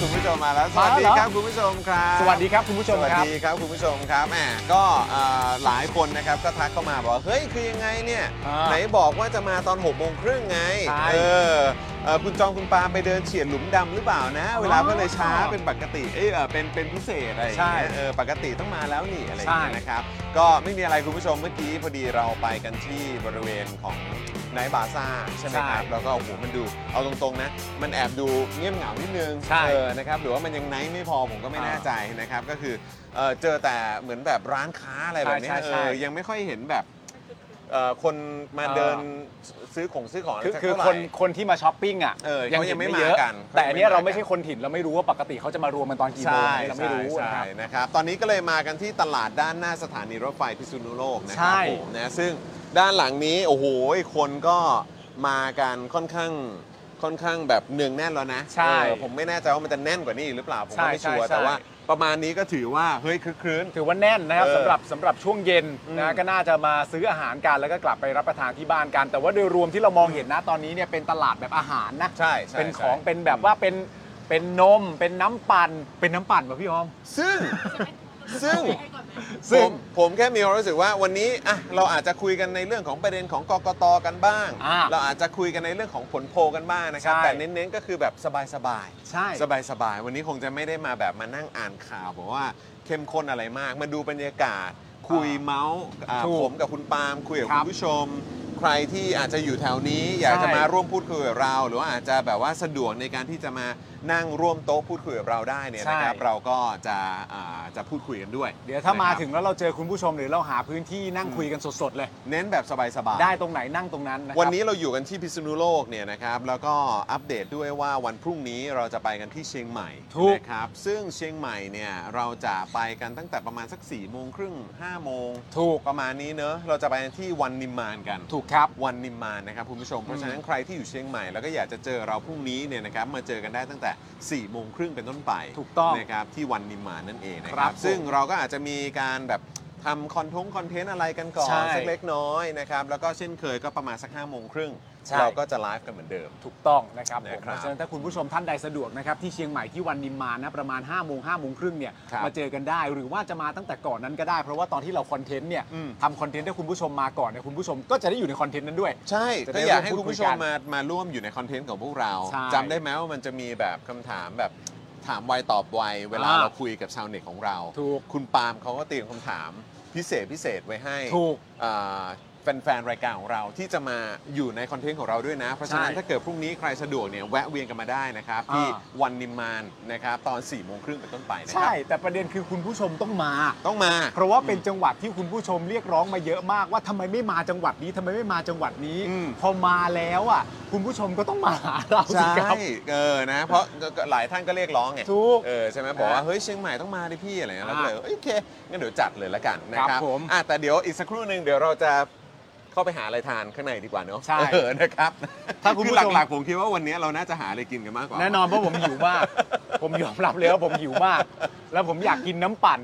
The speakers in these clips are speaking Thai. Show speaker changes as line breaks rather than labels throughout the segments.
คุณผู้ชมมาแล้ว สวัสดีครับคุณผู้ชมครับ
สวัสดีครับ คุณผู้ช
ส
ม
วัส
ครับ
ดีครับคุณผู้ชมครับแหมก็เอ่อหลายคนนะครับก็ทักเข้ามาบอกว่าเฮ้ยคือยังไงเนี่ย
อ่า
ไหนบอกว่าจะมาตอน6กโมงครึ่งไง
ใช่
เออเอ่อคุณจองคุณปาไปเดินเฉียดหลุมดำหรือเปล่านะ เวลาก็เลยช้าเป็นปกติเอยเออเป็นเป็นพิเศษอะไรอย่างเงี้ย
ใช่
เออปกติต้องมาแล้วนี่อะไรอย่างเงี้ย
ใช่
นะครับก็ไม่มีอะไรคุณผู้ชมเมื่อกี้พอดีเราไปกันที่บริเวณของไนท์บาซ่าใช่ไหมครับแล้วก็โอ้โหมันดูเอาตรงๆนะมันแอบดูเงียบเหงานิดนึง
ใช่
เออ นะครับ หรือว่ามันยังไนท์ไม่พอผมก็ไม่แน่ใจนะครับ ก็คือเออเจอแต่เหมือนแบบร้านค้าอะไรแบบเนี้ย
ใช่ใช่
เอ
ใช่
อยังไม่ค่อยเห็นแบบเอ่อคนมา
เออ
เดินซื้อของซื้อของอะไร
คือ
สัก
คือ
เท่าไหร่
คนคนที่มาช้อปปิ้งอ่ะ
เออ
ยัง
เขายั
เห็
ง
น
ไม่
ไม่
มา
เยอะ
กัน
แต่อันเนี้ย
เขายังไม่มา
เราไม่ใช่คนถิ่นเราไม่รู้ว่าปกติเขาจะมารวมกันตอนกี่โมง
ใช่
เรา
ใช่
ไม่รู้
ใช่
นะ
นะค
ครับ
รับ ตอนนี้ก็เลยมากันที่ตลาดด้านหน้าสถานีรถไฟพิษณุโลกนะค
ใช่
รับผมนะซึ่งด้านหลังนี้โอ้โหคนก็มากันค่อนข้างค่อนข้างแบบเนืองแน่นแล้วนะ
ใช่
เออผมไม่แน่ใจว่ามันจะแน่นกว่านี้อีกหรือเปล่าผม
ใช่
ก็ไม่ชัวร์
ใช่ใช่
แต่ว่าประมาณนี้ก็ถือว่าเฮ้ยคึกครื้น
ถือว่าแน่นนะครับ
เออ
สำหรับสำหรับช่วงเย็น
อื
นะ
ม
ก็น่าจะมาซื้ออาหารกันแล้วก็กลับไปรับประทานที่บ้านกัน แต่ว่าโดยรวมที่เรามองเห็นนะตอนนี้เนี่ยเป็นตลาดแบบอาหารนะ
ใช่ใช่
เป็นของ
ใช่
เป็นแบบว่าเป็นเป็นนม เป็นน้ำปั่นเป็นน้ำปั่นป่ะพี่ออม
ซึ่ง ซึ่ง
ซึ่
ผ
ง
มผมแค่มีความรู้สึกว่าวันนี้อ่ะเราอาจจะคุยกันในเรื่องของประเด็นของกกตกันบ้าง
อ่า
เราอาจจะคุยกันในเรื่องของผลโพลกันบ้างนะครับ
ใช่
แต่เน้นๆก็คือแบบสบาย
ใช่
ๆ สบายๆ วันนี้คงจะไม่ได้มาแบบมานั่งอ่านข่าวบอกว่าเข้มข้นอะไรมาก มาดูบรรยากาศ คุยเมาส์อ่า
ถูก
ผมกับคุณปาล์มคุยกับ
ค
คุ
รั
ณ
บ
ผู้ชม ใครที่อาจจะอยู่แถวนี้ อยากจะ
ใช่
มาร่วมพูดคุยกับเรา หรือว่าอาจจะแบบว่าสะดวกในการที่จะมานั่งร่วมโต๊ะพูดคุยกับเราได้เนี่ยนะครับ เราก็จะอ่าจะพูดคุยกันด้วย
เดี๋ยวถ้ามา
นะครับ
ถึงแล้วเราเจอคุณผู้ชมหรือเราหาพื้นที่นั่งคุยกันสดๆเลย
เน้นแบบสบายๆ
ได้ตรงไหนนั่งตรงนั้นนะครับ
วันนี้เราอยู่กันที่พิษณุโลกเนี่ยนะครับ แล้วก็อัปเดตด้วยว่าวันพรุ่งนี้เราจะไปกันที่เชียงใหม่
ถูก
นะครับ ซึ่งเชียงใหม่เนี่ยเราจะไปกันตั้งแต่ประมาณสัก4ี่โมงครึ่งห้าโมง
ถูก
ประมาณนี้เนอะเราจะไปที่วันนิมมานกัน
ถูกครับ
วันนิมมานนะครับคุณผู้ชม เพราะฉะนั้นใครที่อยู่เชียงใหม่แล้วก็อยากจะเจอเราพรุ่งนี้เนี่ยนะครับมาเจอกันได้ตั้งแต่4ี่โมงครึ่งเป็นต้นไป
ถูกต้อง
นะครับที่วันนิมมานนั่นเองนะค
ครั
รับบ
ผม
ซึ่งเราก็อาจจะมีการแบบทำคอนทงคอนเทนต์อะไรกันก่อน
ใช่
สักเล็กน้อยนะครับแล้วก็เช่นเคยก็ประมาณสัก5้าโมงครึ่ง
ใช่
เราก็จะไลฟ์กันเหมือนเดิม
ถูกต้องนะครับผม
นะครับ
เพราะฉะนั้นถ้าคุณผู้ชมท่านใดสะดวกนะครับที่เชียงใหม่ที่วันนิมมานนะประมาณ5้าโมงห้าโมงครึ่งเนี่ย
ครับ
มาเจอกันได้หรือว่าจะมาตั้งแต่ก่อนนั้นก็ได้ เพราะว่าตอนที่เราคอนเทนต์เนี่ย
อืม
ทำคอนเทนต์ให้คุณผู้ชมมาก่อนเนี่ยคุณผู้ชมก็จะได้อยู่ในคอนเทนต์นั้นด้วย
ใช่
จะได้
ก็อยากให้คุณผู้ชม
ร่วมพูดคุยกัน
มามาร่วมอยู่ในคอนเทนต์ของพวกเรา
ใช่
จำได้ไหมว่ามันจะมีแบบคำถามแบบถามไวตอบไวเวลา
อ่า
เราคุยกับชาวเน็ตของเรา
ถูก
คุณปาล์มเขาก็เตรียมคำถามพิเศษพิเศษไว้ให้
ถูก
เอ่อแฟนๆ รายการของเราที่จะมาอยู่ในคอนเทนต์ของเราด้วยนะ เพราะฉะนั้น
ใช่
ถ้าเกิดพรุ่งนี้ใครสะดวกเนี่ยแวะเวียนกันมาได้นะครับ ที่
อ่า
วันนิมมานนะครับตอน4ี่โมงครึ่งเป็นต้นไปนะครั
ใช่ แต่ประเด็นคือคุณผู้ชมต้องมา
ต้องมา
เพราะว่าเป็นจังหวัดที่คุณผู้ชมเรียกร้องมาเยอะมากว่าทำไมไม่มาจังหวัดนี้ทำไมไม่มาจังหวัดนี้
อืม
พอมาแล้วอ่ะคุณผู้ชมก็ต้องมาหาเรา
ใช
สิครับ
่เออนะเพราะก็ก็หลายท่านก็เรียกร้องไง
ถูก
เออใช่ไหมบอกว่า
นะ
เฮ้ยเชียงใหม่ต้องมาดิพี่อะไรเงี้ยเราก็เลย
อ่า
เอ้ยโอเคงั้นเดี๋ยวจัดเลยละกันนะค
ครั
รับบ
ผม
อ่ะแต่เดี๋ยวอีกสักครู่หนึ่งเดี๋ยวเราจะ เข้าไปหาอะไรทานข้างในดีกว่าเนาะ
ใช่
เออนะครับ
ถ้าคุณผู้ชม
อหลักๆผมคิดว่าวันนี้เราน่าจะหาอะไรกินกันมากกว่า
แน่นอนเพราะผมหิวมาก ผมยอมรับเลยว่าผมหิวมาก แล้วผมอยากกินน้ำปั่น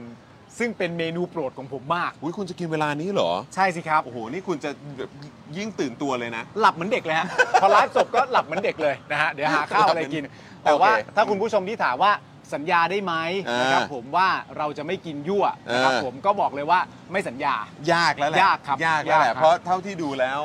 ซึ่งเป็นเมนูโปรดของผมมาก
อุ้ยคุณจะกินเวลานี้เหรอ
ใช่สิครับ
โอ้โห นี่คุณจะแบบยิ่งตื่นตัวเลยนะ
หลับเหมือนเด็กเลยฮะ พอไลฟ์จบก็หลับเหมือนเด็กเลยนะฮะ เดี๋ยวหาข้าวอะไรกิน แต่ว่า
โอเค
ถ้าคุณผู้ชมที่ถามว่าสัญญาได้ไหม
อ่าน
นะครับผมว่าเราจะไม่กินยั่วนะครับ
เออ
ผมก็บอกเลยว่าไม่สัญญา
ยากแล้วแหละ
ยากครับ
ยากแล้วแห
ยาก
ละ
ครับ
เพราะเท่าที่ดูแล้ว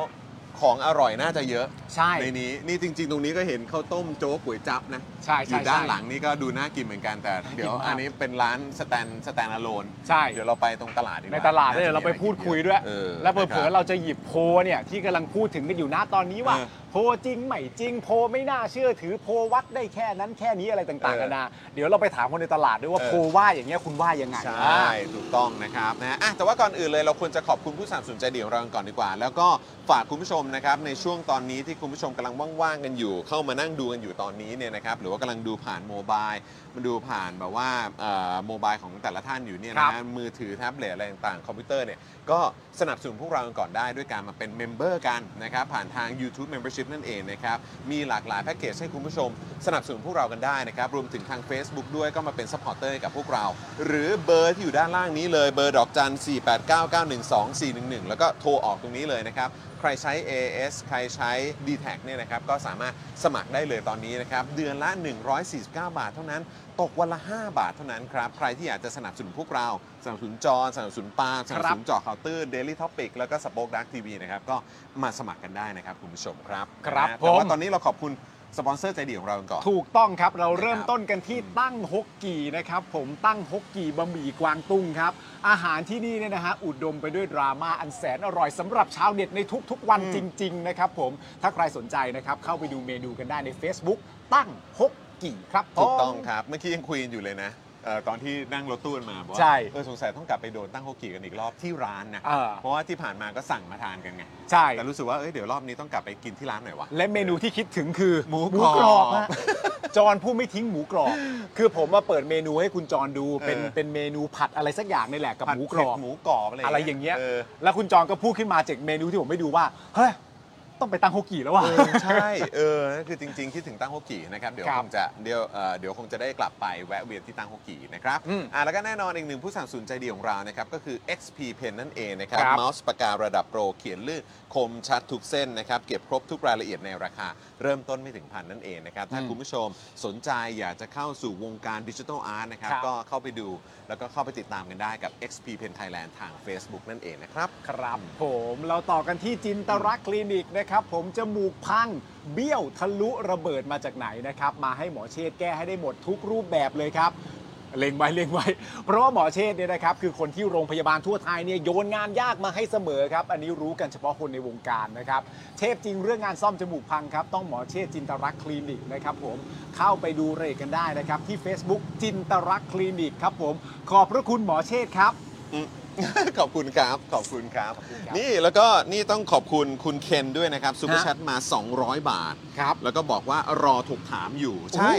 ของอร่อยน่าจะเยอะ
ใช่
ในนี้ นี่จริง ๆ ตรงนี้ก็เห็นข้าวต้มโจ๊กก๋วยจั๊บนะ
ใช่
อ
ใช่
ยู่ด้าน
ใช่
หลังนี่ก็ดูน่ากินเหมือนกันแต่ เดี๋ยว
น่ากินมาก
อันนี้เป็นร้านสแตนสแตนอะโลน
ใช่
เดี๋ยวเราไปตรงตลาดดีกว่า
ในตลาดเนี่ยเราไปพูดคุยด้วย
เออ
แล้วเผ
นะค
ล
บ
อๆเราจะหยิบโพลเนี่ยที่กำลังพูดถึงกันอยู่นะตอนนี้ว่า
เออ
โพลจริงไม่จริงโพลไม่น่าเชื่อถือโพลวัดได้แค่นั้นแค่นี้อะไรต่าง
เออ
ๆกันานาเดี๋ยวเราไปถามคนในตลาดด้วยว่า
เออ
โพลว่าอย่างเงี้ยคุณว่ายังไง
ใช่ ถูกต้องนะครับนะอ่ะแต่ว่าก่อนอื่นเลยเราควรจะขอบคุณผู้สนับสนุนใจเดียวเรากันก่อนดีกว่า แล้วก็ฝากคุณผู้ชมนะครับในช่วงตอนนี้ที่คุณผู้ชมกำลังว่างๆกันอยู่ เข้ามานั่งดูกันอยู่ตอนนี้เนี่ยนะครับหรือว่ากำลังดูผ่านโมบายมาดูผ่านแบบว่าโมบายของแต่ละท่านอยู่เนี่ยนะ
ครั
ฮะ
บ
มือถือแท็บเล็ตอะไรต่างๆคอมพิวเตอร์เนี่ยก็สนับสนุนพวกเรากันก่อนได้ด้วยการมาเป็นเมมเบอร์กันนะครับผ่านทาง YouTube Membership นั่นเองนะครับมีหลากหลายแพ็กเกจให้คุณผู้ชม สนับสนุนพวกเรากันได้นะครับ รวมถึงทาง Facebook ด้วยก็มาเป็นซัพพอร์เตอร์ให้กับพวกเรา หรือเบอร์ที่อยู่ด้านล่างนี้เลยเบอร์ดอกจัน 489912411 แล้วก็โทรออกตรงนี้เลยนะครับ ใครใช้ AS ใครใช้ d t แทเนี่ยนะครับ ก็สามารถสมัครได้เลยตอนนี้นะครับ เดือนละ 149 บาทเท่านั้น ตกวันละ 5 บาทเท่านั้นครับ ใครที่อยากจะสนับสนุนพวกเรา สนับสนุนจอสนับสนุนปาล์มสนับสนุนเจอข่าวตื้น Daily Topic แล้วก็สป็อคดักทีวีนะครับก็มาสมัครกันได้นะครับคุณผู้ชมครับ
ครับ
นะแต่ว่า
ผม
ตอนนี้เราขอบคุณสปอนเซอร์ใจดีของเรากันก่อน
ถูกต้องครับเราเริ่มต้นกันที่ตั้งฮกกีนะครับผมตั้งฮกกีบะหมี่กวางตุ้งครับ อาหารที่นี่เนี่ยนะฮะอุดมไปด้วยดราม่าอันแสนอร่อยสำหรับชาวเน็ตในทุกๆวันจริง ๆ นะครับผมถ้าใครสนใจนะครับเข้าไปดูเมนูกันได้ใน Facebook ตั้งฮกกีครับผม
ถูกต้องครับ เมื่อกี้ยังคุยกันอยู่เลยนะเอ่อตอนที่นั่งรถตู้กันมาบอกว่า
ใช่
เออสงสัยต้องกลับไปโดนตั้งโฮกีกันอีกรอบที่ร้านนะ
เออ
เพราะว่าที่ผ่านมาก็สั่งมาทานกันไง
ใช่
แต่รู้สึกว่าเอ้ยเดี๋ยวรอบนี้ต้องกลับไปกินที่ร้านหน่อยวะ
และเมนูที่คิดถึงคือ
หมูกรอบ
ฮะ จอนผู้ไม่ทิ้งหมูกรอบ คือผมมาเปิดเมนูให้คุณจอนดูเป็น
เออ
เป็นเมนูผัดอะไรสักอย่างนี่แหละกับ
ผัด
หมูกร
เผ็ด
อบ
หมูกรอบอะไร
อะไรอย่างเงี้ย
ออ
แล้วคุณจองก็พูดขึ้นมาจากเมนูที่ผมไม่ดูว่า เฮ้ย ต้องไปตั้งโฮกีแล้วว่ะ
เออใช่ เออนั่นคือจริง ๆ คิดถึงตั้งโฮกีนะครับ เดี๋ยว
ครับ
คงจะเดี๋ยวเอ่อเดี๋ยวคงจะได้กลับไปแวะเวียนที่ตั้งโฮกีนะครับ
อืม
อ่าแล้วก็แน่นอนอีกหนึ่งผู้สนับสนุนใจดีของเรานะครับ ก็คือ XP Pen นั่นเองนะครับ
ครับ
เมาส์ปากการะดับโปรเขียนลื่นคมชัดทุกเส้นนะครับ เก็บครบทุกรายละเอียดในราคา เริ่มต้นไม่ถึงพันนั่นเองนะครับ ถ้า
อืม
คุณผู้ชมสนใจอยากจะเข้าสู่วงการดิจิทัลอาร์ตนะครับ
ครับ
ก็เข้าไปดูแล้วก็เข้าไปติดตามกันได้กับ XP Pen Thailand ทาง Facebook นั่นเองนะครับ
ครับผมเราต่อกันที่จินตรักษณ์คลินิกนะครับ ผมจมูกพัง เบี้ยวทะลุระเบิดมาจากไหนนะครับ มาให้หมอเชษฐ์แก้ให้ได้หมดทุกรูปแบบเลยครับ เล็งไว้เล็งไว้ เพราะว่าหมอเชษฐ์เนี่ยนะครับ คือคนที่โรงพยาบาลทั่วไทยเนี่ยโยนงานยากมาให้เสมอครับ อันนี้รู้กันเฉพาะคนในวงการนะครับ เทพจริงเรื่องงานซ่อมจมูกพังครับ ต้องหมอเชษฐ์จินตรักษณ์คลินิกนะครับผมเข้าไปดูรายละเอียดกันได้นะครับ ที่ Facebook จินตรักษณ์คลินิกครับผมขอบพระคุณหมอเชษฐ์ครับ
ขอบคุณครับ ขอบคุณครับ
ขอบคุณครับ
นี่แล้วก็นี่ต้องขอบคุณคุณเคนด้วยนะครับซูเปอร์
ฮะ
แชทมา 200 บาท
ครับ
แล้วก็บอกว่ารอถกถามอยู่ ใช่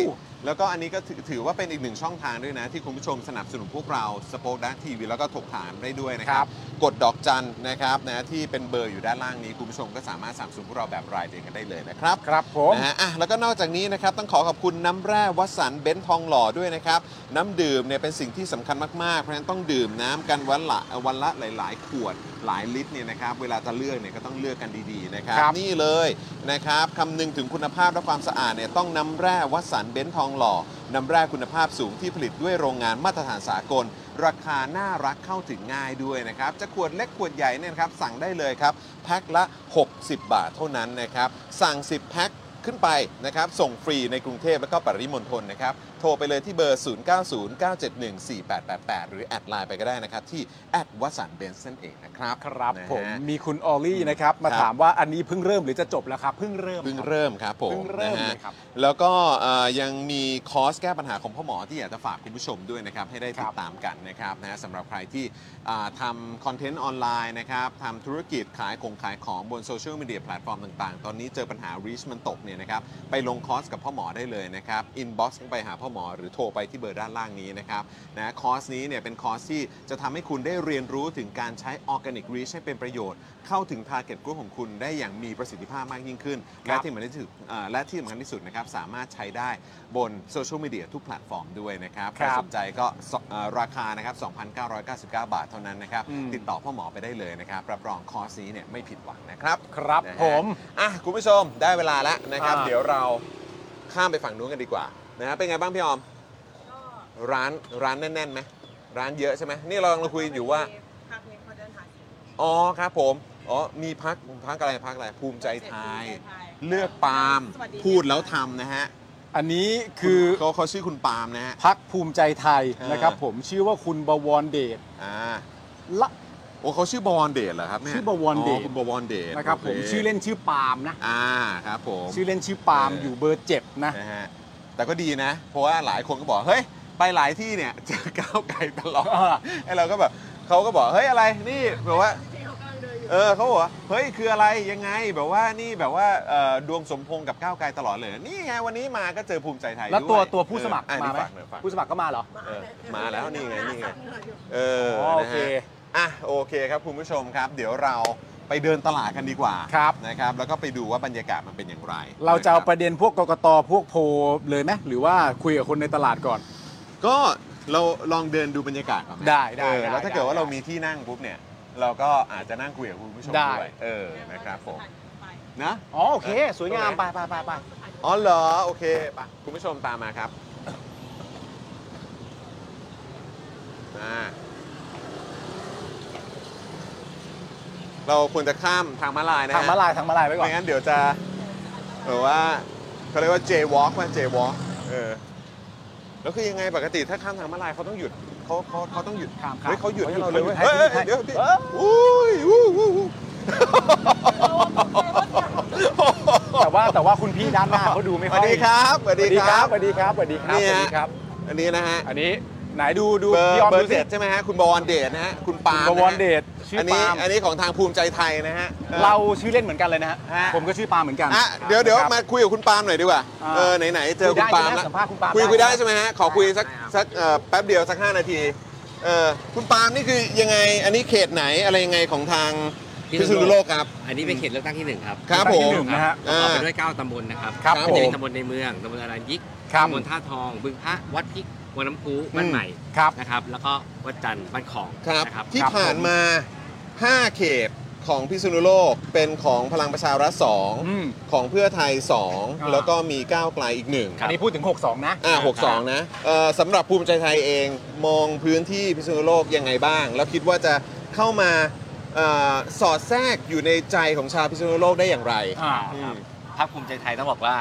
แล้วก็อันนี้ก็ถือถือว่าเป็นอีกหนึ่งช่องทางด้วยนะ ที่คุณผู้ชมสนับสนุนพวกเราสป o อ e ดักทีวีแล้วก็ถกถามได้ด้วยนะครับ กดดอกจันนะครับนะที่เป็นเบอร์อยู่ด้านล่างนี้คุณผู้ชมก็สามารถสนับสนุนพวกเราแบบรายเดือนกันได้เลยนะครับ
ครับผม
นะฮะอ่ะแล้วก็นอกจากนี้นะครับ ต้องขอขอบคุณน้ำแร่วัดสันเบนซ์ทองหล่อด้วยนะครับ น้ำดื่มเนี่ยเป็นสิ่งที่สำคัญมาก ๆ เพราะฉะนั้นต้องดื่มน้ำกันวันละวันละหลาย ๆ ขวดหลายลิตรเนี่ยนะครับ เวลาจะเลือกเนี่ยก็ต้องเลือกกันดีๆนะครับ
ครับ
นี่เลยนะครับคำนึงถึงคุณภาพและความสะอาดเนี่ยต้องน้ำแร่วัดสันเบนซ์ทองหล่อ น้ำแร่คุณภาพสูงที่ผลิตด้วยโรงงานมาตรฐานสากล ราคาน่ารักเข้าถึงง่ายด้วยนะครับ จะขวดเล็กขวดใหญ่เนี่ยนะครับสั่งได้เลยครับ แพ็คละ 60 บาทเท่านั้นนะครับ สั่ง 10 แพ็คขึ้นไปนะครับ ส่งฟรีในกรุงเทพและก็ปริมณฑลนะครับ โทรไปเลยที่เบอร์ 0909714888 หรือ แอดไลน์ไปก็ได้นะครับ ที่แอดวัสันเบนซ์นั่นเองนะครับ
ครับ
นะฮะ
ผมมีคุณออลลี่นะครับ มา
ครับ
ถามว่าอันนี้เพิ่งเริ่มหรือจะจบแล้วครับ เพิ่งเริ่ม
เพิ่ง
ครับ
เริ่มครับผม
เพิ่งเริ่ม
นะฮะ
เลยครับ
แล้วก็เอ่อยังมีคอร์สแก้ปัญหาของพ่อหมอที่อยากจะฝากคุณผู้ชมด้วยนะครับ ให้ได้ติ
ครั
ด
บ
ตามกันนะครับนะฮะสำหรับใครที่อ่าทำคอนเทนต์ออนไลน์นะครับทำธุรกิจขายของขายของบนโซเชียลมีเดียแพลตฟอร์มต่างๆ ตอนนี้เจอปัญหา reach มันตกเนี่ย เนี่ยนะครับไปลงคอร์สกับพ่อหมอได้เลยนะครับอินบ็อกซ์ไปหาพ่อหมอหรือโทรไปที่เบอร์ด้านล่างนี้นะครับนะคอร์สนี้เนี่ยเป็นคอร์สที่จะทำให้คุณได้เรียนรู้ถึงการใช้ออร์แกนิกรีชให้เป็นประโยชน์ เข้าถึง target group ของคุณได้อย่างมีประสิทธิภาพมากยิ่งขึ้น
ครั
และ
บ
ที่สำคัญที่สุดเอ่อและที่สำคัญที่สุดนะครับสามารถใช้ได้บนโซเชียลมีเดียทุกแพลตฟอร์มด้วยนะครับใครสนใจก็สเอ่อราคานะครับ2,999 บาทเท่านั้นนะครับ
อืม
ติดต่อพ่อหมอไปได้เลยนะครับรับรองคอร์สนี้เนี่ยไม่ผิดหวังนะครับ
ครับ
นะฮะ
ผม
อ่ะคุณผู้ชมได้เวลาแล้วนะครับ
อ่า
เดี๋ยวเราข้ามไปฝั่งนู้นกันดีกว่านะฮะเป็นไงบ้างพี่ออม ร้านร้านแน่นๆไหมร้านเยอะใช่ไหมนี่เรากำลังคุยอยู่ว่า
พักนี้เขาเดินหาเสียง
อ๋อครับผม อ๋อมีพักพักอะไรพักอะไร ภูมิใจไทย เลือกปาล์ม
สวัส
พูดแล้วทำนะฮะ
อันนี้คือ
เขาเขาชื่อคุณปาล์มนะฮะ
พักภูมิใจไทย
เออ
นะครับผมชื่อว่าคุณบวรเดช
อ่า
ละ
โอ้เขาชื่อบวรเดชเหรอครับเนี่ย
ชื่อบวรเดช
อ๋อคุณบวรเดช
นะครับผม
โ
ชื่อเล่นชื่อปาล์มนะ
อ่าครับผม
ชื่อเล่นชื่อปาล์ม
เออ
อ
อ
ยู่เบอร์เจ็บนะ
นะฮะแต่ก็ดีนะ เพราะว่าหลายคนก็บอก เฮ้ย ไปหลายที่เนี่ย เจอก้าวไกลตลอดไอ้เราก็แบบเขาก็บอก เฮ้ย อะไรนี่แบบว่า
ดีเขากำลังเดินอยู่
เออเขาบอกว่าเฮ้ยคืออะไรยังไงแบบว่านี่แบบว่าเอ่อดวงสมพงษ์กับก้าวไกลตลอดเลย นี่ไงวันนี้มาก็เจอภูมิใจไทย
แล้วตัว
ด้วย
ตัวผู้สมัคร
เออ
มาไหม
อ่ะนี่ฝกน่อยฝาก
ผู้สมัครก็มาเหรอ
เออมาแล้วนี่ไงนี่ไง เออ
อโอ
นะ
เค
ฮะอ่ะโอเคครับคุณผู้ชมครับ เดี๋ยวเราไปเดินตลาดกันดีกว่า
ครับ
นะครับ แล้วก็ไปดูว่าบรรยากาศมันเป็นอย่างไร
เราจะเอา
นคบ
ประเด็นพวกกกตพวกโพลเลยไหมหรือว่าคุยกับคนในตลาดก่อน
ก็เราลองเดินดูบรรยากาศก่อนหม
ได้ได้
เออ
ได้
แล้วถ้าเกิดว่า
ได้
เรามีที่นั่งปุ๊บเนี่ย เราก็อาจจะนั่งคุยกับคุณผู้ชม
ได้
ด้วยเออนะครับผม
ไป
นะ
อ๋อโอเค สวยงาม
โอเค
ไปไปไปไป
สถาน
อ๋อเหรอ โอเคไปะคุณผู้ชมตามมาครับมาเราควรจะข้ามทางม้าลายนะฮะ
ทางมาลายทางมาลายไปก่อน
ไม่งั้นเดี๋ยวจะแบบว่าเขาเรียกว่า J walk ว่า J walk เออแล้วคือยังไงปกติถ้าข้ามทางม้าลายเขาต้องหยุดเขาเขาเขาต้องหยุด
ข้ามข้าม
เฮ้ยเขาหยุดให้เรา
เขาห
เล
ยุ
ย
ด
เว้ย
ให้
เฮ้ย
ให้
เฮ้ยเดี๋ยวพี่
เออ
อุ้ยอู้อู้อู้
แต่ว่าแต่ว่าคุณพี่ด้านหน้าเขาดูไม่
ส
ค่
วั
อ
ส
ย
ดีครับสวัส
สวัส
ดี
ดี
ค
ค
รั
รับ บสวัสดีครับสวัสดีครั
นี่
บส
ฮะ
วัสดีครับ
อันนี้นะฮะ
อันนี้ไหนดูดู
เบอ
พี่
ร์
ออม
เบอ
ดู
ร์เจ็
สิ
ดใช่ไหมฮะ คุณบอลเดชนะฮะ คุณปาล์ม
บ
นะฮะ
วรเดชชื่อ
อันนี้
ปาล์ม
อันนี้ของทางภูมิใจไทยนะฮะออ
เราชื่อเล่นเหมือนกันเลยนะฮะ
ฮะ
ผมก็ชื่อปาล์มเหมือนกัน
อ่ะเดี๋ยวเดี๋ยว
นะครับ
มาคุยกับคุณปาล์มหน่อยดีกว่า
อ่า
เออไหนๆเจอ
คุย
คุณ
ได้
ปาล์ม
ใช่ไหม
แล้ว
สัมภาษณ์คุณปาล์ม
คุย
ได้
คุยได้ใช่ไหมฮะ ขอคุยสัก
ได้ครับ
สักเอ่อแป๊บเดียวสัก 5 นาที เออคุณปาล์มนี่คือยังไง อันนี้เขตไหนอะไรยังไงของทาง
พิ
พิ
ษ
ษ
ณุ
ณุ
โล
โล
ก
กครับ
อันนี้เป็นเขตเลือกตั้งที่หนึ่งครับ
ครับผม
หนึ่งนะฮะ
ประกอบไปด้วย 9 ตำบลนะครับ
ครับ
ก็จะมี
ผม
ตำบลในเมือง ตำบลอารัญยิก
ครับ
ตำบลท่าทอง บึงพระ วัดพิกวัดน้ำพุบ้านใหม่
ครับ
นะครับ แล้วก็วัดจันทร์บ้านของ
ครับ
นะครับ
ที่
ครับ
ผ่าน
ผม
มา 5 เขตของพิษณุโลกเป็นของพลังประชารัฐ
อืม
2ของเพื่อไทย
อ่า
2 แล้วก็มีก้าวไกลอีกหนึ่ง
ครั
อั
บ
นนี้พูดถึง 62 นะ
อ่า
ครับ
หกสองนะเอ่อสำหรับภูมิใจไทยเองมองพื้นที่พิษณุโลกยังไงบ้าง แล้วคิดว่าจะเข้ามาเอ่อสอดแทรกอยู่ในใจของชาวพิษณุโลกได้อย่างไร
อ่า
อืม
พรรคภูมิใจไทยต้องบอกว่า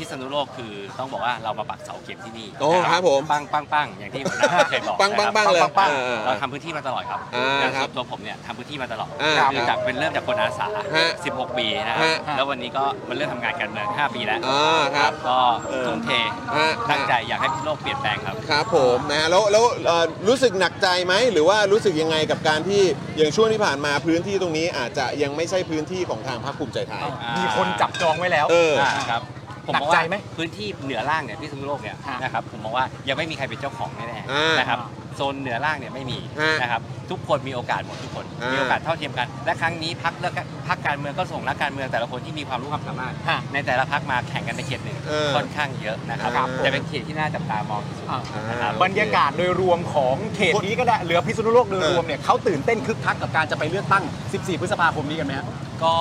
พิษณุโลกคือต้องบอกว่าเรามาปักเสาเข็มที่นี่
โอ้ครับผม
ปังปังปังอย่างที่หัวหน้าเคยบอก
ปังปังปังเลย
นะครับ
ปัง
เออ
เราทำพื้นที่มาตลอดครับ
อ่า
อย่าง
ครั
ส่
บ
วนตัวผมเนี่ยทำพื้นที่มาตลอด
อ่า
เนื่องจากเป็นเริ่มจากคนอาสา
ฮะ
16 ปีนะฮะ
ฮะ
แล้ววันนี้ก็มันเริ่มทำงานการเมือง 5 ปีแล้ว
อ่าครับ
ก็
เออ
ทุ่มเท
ฮะ
ตั้งใจอยากให้โลกเปลี่ยนแปลงครับ
ครับผมนะฮะแล้วแล้วเอ่อรู้สึกหนักใจไหม หรือว่ารู้สึกยังไงกับการที่อย่างช่วงที่ผ่านมาพื้นที่ตรงนี้อาจจะยังไม่ใช่พื้นที่ของทางพรรคภูมิใจไทย
อ่ามี
มีคนจับจองไว้แล้ว
เออ
ครับผม
หนัก
มอง
ใจ
ว่า
ไหม
พื้นที่เหนือล่างเนี่ยพิษณุโลกเนี่ย
ฮะ
นะครับผมมองว่ายังไม่มีใครเป็นเจ้าของแน่
อ่า
ๆ
น
นะครับโซนเหนือล่างเนี่ยไม่มี
ฮะ
นะครับทุกคนมีโอกาสหมดทุกคน
อ่ามี
มีโอกาสเท่าเทียมกัน และครั้งนี้พักเลือกพักการเมืองก็ส่งนักการเมืองแต่ละคนที่มีความรู้ความสามารถ
ฮะ
ในแต่ละพักมาแข่งกันในเขตหนึ่ง
เออ
ค่อนข้างเยอะนะครับ
ครับผม
จะเป็นเขตที่น่าจับตามองที่สุด
อ่า
นะครับ
บรรยากาศโดยรวมของเขตนี้ก็ได้ เหลือพิษณุโลกโดยรวมเนี่ยเขาตื่นเต้นคึกคักกับการจะไปเลือกตั้ง 14 พฤษภาคมนี้กันไหมฮะ
ก็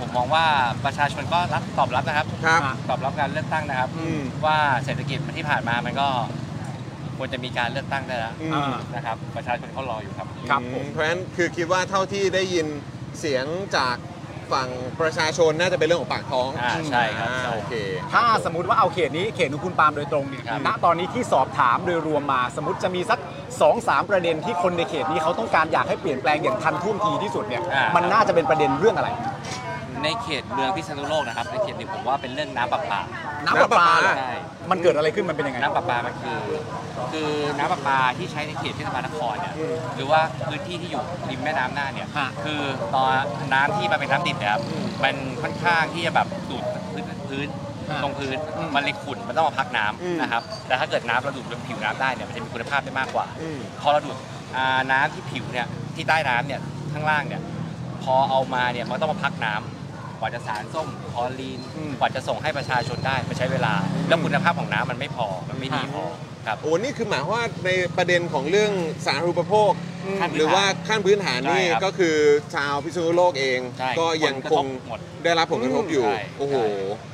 ผมมองว่าประชาชนก็รับตอบรับนะครับ
ครับ
ตอบรับการเลือกตั้งนะครับ
อืม
ว่าเศรษฐกิจที่ผ่านมามันก็ควรจะมีการเลือกตั้งได้แล้ว
อืม
อ่า
นะครับ ประชาชนเขารออยู่ครับ
ครับ
อื
ผม
เพราะฉะนั้นคือคิดว่าเท่าที่ได้ยินเสียงจากฝั่งประชาชนน่าจะเป็นเรื่องของปากท้อง
อ่าใช่ครับ
อ่า
ใช่
โอเค
ถ้าสมมติว่าเอาเขตนี้เขตของคุณปาล์มโดยตรงเนี่ย
ครับ
ณตอนนี้ที่สอบถามโดยรวมมา สมมติจะมีสัก 2-3 ประเด็นที่คนในเขตนี้เขาต้องการอยากให้เปลี่ยนแปลงอย่างทันท่วงทีที่สุดเนี่ย มันน่าจะเป็นประเด็นเรื่องอะไร
ในเขตเมืองพิษณุโลกนะครับในเขตหนึ่งผมว่าเป็นเรื่องน้ำประปา
น้ำประปาเหรอ
ใช่
มันเกิดอะไรขึ้นมันเป็นยังไง
น้ำประปามันคือ คือน้ำประปาที่ใช้ในเขตเทศบาลนครเนี่ยหรือว่าพื้นที่ที่อยู่ริมแม่น้ำน่านเนี่ย
ฮะ
คือตอนน้ำที่มันเป็นน้ำดิบเนะครับมันค่อนข้างที่จะแบบดูดพื้นพื้น ตรงพื้นมันเลยขุ่นมันต้องมาพักน้ำ
อืม
นะครับแต่ถ้าเกิดน้ำเราดูดลงผิวน้ำได้เนี่ยมันจะมีคุณภาพได้มากกว่า
อืม
พอเราดูดอ่าน้ำที่ผิวเนี่ยที่ใต้น้ำเนี่ยข้างล่างเนี่ยพอเอามาเนี่ยมันต้องมาพักน้ำกว่าจะสารส้มคลอลีน
อืม
กว่าจะส่งให้ประชาชนได้มันใช้เวลา แล้วคุณภาพของน้ำมันไม่พอมันไม่ดีพอครับ
โอ้นี่คือหมายความว่าในประเด็นของเรื่องสาธารณูปโภค
ขั้นพื้นฐาน
หรือว่าขั้นพื้นฐานนี่
ใช่ครับ
ก็คือชาวพิษณุโลกเอง
ใช่
ก็ยัง
ผลก
คง
ระทบหมด
ได้รับผลกระทบอยู่
ใช่
โอ้โห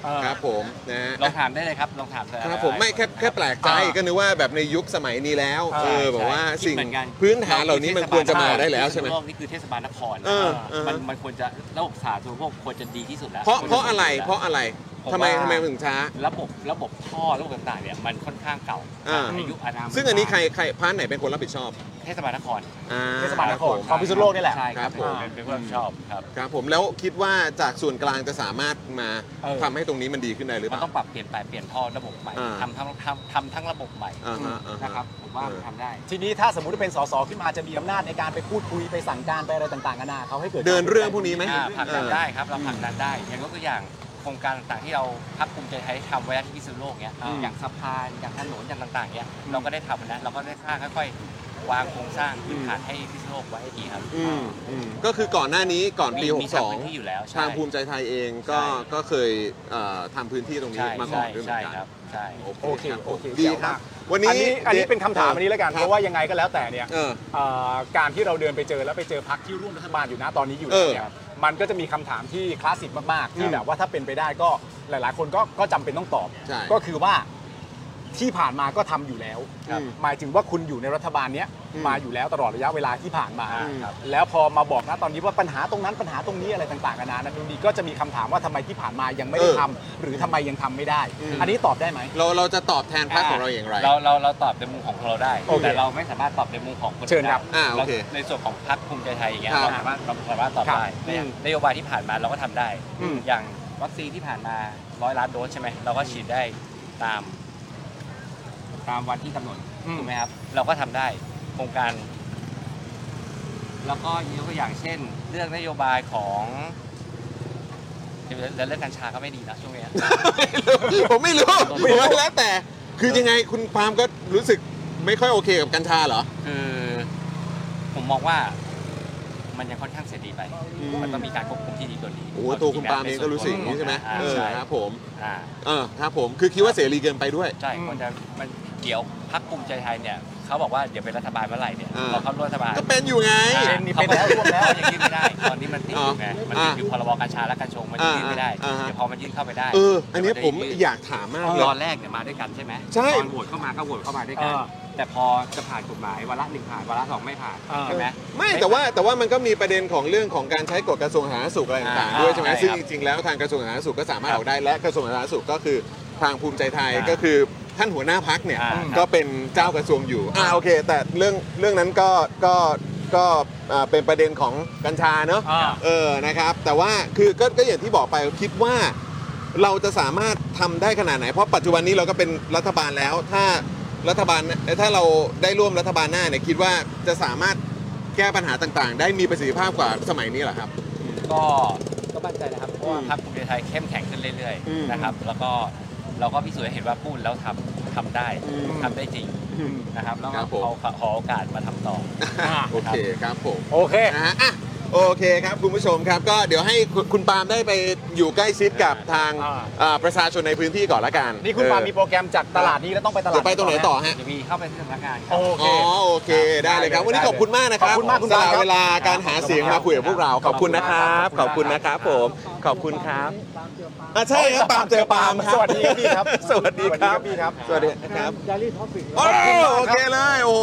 ใช่
ครับผมนะฮะ
ลองถามได้เลยครับลองถามได้
ครับผมไม่แค่แค่แปลกใจก็นึกว่าแบบในยุคสมัยนี้แล้ว
ใช่
เออแบบ
ใช่
ว่า
คิด
สิ่ง
เหมือนกัน
พื้นฐานเหล่านี้มันควรจะมาได้แล้วใช่ไหม
โลกนี่คือเทศบาลนครนะ
เออ
ครับ
เออ
มันมันควรจะระบบสาธารณูปโภคควรจะดีที่สุดแล้ว
เพราะ
ควจ
เพราะอะไร
ดีที่สุดแล้ว
เพราะอะไร
ผม
ทำไม
ว่า
ทำไมมันถึงช้า
ระบบระบบท่อระบบต่างๆเนี่ยมันค่อนข้างเก่า
อ่า
อายุอานาม
ซึ่งอันนี้ใครใครพาร์ทไหนเป็นคนรับผิดชอบ
เทศบาลนคร
อ่
เทศบาลนคร
บ
ข
ผ
อง
ม
พิษณุโลกนี่แหละ
ใช่ค
ครั
รับ
บผม
เป็นเป็นความชอบครับ
ครับผมแล้วคิดว่าจากส่วนกลางจะสามารถมา
เออ
ทำให้ตรงนี้มันดีขึ้นได้หรือเป
มัน
ล่า
ต้องปรับเปลี่ยนไปเปลี่ยนท่อระบบใหม่
อ่า
ทำทั้งทำทำทั้งระบบใหม่
อ่าฮะอ่าฮะ
นะครับผมว่า
เออ
ทำได้
ทีนี้ถ้าสมมติว่าเป็นสสขึ้นมาจะมีอำนาจในการไปพูดคุยไปสั่งการไปอะไรต่างๆกันานาเขาให้เกิด
เดินเรื่องพวกนี้ไหม
อ่าผลักดัน
เออ
ได้ครับเราผลักดันได้ อย่างยกตัวอย่างโครงการต่างๆที่เราพักภูมิใจไทยทำไว้แล้วที่พิษณุโลกเนี้ย
อืม
อย่างสะพานอย่างถนนอย่างต่างๆเนี้ย
อืม
เราก็ได้ทำนะเราก็ได้สร้างค่อยๆวางโครงสร้างพื้นฐานให้พิษณุโลกไว้ให้ดีครับ
อืมอืมก็คือก่อนหน้านี้ก่อนปี
มีทางพื้นที่อยู่แล้ว
62
ใช่
ทางภูมิใจไทยเองก็ก็เคยเอ่อทำพื้นที่ตรงนี้
ใช่
มาก่อ
ใช่
นด้วยเหมื
ใช่
อนกั
ครับ
น
ใช่
โอเค
ครับ
โอเค
ดี
เจ๋ง
ครั
มา
บ
ก
วัน
อัน
นี้
นี้อันนี้เป็นคำถามอันนี้แล้วกัน
คบ
เพราะว่ายังไงก็แล้วแต่เนี่ย
เออ
เอ่อการที่เราเดินไปเจอแล้วไปเจอพักที่ร่วมรัฐบาลอยู่นะตอนนี้อยู่
เออ
เนี่ยมันก็จะมีคำถามที่คลาสสิกมากๆที่
อืม
แบบว่าถ้าเป็นไปได้ก็หลาย ๆ คนก็ก็จำเป็นต้องตอบ
ใช่
ก็คือว่าที่ผ่านมาก็ทำอยู่แล้ว
ครับ
หมายถึงว่าคุณอยู่ในรัฐบาลเนี้ย
อืม
มาอยู่แล้วตลอดระยะเวลาที่ผ่านมา
อืม
ครับแล้วพอมาบอกนะตอนนี้ว่าปัญหาตรงนั้นปัญหาตรงนี้อะไรต่างๆกันานานั้นนู่นนี่ก็จะมีคำถามว่าทำไมที่ผ่านมายังไม่ได้ทำหรือทำไมยังทำไม่ได้ อันนี้ตอบได้ไหม
เราเราจะตอบแทนพรรคของเราอย่างไร
เราเราเราตอบในมุมของเราได้
โอเค
แต่เราไม่สามารถตอบในมุมของคนอื่น
เชิญครับ
ได้
อ่าโอเค
รในส่วนของพรรคภูมิใจไทยอย่างเงี้ย
ครับ
เราสามารถเราสามารถตอบ
ครับ
ได้แต่อย่างนโยบายที่ผ่านมาเราก็ทำได้
อืม
อย่างวัคซีนที่ผ่านมาร้อยล้านโดสใช่ไหมเราก็ฉีดได้ตาม ตามวันที่กำหนดถูกไหมครับ เราก็ทำได้โครงการ แล้วก็ยกตัวอย่างเช่น เรื่องนโยบายของเดี๋ยวเดี๋ยวเรื่องกัญชาก็ไม่ดีนะช่วงเนี้ย
ผมไม่รู้
ไม่
ผม
รู้
ว่าแล้วแต่คือยังไงคุณปาล์มก็รู้สึกไม่ค่อยโอเคกับกัญชาเหรอ
คือผมมองว่ามันยังค่อนข้างเสียดีไป มันต้องมีการควบคุมที่ดีกว่านี้
โอ้โหตัวคุณปาล์มเองก็รู้สึกอย่างนี้ใช่ไหม
อ่า
เออ
ใช่
ครับผม
อ่า
เออครับผมคือคิดว่าเสรีเกินไปด้วย
ใช่คนจะมันเดี๋ยวพักภูมิใจไทยเนี่ยเขาบอกว่าเดี๋ยวเป็นรัฐบาลเมื่อไหร่เนี่ย
อ่า
พอเข้าร่วมรัฐบาล
ก็เป็นอยู่ไง
อ่า
เป็นนี่เป็นแล้วร่วมแล้ว
เขายังยื่นไม่ได้ ตอนนี้มันติดอยู่ไงมันติดอยู่พรบกัญชาและกัญชงมันยื่นไม่ได้
อ่าอ่า
เดี๋ยวพอมันยื่นเข้าไปได้
เออ อันเนี้ยผม
เดี๋วจะน
อยากถามมากเลย
ตอนแรกเนี่ยมาด้วยกันใช่ไหม
ใช่
ตอนโหวตเข้ามาก็โหวตเข้ามาด้วยกัน
เออ
แต่พอจะผ่านกฎหมายวาระหนึ่งผ่านวาระสองไม่ผ่าน
เออ
ใช่ไหม
ไม่แต่ว่าแต่ว่ามันก็มีประเด็นของเรื่องของการใช้กฎกระทรวงสาธารณสุขอะไรต่างๆ
อ่า
ด้วยใช่ไหม
ใช่ครับ
ซึ่งจริงๆแล้วทางกระทรวงสาธารณสุขก็สามารถออกได้และกระทรวงสาธารณสุขก็คือทางภูมิใจไทย
อ่า
ก็คือท่านหัวหน้าพักเนี่ย
อ่าครับ
ก็เป็นเจ้ากระทรวงอยู่อ่าโอเค แต่เรื่องเรื่องนั้นก็ก็ก็อ่าเป็นประเด็นของกัญชาเนอะ
อ่า
เออ นะครับ แต่ว่า คือก็ก็อย่างที่บอกไป คิดว่า เราจะสามารถทำได้ขนาดไหน เพราะปัจจุบันนี้เราก็เป็นรัฐบาลแล้ว ถ้ารัฐบาล ถ้าเราได้ร่วมรัฐบาลหน้าเนี่ย คิดว่าจะสามารถแก้ปัญหาต่างๆ ได้มีประสิทธิภาพกว่าสมัยนี้เหร อครับ
ก็ก็มั่นใจนะครับเพราะว่าพรรคภูมิใจไทยเข้มแข็งขึ้นเรื่อย
อืม
ๆนะครับ แล้วก็เราก็พิสูจน์ให้เห็นว่าพูดแล้วทำทำได้
อืม
ทำได้จริงนะครับแล้
ค
วก็
รับผม
เขาขอโอกาสมาทำต่อ
โอเคครับผม
โอเค
นะฮะอ่ะโอเคครับคุณผู้ชมครับ ก็เดี๋ยวให้คุณคุณปาล์มได้ไปอยู่ใกล้ชิดกับทาง
อ่า
อ่าประชาชนในพื้นที่ก่อนละกัน
นี่คุณปา
เออ
มีโปรแกรมจากตลาดนี้แล้วต้องไปตลาด
เดี๋ยวไปตรงไหนต่อฮะ
จะมีเข้าไปที่สำนักงานครั
โอบ เค
อ๋อโอเคได้เลยครับ วันนี้ขอบคุณมากนะครับ
ขอบคุณมากคุณ
ส
ปาล์
ละ
มครับ
เวลาการหาเสียงมาคุยกับพวกเราขอบคุณนะครับ ขอบคุณนะครับผมขอบคุณครับอ่ะใช่ครับปาล์มเจอปาล์มครับ
สวัสดีครับพี่ครับ
สวัสดีครับ
พี่ครับ
สวัสดีครับ
ดารี่ท็อปิก
โอ้โอเคเลยโอ้โห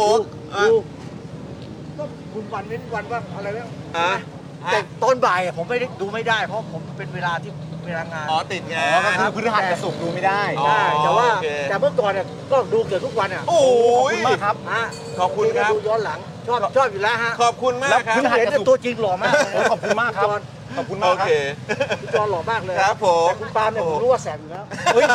อ่ะ
ก็คุณวันเว้นวันว่าอะไรแล้ว
อ่ะ
แต่ตอนบ่ายอะผมไม่ได้ดูไม่ได้ เพราะผมเป็นเวลาที่เวลางาน
อ๋อติดงา
อ๋อก็คือน พฤหัสกับศุกร์ดูไม่ได้
อ๋อ
ได้แต่ว่า
โอเค
แต่เมื่อก่อนเนี่ยก็ดูเกือบทุกวันอ่ะ
โอ้ย
ขอบคุณมากครับ
ฮะ
ขอบคุณครับ
ดูย้อนหลังชอบชอบอยู่แล้วฮะ
ขอบคุณมากครับ
คุณเห็นเนี่ยตัวจริงหล่อมากเลย
โอ้ขอบคุณมากครับ ขอบคุณ
โอ
มากครับ
เค
พี่จอนหล่อมากเลย
ครับผม
แต่คุณปาล์มเนี่ยผมรู้ว่าแสบอยู่แล้ว
เฮ้ย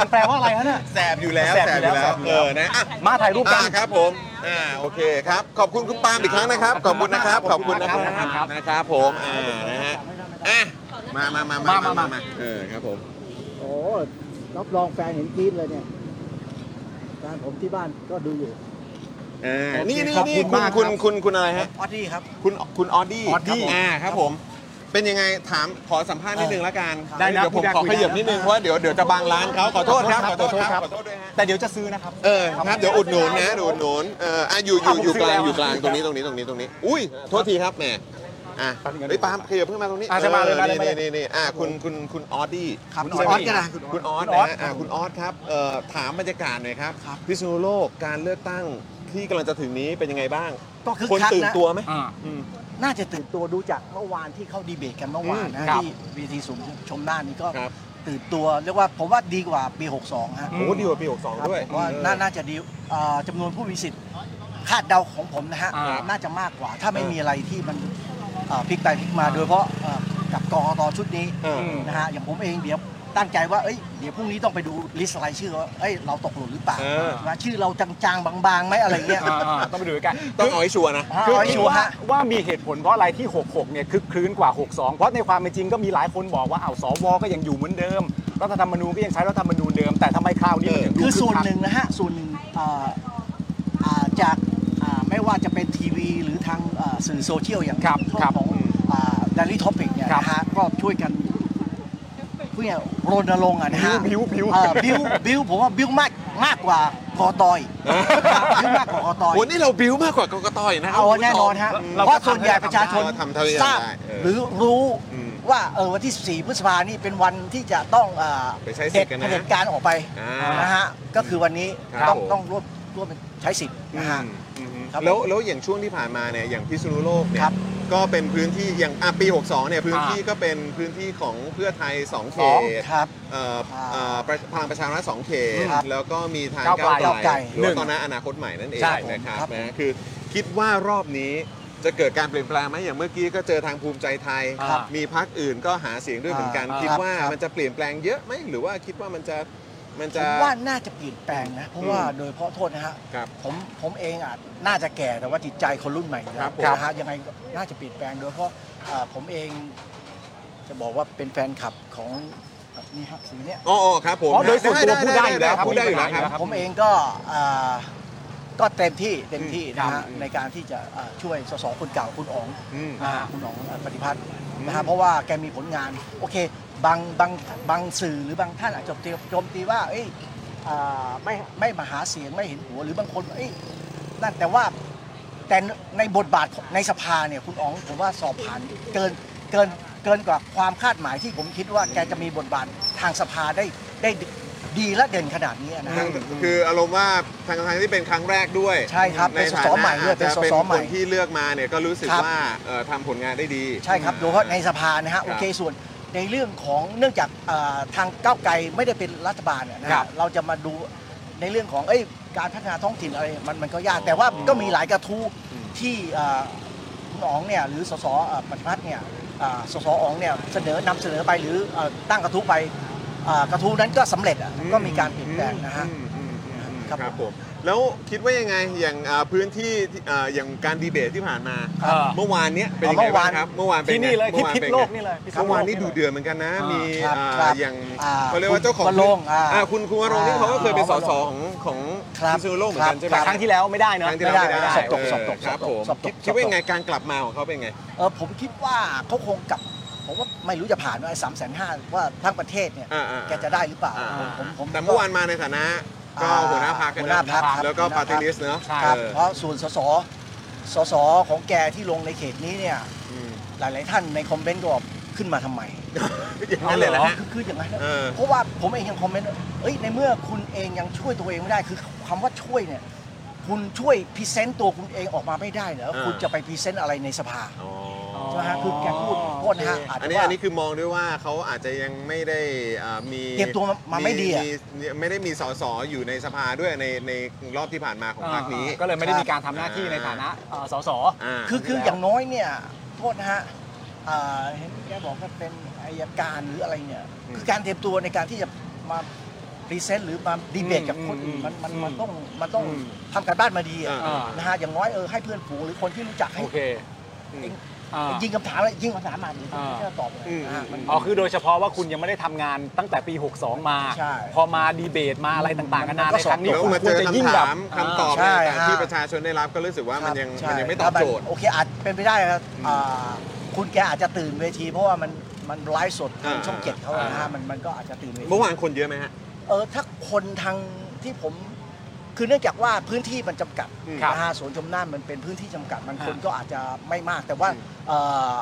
มันแปลว่าอะไรฮะเนี่ย
แสบอยู่แล้ว
แสบอยู่แล้ว
เออนะอ่ะ
มาถ่ายรูปกั
อ่าน ครับผม อ่า โอเคครับ ขอบคุณคุณปาล์มอีกครั้งนะครับ ขอบคุณนะครับ ขอบคุณนะครับ นะครับผม อ่า นะฮะ อ่ะ มามามามามามาเออ ครับผม
โอ้
รับรองแฟนเห็นกรี๊ดเลยเนี่ยแฟนผมที่บ้านก็ดูอยู่
อ่านี่นี่
ขอบ
นี่คุณ
คุณมากครับ
คุณคุณคุณอะไรฮะ
ออดี้ครับ
คุณคุณออดี้
ออดี้
อ่าครับผม เป็นยังไงถามขอสัมภาษณ์นิดนึงละกัน
ได้ครับ
เดี๋ยวผม
พี่แบงค์
ขอ
คุย
ข
ได้
ยับนิดนึงเพราะว่าเดี๋ยวเดี๋ยวจะบางร้านเขาขอโทษครับข
ข
อ
อ
โท
โท
ษ
ษ
ค
ครั
รับบ ขอโทษด้วยฮะ
แต่เดี๋ยวจะซื้อนะครับ
เออครับเดี๋ยวอุดหนุนนะอุดหนุนเอออ่ะอยู่อยู่อยู่กลางอยู่กลางตรงนี้ตรงนี้ตรงนี้ตรงนี้ อุ้ยโทษทีครับแหมอ่ะไอ้ยปาล์มขยับขึ้นมาตรงนี้
อ่ะจะมาเล
อ
ย
อ
มาเลย
นี่นี่นี่อ่ะคุณคุณคุณออสดี้
ครับ
คุณ
คุ
อ
ณ
อ
ออ
ส
สก็ได้คุณออส
คุณออส
คุ
นะ
ณออส
อ่ะคุณออสครับเอ่อถามบรรยากาศหน่อยครับ
ครับ
พิษณุโลกการเลือกตั้งที่กำลังจะถึงนี้เป็นยังไงบ้าง
ก็คึก
คน
คัก
ตื่น
นะ
ตัวไหม
น่าจะตื่นตัวดูจากเมื่อวานที่เขาดีเบตกันเมื่อวาน
อื
นะ
มครับ
ที่เวีทีสูงชมด้านนี้ก็
ครับ
ตื่นตัวเรียกว่าผมว่าดีกว่าปี 62 ฮะ
โอ้โหดีกว่าปี62ด้วย
ผมว่าน่าน่าจะดีเอ่อจำนวนผู้มีสิทธิ์คาดเดาของผมนะฮะ
อ่า
น่าจะมากกว่า ถ้าไม่มีอะไรที่มันเอ่อพลิกไปพลิกมา โดยเฉพาะเอ่อกับกกตชุดนี้
เออ
ม
นะฮะอย่างผมเองเดี๋ยวตั้งใจว่าเอ้ยเดี๋ยวพรุ่งนี้ต้องไปดูลิสต์รายชื่อว่าเอ้ยเราตกหล่นหรือเปล่า
เออ
ว่าชื่อเราจางๆบางๆไหมอะไรเงี้ย
อ่าๆต้องไปดูด้วยกัน
ต้องเอาให้ชัวร์นะ
ฮะ
คือ
เอาให้
คิด
ชัวร์
ว่า
ฮะ
ว่ามีเหตุผลเพราะอะไรที่ 66 เนี่ยคึกครื้นกว่า 62 เพราะในความเป็นจริงก็มีหลายคนบอกว่าเอาวสวก็ยังอยู่เหมือนเดิม รัฐธรรมนูญก็ยังใช้รัฐธรรมนูญเดิม แต่ทำไมคราวนี้มันถึงดู
คือส่วน
ก
หนึ่งนะฮะส่วนหนึ่งเอ่ออ่าจากอ่าไม่ว่าจะเป็นทีวีหรือทางเอ่อสื่อโซเชียลอย่าง
ครับ
ช่อง
ครับ
ของดัลลี่ท็อปิกเนี่ย
ครับ
นะฮะก็ช่วยกันเพื่อรณรงค์อ่ะนะฮะ
บิ้วบิ้ว
เอ่
บิ้
อ
ว
บิวบิวผมว่าบิวมากมากกว่ากอตอยบิวมากกว่ากอตอย
วันนี้เราบิ้วมากกว่ากกตอีกนะครั
เอา
คุณผู้ชม
แน่นอนฮะ
เรา
เพราะส่วนใหญ่ประชาชน
เราทำเท่าที่
ทราบ
ทำได้เออ
หรือรู้
อืม
ว่าเออวันที่ 14 พฤษภานี่เป็นวันที่จะต้องเอ่อ
ไปใช้สิ
เด็
ท
ด
ธิ์กันนะ
เผด็จการออกไป
อ่าน
นะฮะก็คือวันนี้
ครับผม
ต้องต้องร่วมร่วมใช้สิทธิ์
อื
นะ
ม
ฮะ
อืม
ครับ
แล้วแล้วอย่างช่วงที่ผ่านมาเนี่ยอย่างพิษณุโลกเนี่ย
ครับ
ก็เป็นพื้นที่อย่างอ่ะปี 62 เนี่ยพื้น
อ่า
ที่ก็เป็นพื้นที่ของเพื่อไทย 2 เขต
ครับ
เอ่อเอ่อประพลังประชารัฐ2เขต
ครับ
แล้วก็มีทาง
ก้าวไกล
ก้าวไกลหรือ
หนึ่
ว่าง ตอนนั้นอนาคตใหม่นั่นเอง
ใช่ผม
นะครับ
ครับ
นะคือคิดว่ารอบนี้จะเกิดการเปลี่ยนแปลงไหมอย่างเมื่อกี้ก็เจอทางภูมิใจไทย
ครับ
มีพักอื่นก็หาเสียงด้วยเหมือนกัน
อ่า
คิดว่า
ครับ
มันจะเปลี่ยนแปลงเยอะไหมหรือว่าคิดว่ามันจะมัน
ผ
จะ
มว่าน่าจะเปลี่ยนแปลงนะ เพราะว่าโดยเฉพาะโทษนะฮะ
ครับ
ผมผมเองอ่ะน่าจะแก่แต่ว่าจิตใจคนรุ่นใหม่อยู่แล้วนะฮะยังไงก็น่าจะเปลี่ยนแปลงโดยเฉพาะเอ่อผมเองจะบอกว่าเป็นแฟนคลับของนี่ฮะสีเนี้ย
อ๋ออ๋อครับผม
อ๋อโดยส่วนตัวพูดได้อยู่แล้วครับ
พูดได้อยู่แล้วครับ
ครับ
ผมเองก็เอ่อก็เต็มที่เต็มที่
ค
นะ
รับ
ฮะในการที่จะเอ่อช่วยสสคนเก่าคุณอ๋อง
อืม
นะฮะคุณอ๋องเอ่อปฏิพัฒน์นะ
อื
ฮะ
ม
เพราะว่าแกมีผลงาน โอเคบางบางบางสื่อหรือบางท่านอาจจะโจมตีว่าเอ้ยเอ่อไม่ไม่มาหาเสียงไม่เห็นหัวหรือบางคนเอ้ยนั่นแต่ว่าแต่ในบทบาทในสภาเนี่ยคุณอ๋องผมว่าสอบผ่านเกินเกินเกินกว่าความคาดหมายที่ผมคิดว่าแกจะมีบทบาททางสภาได้ได้ดีและเด่นขนาดนี้นะฮะ
คืออารมณ์ว่าทางทางที่เป็นครั้งแรกด้วย
ใช่ครับเป็นสสใหม่ด้วยเป็นส
อาจ
ส
จะ
ใหม่
คนที่เลือกมาเนี่ยก็รู้สึก
ครับ
ว่าเอ่อทำผลงานได้ดี
ใช่ครับโดยเฉพาะในสภานะ
ครั
ฮะ
บ
โอเคส่วนในเรื่องของเนื่องจากเอ่อทางก้าวไกลไม่ได้เป็นรัฐบาลเนี่ยนะ
ครั
ฮะ
บ
เราจะมาดูในเรื่องของเอ้ยการพัฒนาท้องถิ่นอะไรมันมันก็ยาก
อ๋อ
แต่ว่าก็มีหลายกระทู้
อืม
ที่เอ่อคุณอ๋องเนี่ยหรือสสเอ่อปฏิพัฒน์เนี่ยเอ่อสสอ๋องเนี่ยเสนอนำเสนอไปหรือเอ่อตั้งกระทู้ไปเอ่อกระทู้นั้นก็สำเร็จอะก็มีการเปลี่ยนแปลงนะฮะ
อืมอืมอืมอืม
ครับ
ครับผมแล้วคิดว่ายังไงอย่างเอ่อพื้นที่ที่เอ่ออย่างการดีเบตที่ผ่านมา
ครับ
เมื่อวานเนี้ยเป็น
อ๋อ
ยังไง
เมื่อวา
บ้าน งครับเมื่อวานเป็น
ที่
ไง
นี่เลยที่
มื่อวา
พิษ
ป็ไง
โลกนี่เลยพิษณุ
เมื่อ
โล
วาน
ก
นี่ดูเดือดเหมือนกันนะ
อ่ามี
มี
ครับ
เอ่อ
ครับ
อย่าง
อ่า
เขาเรียกว่าเจ้าของ
คุณวรงค์อ่า
อ่าคุณคุณวรงค์นี่เขาก็เคยเป็นสสของของ
ครับ
พิษณุโลกเหมือนกันใช่ไหม
ครับ
ครั้งที่แล้วไม่ได้เน
ค
อะ
รั้งที่แล้วไม่
ไม่ได้
ได้
สอบตก
เออ
สอบตก
ครับ
สอบ
ผม
ตกสอบตก
คิดคิดว่ายังไงการกลับมาของเขาเป็นไง
เออผมคิดว่าเขาคงกลับ ผมว่าไม่รู้จะผ่านว่าไอ้สามแสนห้าว่าทั้งประเทศเนี่ย
อ่าๆๆ
แกจะได้หรือเปล่า
อ่า
ผมผมผม
แต่เมื่อวานมาในฐานะ ก็
อ่า
หัวหน้าพักกั
หั
นะ
วหน้าพรรคครับ
แล้วก็
หัวห
ปาร์
น้าพรรค
ตี้ลิสต์เนาะ
ครับ
เออ
เพราะส่วนสสสสของแกที่ลงในเขตนี้เนี่ย
อืม
หลาย ๆ ท่านในคอมเมนต์ก็บอกขึ้นมาทำไม
อย่างนั้นเลยนะฮะ
คือคืออย่างนั้นนะ
เออ
เพราะว่าผมเองยังคอมเมนต์ว่าเอ้ยในเมื่อคุณเองยังช่วยตัวเองไม่ได้คือคำว่าช่วยเนี่ย คุณช่วยพรีเซนต์ตัวคุณเองออกมาไม่ได้เหรอคุณจะไปพรีเซนต์อะไรในสภา
อ๋อ
ใช่ไหมฮะคือแกพูดโทษนะฮะอาจ
อัน
จะ
นี้
ว่า
อันนี้คือมองด้วยว่าเขาอาจจะยังไม่ได้อ่ามี
เตรียมตัวมามาไม่ดีอะ
มีไม่ได้มีสสอยู่ในสภาด้วยในในรอบที่ผ่านมาของพรรคนี้
ก็เลยไม่ได้มีการทำหน้าที่ในฐานะเอ่อสส
อ่า
คือคืออย่างน้อยเนี่ยโทษนะฮะเอ่อเห็นแกบอกว่าเป็นอายการหรืออะไรเนี่ย
อืม
คือการเตรียมตัวในการที่จะมาพรีเซนต์หรือมาดีเบตกับคนอื่น
อืม
มันมันมั
อืม
นต้องมันต้อง
อืม
ทำการบ้านมาดีอะ
อ่า
อ่า
นะฮะอย่างน้อยเออให้เพื่อนฝูงหรือคนที่รู้จักให้
โอเค
อืม
เอง
อ่า
ยิงคำถามเลยยิงคำถามมาเดี๋ยวผม
อ่า
ไม่ได้ตอบเลยอ่ามัน
อ๋อคือโดยเฉพาะว่าคุณยังไม่ได้ทำงานตั้งแต่ปี 62 มา
ใช่
พอมาดีเบตมาอะไรต่างๆกันานา
ก็
ใน
สอบ
ครั้งนี้
แล้วมาเจอ
ณยิ่ง
คำ
แบบ
ถามคำตอบ
ใช่
ต่างๆที่
ฮะ
ประชาชนได้รับก็รู้สึกว่ามันยัง
ครับ
มันยังไม่ต
ใช่
อบโจทย์
โอเคอาจเป็นไปได้ครับอ่าคุณแกอาจจะตื่นเวที เพราะว่ามันมันไลฟ์สดทาง
อ่า
ช่องเจ็ดเขาอะนะ
อ่า
ฮะ
มั
มันมันก็อาจจะตื่นเวที
เมื่อวานคนเยอะไหมฮะ
เออถ้าคนทางที่ผม คือเนื่องจากว่าพื้นที่มันจำกัด
ครับ
นะฮะสวนชมน่านมันเป็นพื้นที่จำกัด มันคนก็อาจจะไม่มาก แต่ว่าเอ่อ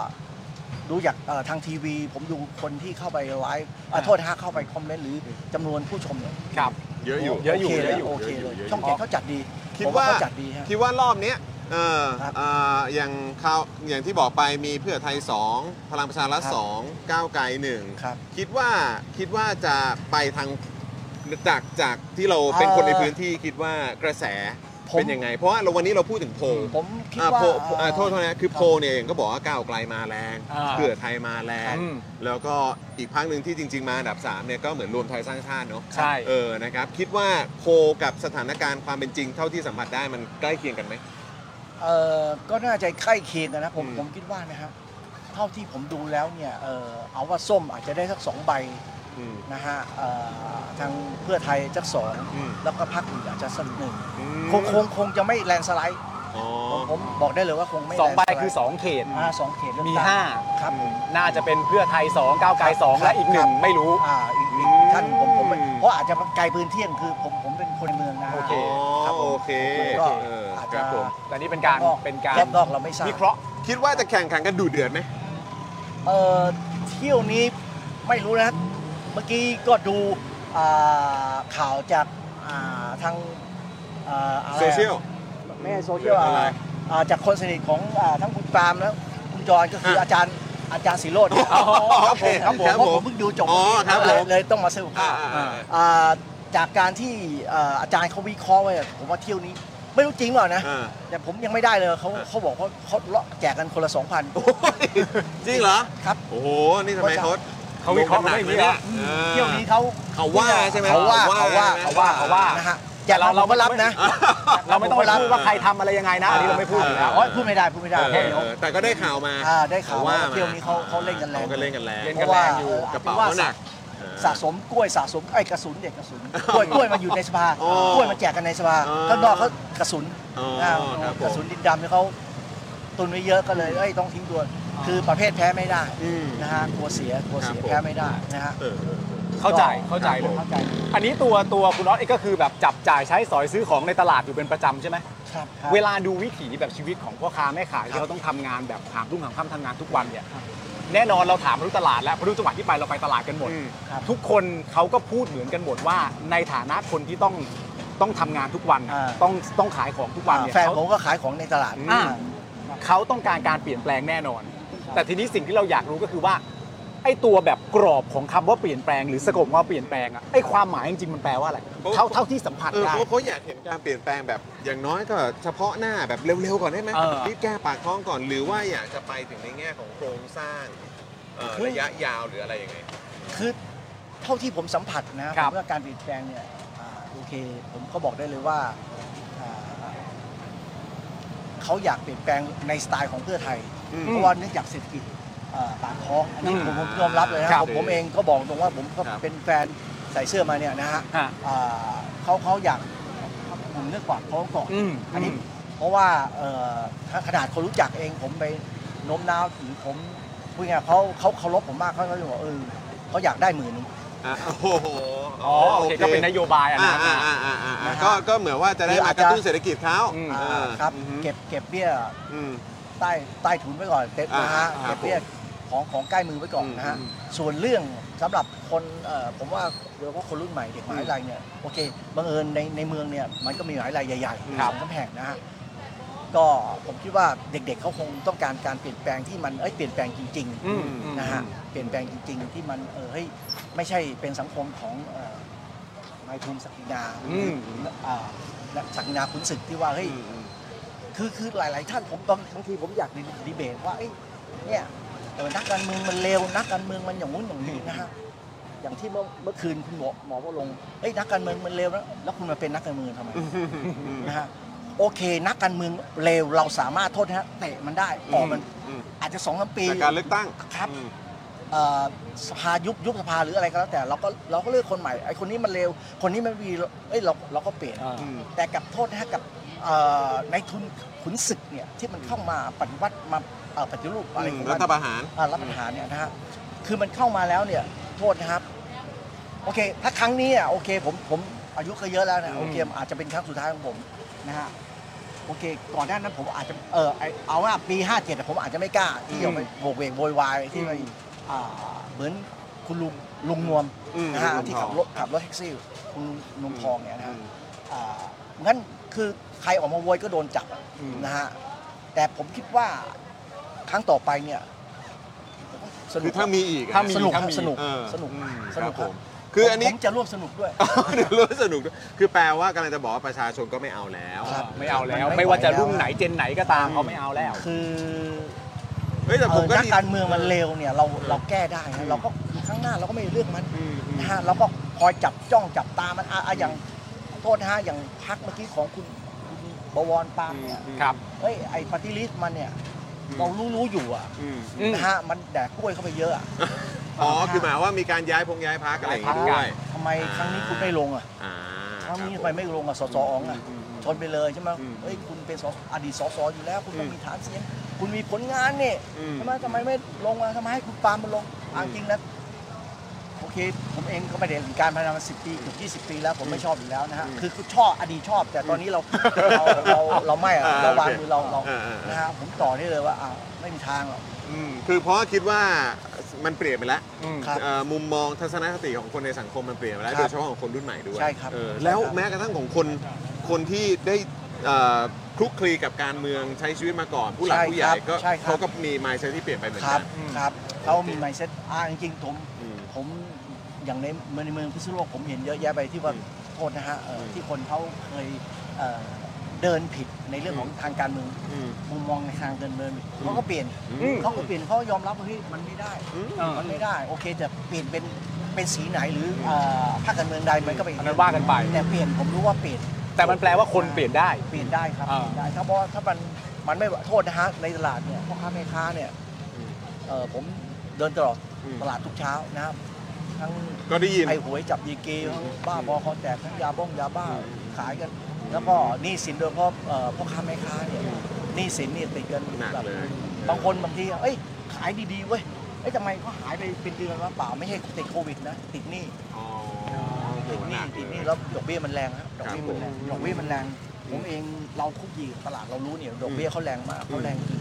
ดูจากเอ่อทางทีวี ผมดูคนที่เข้าไปไลฟ์เอ่อ
อ่า
โทษนะฮะเข้าไปคอมเมนต์หรือจำนวนผู้ชมเนี่ย
ครับ
เยอะอยู่
เยอะอยู่
โค
เยอะอยู่
โอเคเล
เยอะ
ย
อยู่
ช่องเจ็ดเขาจัดดี
คิด
ผม
ว่า
เขาจัดดีฮะ
คิดว่ารอบเนี้ยเออ
ครับ
เอ่ออย่างข่าวอย่างที่บอกไปมีเพื่อไทย 2 พลังประชารัฐ
ครับ
สองก้าวไกลหนึ่ง
ครับ
คิดว่าคิดว่าจะไปทางจากจากที่เราเป็นคนในพื้นที่คิดว่ากระแสเป็นยังไง เพราะว่าเราวันนี้เราพูดถึงโพล
ผมคิด
อ่า
ว่า
โพลเอ่อโทษโทษนะคือโพลเนี่ยเองก็บอกว่าก้าวไกลมาแรง
อ่า
เพื่อไทยมาแรง
อืม
แล้วก็อีกพักหนึ่งที่จริง ๆ มาอันดับ3เนี่ยก็เหมือนรวมไทยสร้างชาติเนาะ
ใช่
เออนะครับคิดว่าโพลกับสถานการณ์ความเป็นจริงเท่าที่สัมผัสได้มันใกล้เคียงกันไหม
เออก็น่าจะใกล้เคียงกันนะผม
อืม
ผมคิดว่านะครับเท่าที่ผมดูแล้วเนี่ยเออเอาว่าส้มอาจจะได้สักสองใบ
อืม
นะฮะเอ่อทางเพื่อไทยสักสอง
อืม
แล้วก็พรรคอื่นอาจจะสักหนึ่ง
อืม
คงคงคงจะไม่แลนด์สไลด์
อ๋อ
ผมผมบอกได้เลยว่าคงไม่
สองใบ
แลนด์ลด์
คือ 2 เขต
อ่าสองเขตเลือก
มี
ตั้ง
5
ครับผม
น่าจะเป็นเพื่อไทย 2 ก้าวไกล 2 และอีกหนึ่ง
ครับ
ไม่รู้
อ่าอีกอีกท่านผมผมเพราะอาจจะไกลพื้นที่อย่างคือผมผมเป็นคนเมืองนะ
โอเค
อ๋อ
ครับผม
โอเค
ก็
เออ
อาจ
ค
จะ
รับผม
แต่นี่เป็นการเป็นการ
แยกนอกเราไม่ทราบ
วิเคราะห์
คิดว่าจะแข่งขันกันดูเดือดไหม
เออเที่ยวนี้ไม่รู้นะเมื่อกี้ก็ดูอ่าข่าวจากอ่าทางอ่าอะไรอะ
โซเชียล
ไม่ใช่โซเชียล
เรื่องอะไร
อ่าอ่าจากคนสนิทของอ่าทั้งคุณปาล์มแล้วคุณจอนก็คืออาจารย์อาจารย์ศิโรด
อ๋อ
ค
โอ
รับ
เค
ผมค
ครั
รับผม
บ
เพราะ
ผ
ผม มเพิ่งดูจบ
อ๋อครับผม
เลยต้องมาสรุปข่าว
อ่า
อ่าจากการที่อ่าอาจารย์เขาวิเคราะห์ไว้อะผมว่าเที่ยวนี้ ไม่รู้จริงเปล่านะ
อ่า
แต่ผมยังไม่ได้เลยเขา
อ่า
เขาบอกว่าเขาเลาะแจกกันคนละสองพัน
โอ้ยจริงเหรอ
ครับ
โอ้โหนี่ทำไมเขา
เขาวิเคราะห์กันได้อย่างนี้เหรอ
ออ
เที่ยวนี้เขา
เขาว่าใช่ไหม
เขาว่า
เขา
เขา
ว่า
ว่า
เขา
เขา
ว่า
ว่า
เขาว่า
นะฮะแต่เราเราก็รับนะ
เราไม่ต้องไปพูดว่าใครทำอะไรยังไงนะ อันนี้เราไม่พูดอยู่แล้ว
โอยพูดไม่ได้พูดไม่ได้
เอ
เพ
อ
ราะเดี๋ยว
เออแต่ก็ได้ข่าวมา
อ่าได้ข่าวว่า
มา
เที่ยวนี้เขาเขาเล่นกันแรง
เขาก็เล่นกันแรง
เล่น
เพ
กัน
ราะ
แร
ว่าง
อยู่
กระเป๋า
ว่า
หนัก
สะสมกล้วยสะสมไอ้ยกระสุนเด็กกระสุน
อ๋อก
ล้วยกล้วยมันอยู่ในสภา
อ๋อก
ล้วยมันแจกกันในสภา
อ๋อ
ข้างนอกเขากระสุน
อ๋อ
นะครับ
ผม
กระสุนดินดำเนี่ยเขาตุนไว้เยอะก็เลยเอ้ยต้องทิ้งตัวคือประเภทแพ้ไม่ได้
อืม
นะฮะกลัวเสียกลัวเสีย
ครับผม
แพ้ไม่ได้นะฮะ
เออเออเออ
เข้าใจเข้าใจเลย
เข้าใจ
อันนี้ตัวตัวคุณน็อตเองก็คือแบบจับจ่ายใช้สอยซื้อของในตลาดอยู่เป็นประจำใช่ไหม
ครับครับ
เวลาดูวิถีแบบชีวิตของพ่อค้าแม่ขายที่เขาต้องทำงานแบบหามรุ่งหามค่ำทำงานทุกวันเนี่ยแน่นอนเราถามรู้ตลาดแล้วเพราะรู้จังหวะที่ไปเราไปตลาดกันหมด
อืม
ครับ
ทุกคนเขาก็พูดเหมือนกันหมดว่า ในฐานะคนที่ต้องต้องทำงานทุกวัน
อ่า
ต้องต้องขายของทุกวันเนี่ย
แฟน
เขา
ผมก็ขายของในตลาด
อ่าเขาต้องการการเปลี่ยนแปลงแน่นอน แต่ทีนี้สิ่งที่เราอยากรู้ก็คือว่าไอ้ตัวแบบกรอบของคำว่าเปลี่ยนแปลงหรือสกบว่าเปลี่ยนแปลงอะไอ้ความหมายจริงๆมันแปลว่าอะไรเท่าเท่าที่สัมผัส
เออ
ได้
เขาเขาอยากเห็นการเปลี่ยนแปลงแบบอย่างน้อยก็เฉพาะหน้าแบบเร็วๆก่อนได้ไหม
เออ
รีบแก้ปากท้องก่อนหรือว่าอยากจะไปถึงในแง่ของโครงสร้างเอ่อระยะยาวหรืออะไรยังไง
คือเท่าที่ผมสัมผัสนะผ
ครับ
มว่าการเปลี่ยนแปลงเนี่ยอ่าโอเค ผมก็บอกได้เลยว่าอ่าเขาอยากเปลี่ยนแปลงในสไตล์ของเพื่อไทย
อืม
เพราะว่าเนื่องจากเศรษฐกิจอ่าปากท้องอันนี้
อืม
ผมผมยอมรับเลยนะครับผมผมเองก็บอกตรงว่าผมก็
ครับ
เป็นแฟนใส่เสื้อมาเนี่ยนะฮะ
ฮะ
อ่าเขาเขาอยากผมเลือกปากท้องก่อน
อืม
อันนี้เพราะว่าเอ่อถ้าขนาดคนรู้จักเองผมไปโน้มน้าวหรือผมพูดง่ายๆเขาเขาเคารพผมมากเขาเขาจะบอกเออเขาอยากได้หมื่นหนึง
อ่ะโอ้โห
อ๋อโอเคก็เป็นนโยบายอัน
อ่า
นั้น
อ่า
นะ
อ่าอ่าอ่า
อ่า
ก็ก็เหมือนว่าจะได้
หรือ
มา
อาจ
ก
จะ
ระตุ้นเศรษฐกิจเขา
อืม
เออ
ครับ
อืม
เก็บเก็บเบี้ย
อืม
ใต้ใต้ถุนไว้ก่อนเต็มนะฮะ
อ่าครับ
เก็บเบี้ยของของใกล้มือไว้ก่อนนะฮะ
อืม
ส่วนเรื่องสำหรับคนเอ่อผมว่าโดยเฉพาะคนรุ่นใหม่เด็กมหาวิทยาลัยเนี่ยโอเคบังเอิญในในเมืองเนี่ยมันก็มีมหาวิทยาลัยใหญ่ๆ
ครับ
สองสามแห่งนะฮะก็ผมคิดว่าเด็กๆเขาคงต้องการการเปลี่ยนแปลงที่มันเอ้ยเปลี่ยนแปลงจริง ๆ
อืม
นะฮะเปลี่ยนแปลงจริง ๆ ที่มันเออเฮ้ยไม่ใช่เป็นสังคมของเอ่อนายทุนศักดินา
อืม
อ่าและศักดินาขุนศึกที่ว่าเฮ้ยคือคือหลาย ๆ ท่านผมบางบางทีผมอยากดีดีเบตว่าเอ้ยเนี่ยเออนักการเมืองมันเลวนักการเมืองมันอย่างงู้นอย่างนี้นะฮะอย่างที่เมื่อเมื่อคืนคุณหมอหมอว่าลงค์เอ้ยนักการเมืองมันเลวนะแล้วคุณมาเป็นนักการเมืองทำไมนะฮะ โอเค นักการเมืองเลวเราสามารถโทษนะฮะเตะมันได้ออกมันอาจจะสองสามปี
จากการเลือกตั้ง
ครับ
อืม
เอ่อสภายุบยุบสภาหรืออะไรก็แล้วแต่เราก็เราก็เลือกคนใหม่ไอ้คนนี้มันเลวคนนี้มันดีเอ้ยเราเราก็เปลี่ยน
อ่า
แต่กับโทษนะฮะกับเอ่อในทุนขุนศึกเนี่ยที่มันเข้ามาปฏิวัติมาเอ่อปฏิรูปอะไรของมัน
รัฐประหาร
อ่ารับปัญหารเนี่ยนะฮะ คือมันเข้ามาแล้วเนี่ย โทษนะครับ โอเค ถ้าครั้งนี้อ่ะโอเค ผมผมอายุก็เยอะแล้วนะโอเคอาจจะเป็นครั้งสุดท้ายของผมนะฮะ โอเค ก่อนหน้านั้นผมอาจจะ เออไอ้เอาว่าปี 57อ่ะผมอาจจะไม่กล้า ที่จะไปโบกเวกโวยวายที่ไปอ่าเหมือนคุณลุงลุงนวม
อืม
นะฮะ
ลุงนวม
ที่ขับรถขับรถแท็กซี่คุณนวมทองเนี่ยนะฮะอ่างั้นคือใครออกมาโวยก็โดนจับอ่ะ
อืม
นะฮะ แต่ผมคิดว่าครั้งต่อไปเนี่ย สนุก
คือถ้ามีอีกอะ
ถ้ามี
สนุกค
ถ้า
รับ
มี
สนุก
เออ
สนุก
อืม
สนุก
ค
ค
รับ
รั
บ ผมคืออันนี้
ผมจะร่วมสนุกด้วย
เดี๋ยวรู้สนุกด้วยคือแปลว่ากำลังจะบอกว่าประชาชนก็ไม่เอาแล้ว
ครับ
ไม่เอาแล้ว
มันไม่
ไม่ว่าจะรุ่น
ไหวแล้ว
ไหนเจนไหนก็ตามเขาไม่เอาแล้ว
คือ
เฮ้ยแต่ผม
เอ่อ
ก็
นัก
ดี
การเมืองมันเลวเนี่ยเราเราแก้ได้นะเราก็ข้างหน้าเราก็ไม่เลือกมันนะฮะเราก็คอยจับจ้องจับตามันอ่ะอ่ะอย่างโทษนะฮะอย่างพักเมื่อกี้ของคุณคุณบวรปาล์มเนี่ย
ครับ
เฮ้ยไอ้ปฏิริษมันเนี่ย เรารู้รู้ๆอยู่อะนะฮะมันแดกกล้วยเข้าไปเยอะอะ
อ๋อ คือหมายว่ามีการย้ายพงย้ายพักอะไรอย่างงี้ด้
ย้า
วย ย
พรรค
ทำไมครั้งนี้คุณไม่ลงอะ
อ่า
ครั้งนี้
ค
ทำ
บ
ไม
ผ
ไม่ลงกับสสอองอ่ะชนไปเลยใช่ไหม
อืม
เฮ้ยคุณเป็นสสอดีตสสอยู่แล้ว คุณต้อ
อื
ง
ม
มีฐานเสียง คุณมีผลงานนี่
อืม
ทำไมทำไมไม่ลงมาทำไมให้คุณปาล์มมาลงอ่ะจริงนะโอเค ผมเองก็ไม่ได้เห็นการพนันมาสิบปีเกือบยี่สิบปีแล้วผมไม่ชอบอยู่แล้วนะฮะคือคือชอบอดีตชอบ แต่ตอนนี้เราเราเราเราไม่อะ
อ่า
เราวาง
โอเค
มือเราเรา
อ่าอ่าอ่าน
นะฮะผมต่อได้เลยว่าอ่ะไม่มีทางหรอก
อืมคือเพราะคิดว่ามันเปลี่ยนไปแล้ว
ครับ
เอ่อมุมมองทัศนคติของคนในสังคมมันเปลี่ยนไปแล้ว
ครั
โด
บ
ยเฉพาะของคนรุ่นใหม่ด้วย
ใช่ครับ
เออ
ใช่ครับ
แล้วแม้กระทั่งของคนคนที่ได้เอ่อคลุกคลีกับการเมืองใช้ชีวิตมาก่อน ผู้หลักผู้ใหญ่ก็
ใช่ครับ
เขาก็มีมายเซที่เปลี่ยนไปเหมือน
ครั
กับ น
ครับเขามีไมเซ็ตอ่าจริงๆผม
อืม
ผมอย่างในเมืองในเมืองพิษณุโลกผมเห็นเยอะแยะไปที่ว่าโทษนะฮะเอ่อ
ม
อที่คนเขาเคยเอ่อเดินผิดในเรื่องของทางการเมือง
อืม
มุมมองในทางการเมืองเขาก็เปลี่ยน
อืม
เขาก็เปลี่ยนเขายอมรับว่าเฮ้ยมันไม่ได้มันไม่ได้โอเคจะเปลี่ยนเป็นเป็นสีไหนหรือเอ่อพรรคการเมืองใดมันก็เป็น
อันนั้นว่ากันไป
แต่เปลี่ยนผมรู้ว่าเปลี่ยน
แต่มันแปลว่าคนเปลี่ยนได้
เปลี่ยนได้ครับ
อ่า
เปลี่ยนได้ถ้าเพราะว่าถ้ามันมันไม่โทษนะฮะในตลาดเนี่ยพ่อค้าแม่ค้าเนี่ยเอ่อผมเดินตลอด
อืม
ตลาดทุกเช้านะครับทั้ง
ก็ได้ยิน
ไอ้หวยจับยีเกทั้งบ้าบอคอแตกทั้งยาบ้องยาบ้าขายกัน แล้วก็หนี้สินโดยเฉพาะเอ่อพ่อค้าแม่ค้าเนี่ยหนี้สินเนี่ยติดกัน
หนักเลย
บางคนบางทีเอ้ยขายดีๆเว้ยเอ้ยทำไมเขาหายไปเป็นเดือนวะเปล่าไม่ใช่ติดโควิดนะติดหนี้
อ๋อ
ติดหนี้ติดหนี้แล้วดอกเบี้ยมันแรงฮะดอกเบี้ยมันแรงดอกเบี้ยมันแรงผมเองเราคุกยีกับตลาดเรารู้เนี่ยดอกเบี้ยเขาแรงมากเขาแรงจริง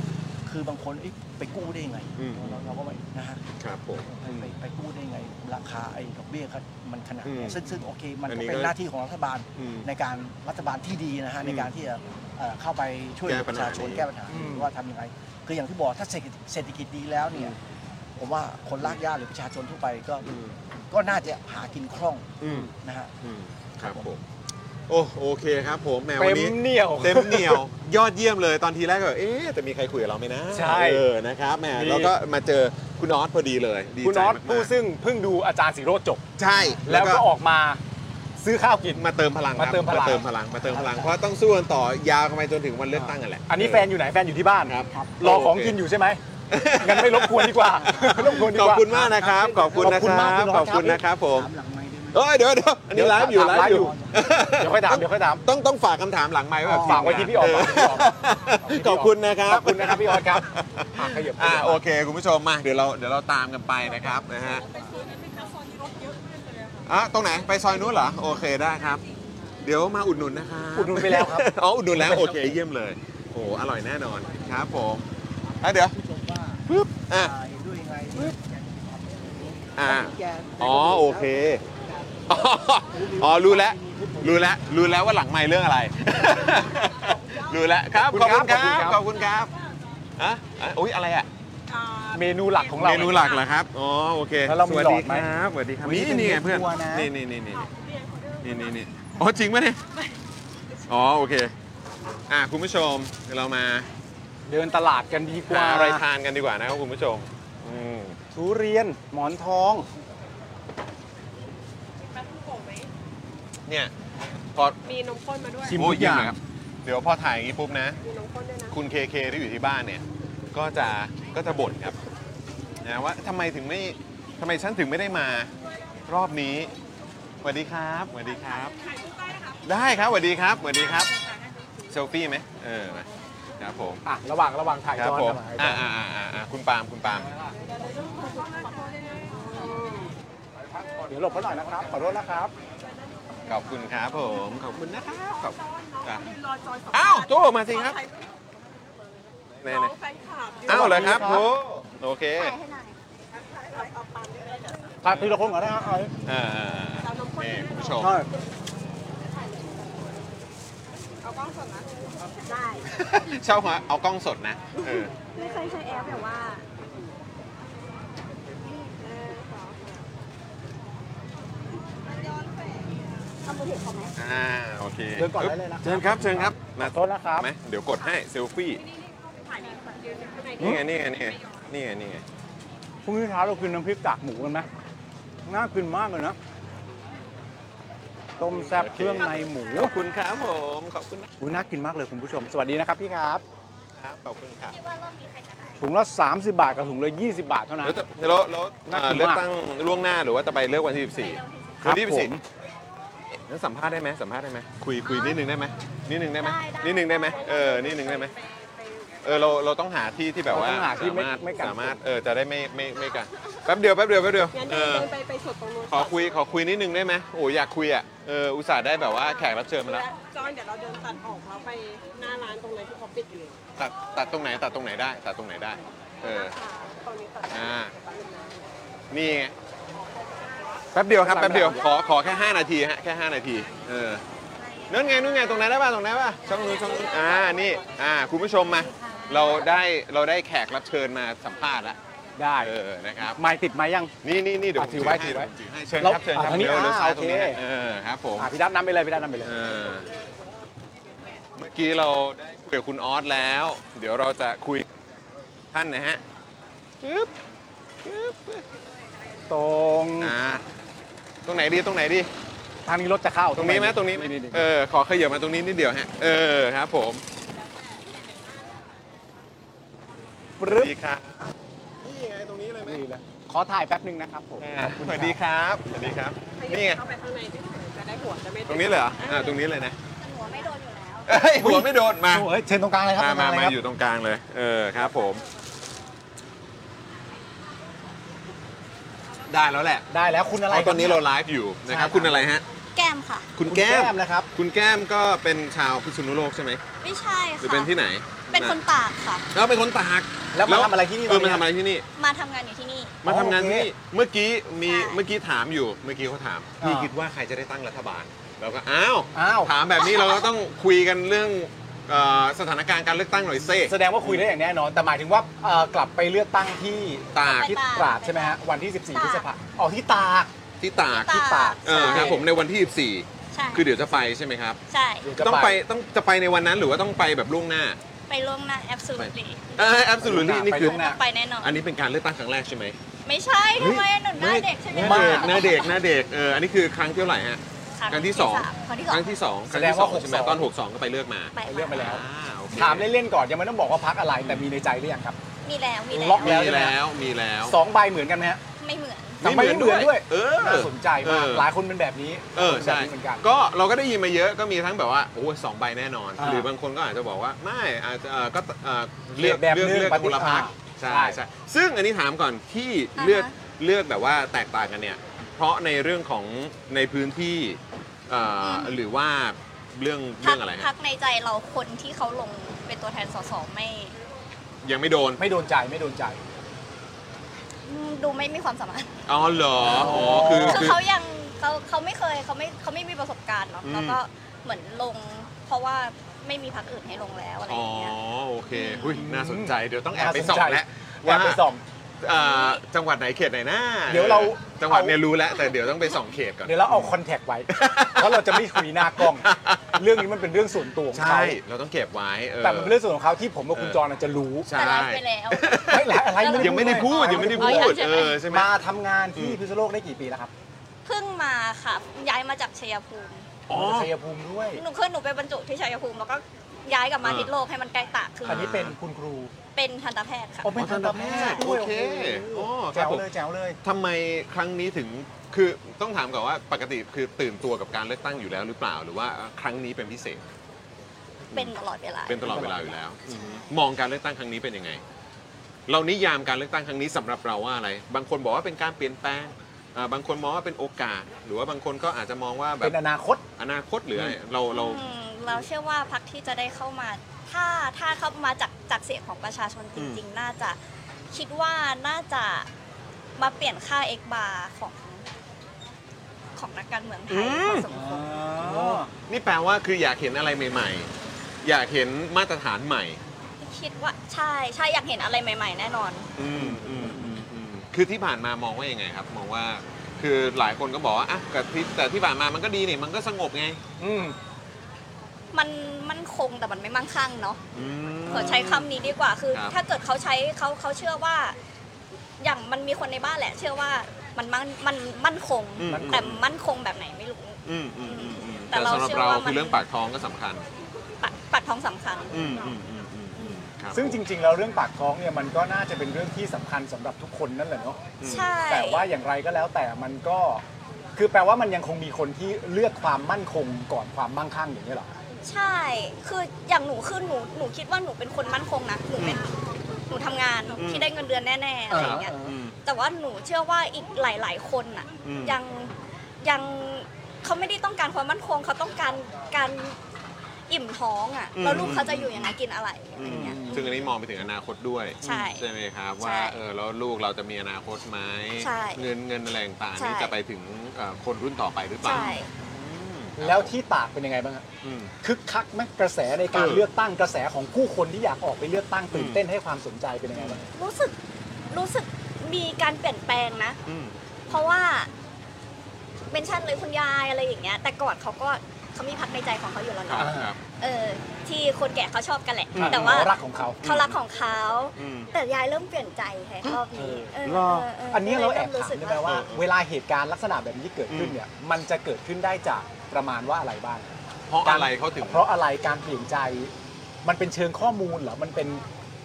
คือบางคนเอ้ยไปกู้ได้ยังไง
อืม
เราเราก็ไม่นะฮะ
ครับผม
ไปไปไปกู้ได้ไง ราคาไอ้ดอกเบี้ยเขามันขนาด
อืม
เนี้ยซึ่งซึ่งโอเค มัน
อัน
ก็
นี้
เป็น
ก็
หน้าที่ของรัฐบาล
อืม
ในการรัฐบาลที่ดีนะฮะ ในการที่จะเอ่อเข้าไปช่วย
แก้ปั
ป
ญ
ระ
หา
ชาชน
นี้
แก้ปัญหาว่าทำยังไง คืออย่างที่บอกถ้าเศรษฐกิจเศรษฐกิจดีแล้วเนี่ย ผมว่าคนรากหญ้าหรือประชาชนทั่วไปก็
อืม
ก็น่าจะหากินคล่อง
อืม
นะฮะ
อืมครับผม โอ้โอเคครับผมแหมวัน
เต็ม
นี้
เหนี่ยว
เต็มเหนียว ยอดเยี่ยมเลยตอนทีแรกก็แบบเอ๊ะจะมีใครคุยกับเราไหมนะ
ใช่
เออนะครับแหม
ดี
แล้วก็มาเจอคุณออสพอดีเลยดี
คุณ
ใจ
น็อต
มากๆ
ผู้ซึ่งเพิ่งดูอาจารย์สีโรจน์จบ
ใช่
แล้วก็ออกมาซื้อข้าวกิน
มาเติมพลังครับ
มาเติมพลัง
มาเติมพลังมาเติมพลังเพราะต้องสู้กันต่อยาวกันไปจนถึงวันเลือกตั้งกันแหละ
อันนี้แฟนอยู่ไหนแฟนอยู่ที่บ้าน
ครับ
รอของกินอยู่ใช่ไหมงั้นไม่รบกวนดีก ว่า รบกวนดี
ข
ก
อบ
ว่า
คุณมากนะครับขอบคุณนะ
ขอบคุ
ค
ณ
รั
มาก
บ
คุณอ
ข
อ
อบ
ส
คุณ
ครับ
นะครับผม
ถามหลังไม้ได้ไหม
เอ้ยเดี๋ยวเดี๋ยวอันนี้ไลฟ์อยู่ไลฟ์อยู่
เดี๋ยวค่อยถามเดี๋ยวค่อยถาม
ต้องต้องฝากคำถามหลังไมค์ไว้แบบ
ฝากไว้ที่พี่ออส
เ
ฝากไว้ที่พี่ออส
ขอบคุณนะครับ
ขอบคุณนะครับพี่ออสครับอ่ะขยับข
อ่า
ยับ
โอเค คุณผู้ชมมาเดี๋ยวเราเดี๋ยวเราตามกันไปนะครับนะฮะ
ไปซอยนั้นไหมคะซอยนี้รถเยอะมากเลยอะค่ะ
อ่ะตรงไหนไปซอยนู้นเหรอโอเคได้ครับ เดี๋ยวมาอุดหนุนนะคะ
อุดหนุนไปแล้วครับ
อ๋ออุดหนุนแล้วโอเคเยี่ยมเลยโอ้โหอร่อยแน่นอนครับผมอ่ะเดี๋ยว
ผู้ชมว่า
ปึ๊บอ่ะ
อ่าเห็นด้วยยังไงเนี่ย
อ่า
แก
อ๋อโอเคอ๋ออ๋อรู้แล้วรู้แล้วรู้แล้วว่าหลังไมค์เรื่องอะไร รู้แล้วครับขอบคุณครับขอบคุณครับอ่ะอ่ะอุ้ยอะไรอ่ะ
เมนูหลักของเรา
เมนูหลักเหรอครับอ๋อโอเค
แล้วเรา
ส
มี
วัส
หลอ
ดี
ด
ค
ไหม
รับสวัสดีครับนี่นี่ไงเพื่อนนี่นี่นี่นี่ นี่นี่นี่อ๋อจริงไหมเนี่ยอ๋อโอเค อ่ะคุณผู้ชมเดี๋ยวเรามา
เดินตลาดกันดีก
หา
ว่า
อะไรทานกันดีกว่านะครับคุณผู้ชมอืม
ทุเรียนหมอนทอง
เนี่ยพอ
มีนมข้นมาด้วย
ชิม
โอ้
ทุก
เยี่ยม
อย่า
เลย
ง
ครับ เดี๋ยวพอถ่ายอย่างนี้ปุ๊บนะ คุณเคเคที่อยู่ที่บ้านเนี่ย ก็จะก็จะบ่นครับนะว่าทำไมถึงไม่ทำไมฉันถึงไม่ได้มารอบนี้สวัสดีครับสวัสดีครับ ได้ครับสวัสดีครับสวัสดีครับเซลฟี่ไหมเออมาครับผม
อ่ะระหว่างระหว่างถ่าย
ครับ
จอ
ผม
นะถ่ายจ
อ่า
อ
อ่าอ่าอ่าคุณปาล์มคุณปาล์ม
เดี๋ยวหลบเขาหน่อยนะครับ ขอโทษนะครับ
ขอบคุณครับผมขอบคุณนะครับขอบอ่ะ
รอจอยสอง
อ้าวโจมาสิครับไหนไหน
น้องแฟนคลับยืน
อ้าวเหรอครับโถโอเค
ถ่ายเอาปังเลยเดี๋ยว
ถ่ายทีละคนก่อนนะครับเอา
อ่าอ่าอ่านี่คุณผู้ชม
ใช่
เอากล้องสดนะได้
เช่ามาเอากล้องสดนะเออ
ไม่เคยใช้แอปแต่ว่า
อ่าโอเค
เดินก่อนได้เลยนะ
เชิญครับเชิญครับมา
โทษนะครับ
ไหมเดี๋ยวกดให้เซลฟี่นี่ไงนี่ไงนี่ไงนี่ไงนี่ไง
พรุ่งนี้เช้าเรากินน้ำพริกกากหมูกันไหมน่ากินมากเลยนะ ต้มแซ่บเครื่องในหมู
ขอบคุณครับผมขอบคุณนะ
อุ้ยน่ากินมากเลยคุณผู้ชม สวัสดีนะครับพี่ครับ
ครับขอบคุณครับ
ถุงละ 30 บาทกับถุงละ 20 บาทเท่านั้น
แล้วจะแล้วแล้ว
น่า
เอ่อก
ลัว
เลือก
มาก
ตั้งล่วงหน้าหรือว่าจะไปเลือกวันที่14
ค
วั
รั
น
บ
ที่
ผม
14แล้วสัมภาษณ์ได้ไหมสัมภาษณ์ได้ไหมคุยคุยนิดนึงได้ไหมนิดนึงได้ไหมนิดนึงได้ไหมเออนิดนึงได้ไหมเออเราเราต้องหาที่ที่แบบว่า
เราต้องหาที่
สา
ไม่
มารถ
ไม่กัด
สามารถเออจะได้ไม่ไม่ไม่กันแป๊บเดียวแป๊บเดียวแป๊บเดียว
งั้น
เอ
เดิ
อน
ไปไปสดตรงนู้น
ขอคุยขอคุยนิดนึงได้ไหมโอ้อยากคุยอ่ะเอออุตส่าห์ได้แบบว่าแขกรับเชิญมาแล้ว
จอยเดี๋ยวเราเดินตัดออกแล้วไปหน้าร้านตรงไหนที่เขาปิดอยู่เลย
ตัดตัดตรงไหนตัดตรงไหนได้ ตัดตรงไหนได้ เออ
ตอนนี้ตัด
อ่านี่ไงแป๊บเดียวครับแป๊บเดียวขอขอแค่ 5 นาทีฮะแค่ 5 นาทีเออ นู่นไงนู่นไงตรงนั้นได้ป่ะตรงนั้นป่ะช่องนู้นช่องนู้นอ่านี่อ่าคุณผู้ชมมา เราได้เราได้แขกรับเชิญมาสัมภาษณ์แล้ว
ได้
เออนะครับ
ไม้ติดไหมยัง
นี่นี่นี่เดี๋ยว
อ่ะถือไว้
ผม
ถือ
ให้
ไว้
ผมให้เชิญ
เรา
ครับเชิญครับ
อ่ะทางนี้
เดี๋ยวเดี๋ยว
อ่า
ซ้ายตรงนี้
โอเค
เออครับผม
อ่ะพี่ดับน้ำไปเลยพี่ดับน้ำไปเลย
เออเมื่อกี้เราได้คุยกับคุณออสแล้ว เดี๋ยวเราจะคุยท่านนะฮะปึ๊บปึ๊บ
ตรง
อ่าตรงไหนดีตรงไหนดี
ทางนี้รถจะเข้า
ตรงนี้ไหมตรงนี้ไหม
นี่ๆๆ
เออขอขยับมาตรงนี้นิดเดียวฮะเออครับผม
ปรึ๊บ
ดีครับนี่ไงตรงนี้เลยไหม
นี่แหละขอถ่ายแป๊บหนึ่งนะครับผม
อ่า
ขอบคุณ
สวัส
ค
ดี
รับ
ครับ สวัสดีครับ นี่ไง
เข้าไปข้างในที่จะได้หัวจะไม่
ตรงนี้เลยเหรอ อ่า ตรงนี้เลยนะ
อุ๊ย
หัวไม่โดนอยู่แล้ว
โอ้เอ้ยเชิญตรงกลางเลยครับ
หัวไม่โดน มา มา
ต
มา
รงกลงเลยครับ
อยู่ตรงกลางเลย เออ ครับผม ได้แล้วแหละ
ได้แล้วคุณอะไร
เพราะตอนนี้เรา
คบ
ไลฟ์อยู่นะครับ
ใช่ครับ
คุณอะไรฮะ
แก้มค่ะ
คุณ
คุณ
แก้
แก้
ม
มนะครับ
คุณแก้มก็เป็นชาวพิษณุโลกใช่ไหม
ไม่ใช่
หรือ
ค่ะ
เป็นที่ไหน
เป็นคนตากค่ะ
เราเป็นคนตาก
แล้วมาทำอะไรที่นี่
เออ
ตอน
มาทำอะ
เนี้ย
ไรที่นี่
มาทำงานอยู่ที่นี่
มาทำงานที่นี่ เมื่อกี้มี
ใช่
เมื่อกี้ถามอยู่ เมื่อกี้เขาถาม พี่
อ่า
คิดว่าใครจะได้ตั้งรัฐบาล เราก็ อ้าว
อ้าว
ถามแบบนี้เราก็ต้องคุยกันเรื่องเอ่อสถานการณ์การเลือกตั้งหน่อยเซ่
แสดงว่าคุยได้อย่างแน่นอน แต่หมายถึงว่าเอ่อกลับไปเลือกตั้งที่
ตาก
ไป
ที่
ตาก
ตราดใช่ไหมฮะ วันที่ 14 พฤษภาคมอ๋อที่ตาก
ที่ตาก
ที่ตาก
เออครับผมในวันที่
ใช่
14 คือเดี๋ยวจะไปใช่ไหมครับ
ใช่
เดี๋ยวจะ
ต้อง
ไป
ไปต้องจะไปในวันนั้นหรือว่าต้องไปแบบล่วงหน้า
ไปล่วงหน้า absolutely
เออ absolutely นี่คือ
ไปล่วงหน้า
ไปแน่นอน
อันนี้เป็นการเลือกตั้งครั้งแรกใช่ไหม
ไม่ใช่ทำไมหนุนหน้าเด็กใช่ไหม
หน้าเด็กหน้าเด็กหน้าเด็กเอออันนี้คือครั้งที่เท่าไหร่ฮะ ครั้งที่สอง
ครั้งที่
ค
สอง
รั้งที่สองค
แส
รั้ง
ดง
ที่ส
ว่า
องใช่ไหม
หกสอง
ตอน 62 ก็ไปเลือกมา
ไป
เลือกไปแล้ว
อ่าโอเค
ถามเล่นๆก่อนยังไม่ต้องบอกว่าพักอะไร แต่มีในใจหรือยังครับ
มีแล้ว มีแล้
ล็
ว
อก แล้ว
มี
ใช่ไหม
แล้วมีแล้ว
สองใบเหมือนกันไหมฮะ
ไม่เหมือน
สองใบไม่เหมือนด้วย
เออ
น่าสนใจมาก
เออ
หลายคนเป็นแบบนี้
เออ
แบบ
ใช่
นี้เหมือนกัน
ก็เราก็ได้ยินมาเยอะก็มีทั้งแบบว่าโอ้ยสองใบแน่นอน
อ่า
หรือบางคนก็อาจจะบอกว่าไม่อาจจะเอ่อก็เอ่อเลือก
เลือกแบบ
เลือก
หนึ่ง
เลือก
ป
ค
ฏิ
นละพัก
อ่า
ใช่
ใช่
ใช่ซึ่งอันนี้ถามก่อนที่
อ่าฮะ
เลือกเลือกแบบว่าแตกต่างกันเนี่ย เพราะในเรื่องของในพื้นที่เอ่อหรือว่าเรื่องเรื่องอะไร
พั
ฮะ
กในใจเราคนที่เขาลงเป็นตัวแทนสสไม่
ยังไม่โดน
ไม่โดนใจไม่โดนใจ
อืมดูไม่มีความสามารถ
อ๋อเหรออ๋อคือ
คือ
คือ
เขายังเขาเขาไม่เคยเขาไม่เขาไม่มีประสบการณ์เนาะ
อืม
แล้วก็เหมือนลง เพราะว่าไม่มีพักอื่นให้ลงแล้วอะไรอ
อ๋อย่าง
เงี้ย
โอเคหุ้ยน่าสนใจเดี๋ยวต้องแอบ
น่า
ไป
สนใจ
ส่องแล้ว
แอบ
ว่า
ไปส่อง
เอ่อจังหวัดไหนเขตไหนนะ
เดี๋ยวเรา
จังหวัดเนี่ยรู้แล้วแต่เดี๋ยวต้องไปส่องเขตก่อน
เดี๋ยวเราเอาคอนแทคไว้ เพราะเราจะไม่คุยหน้ากล้อง เรื่องนี้มันเป็นเรื่องส่วนตัวของ
ใช่
เขา
เราต้องเก็บไว้เออ
แต่มันเป็นเรื่องส่วนของเขาที่ผมกับคุณจรน่ะจะรู้
ใช่
แต่ไลฟ์ไปแล้ว
ไม่หลายอะไร
แต่
ยังไม่ได้พูด ยังไม่ได้พู
อ๋อยั
ด
งใช่ไหม
เออ ใช่ไหม
มาทำงานที่พิษณุโลกได้กี่ปีแล้วครับ
เพิ่งมาค่ะย้ายมาจากชัยภูมิ
อ๋อ
ชัยภูมิด้วย
หนูเคยหนูไปบรรจุที่ชัยภูมิแล้วก็ ย้ายกลับมา
อ่า
ทิศโลกให้มันใกล้ตากขึ้น
อันนี้เป็นคุณครู
เป็นทันตแพทย์ค่ะ
โอ้เป็นทันตแพทย์
โอ
ด้วย
เค
โอ้
โอ้
โห
ครั
แจ๋
บ
ว
ผม
เลยแจ๋วเลย
ทำไมครั้งนี้ถึงคือต้องถามก่อนว่าปกติคือตื่นตัวกับการเลือกตั้งอยู่แล้วหรือเปล่า หรือว่าครั้งนี้เป็นพิเศษ
เป็นตลอดเวลา
เป็นตลอดเวลาอยู่แล้ว มองการเลือกตั้งครั้งนี้เป็นยังไง เรานิยามการเลือกตั้งครั้งนี้สำหรับเราว่าอะไร บางคนบอกว่าเป็นการเปลี่ยนแปลงอ่าบางคนมองว่าเป็นโอกาส หรือว่าบางคนก็อาจจะมองว่าแบ
เป็
บ
นอนาคต
อนาคตหรืออะไรเราเรา
อืมเราเชื่อว่าพรรคที่จะได้เข้ามา ถ้าถ้าเข้ามาจากจากเสียงของประชาชนจริง ๆ น่าจะคิดว่าน่าจะมาเปลี่ยนค่าเอกบาของของนักการเมืองไทยพอสมควร
นี่แปลว่าคืออยากเห็นอะไรใหม่ ๆ อยากเห็นมาตรฐานใหม่
คิดว่าใช่ใช่อยากเห็นอะไรใหม่ ๆ แน่นอน
อืมอืมอืมอืมคือที่ผ่านมามองว่ายังไงครับ มองว่า คือหลายคนก็บอกว่าอ่ะกับที่แต่ที่ผ่านมามันก็ดีนี่มันก็สงบไง
อืม
มันมันคงแต่มันไม่มั่งคั่งเนาะ
อืม
ขอใช้คำนี้ดีกว่าคือ
ครับ
ถ้าเกิดเขาใช้เขาเขาเชื่อว่า อย่างมันมีคนในบ้านแหละ เชื่อว่ามันมันมันมั่นคง
อืม
แต่มั่นคงแบบไหนไม่รู้
อืมอืมอืมอืม
แต่
แต่
เรา
สำหรับ
เชื่อ
เรา
ว่ามัน
คือเรื่องปากท้องก็สำคัญ
ปากปากท้องสำคัญ
อืมอืมอืมอืมอืมคบ
ซึ่งจ
ผม
ริง ๆ แล้วเรื่องปากท้องเนี่ยมันก็น่าจะเป็นเรื่องที่สำคัญสำหรับทุกคนนั่นแหละเนาะ
ใช่
แต่ว่าอย่างไรก็แล้วแต่มันก็ คือแปลว่ามันยังคงมีคนที่เลือกความมั่นคงก่อนความมั่งคั่งอย่างนี้ยเหรอ
ใช่ คืออย่างหนูคือหนูหนูคิดว่าหนูเป็นคนมั่นคงนะ หนูเป็นหนูทำงาน
อืม
ที่ได้เงินเดือนแน่ๆอะไรอย่างเงี้ย
อืม
แต่ว่าหนูเชื่อว่าอีกหลาย ๆ คนอ่ะ
อืม
ยังยังเขาไม่ได้ต้องการความมั่นคงเขาต้องการการอิ่มท้องอ่ะแล้วลูกเขาจะอยู่ยังไงกินอะไรอะไรอย่างเงี้ย
ซึ่งอันนี้มองไปถึงอนาคตด้วย
ใช่
ไหมครับ
ใช่
ว่าเออแล้วลูกเราจะมีอนาคตไหม
ใช่
เงินเงินอะไรต่างๆ
ใช่
นี่จะไปถึงเอ่อคนรุ่นต่อไปหรือเปล่า
ใช่
อืม
แล้วที่ตากเป็นยังไงบ้างฮะ
อืม
คึกคักไหมกระแสในการ
เออ
เลือกตั้งกระแสของผู้คนที่อยากออกไปเลือกตั้งตื่น
อืม
เต้นให้ความสนใจเป็นยังไงบ้าง
รู้สึกรู้สึกมีการเปลี่ยนแปลงนะ
อืม
เพราะว่าเมนชั่นเลยคุณยายอะไรอย่างเงี้ย แต่ก่อนเขาก็เขามีพักในใจของเขาอยู่แล้ว
ครั
เนาะ
บครับ
เออ ที่คนแก่เขาชอบกันแหละ
อืม
แต่ว่า
เขารักของเขา
เขารักของเขา
อืม
แต่ยายเริ่มเปลี่ยนใจแฮะรอบนี้เ
รออันนี้เราแอบ
ลย
ถาม
สึก
ได้ไหมว่า เวลาเหตุการณ์ลักษณะแบบนี้เกิดขึ้นเนี่ย มันจะเกิดขึ้นได้จากประมาณว่าอะไรบ้าง
เพราะอะไรเขาถึง
เพราะอะไรการเปลี่ยนใจ มันเป็นเชิงข้อมูลเหรอ มันเป็น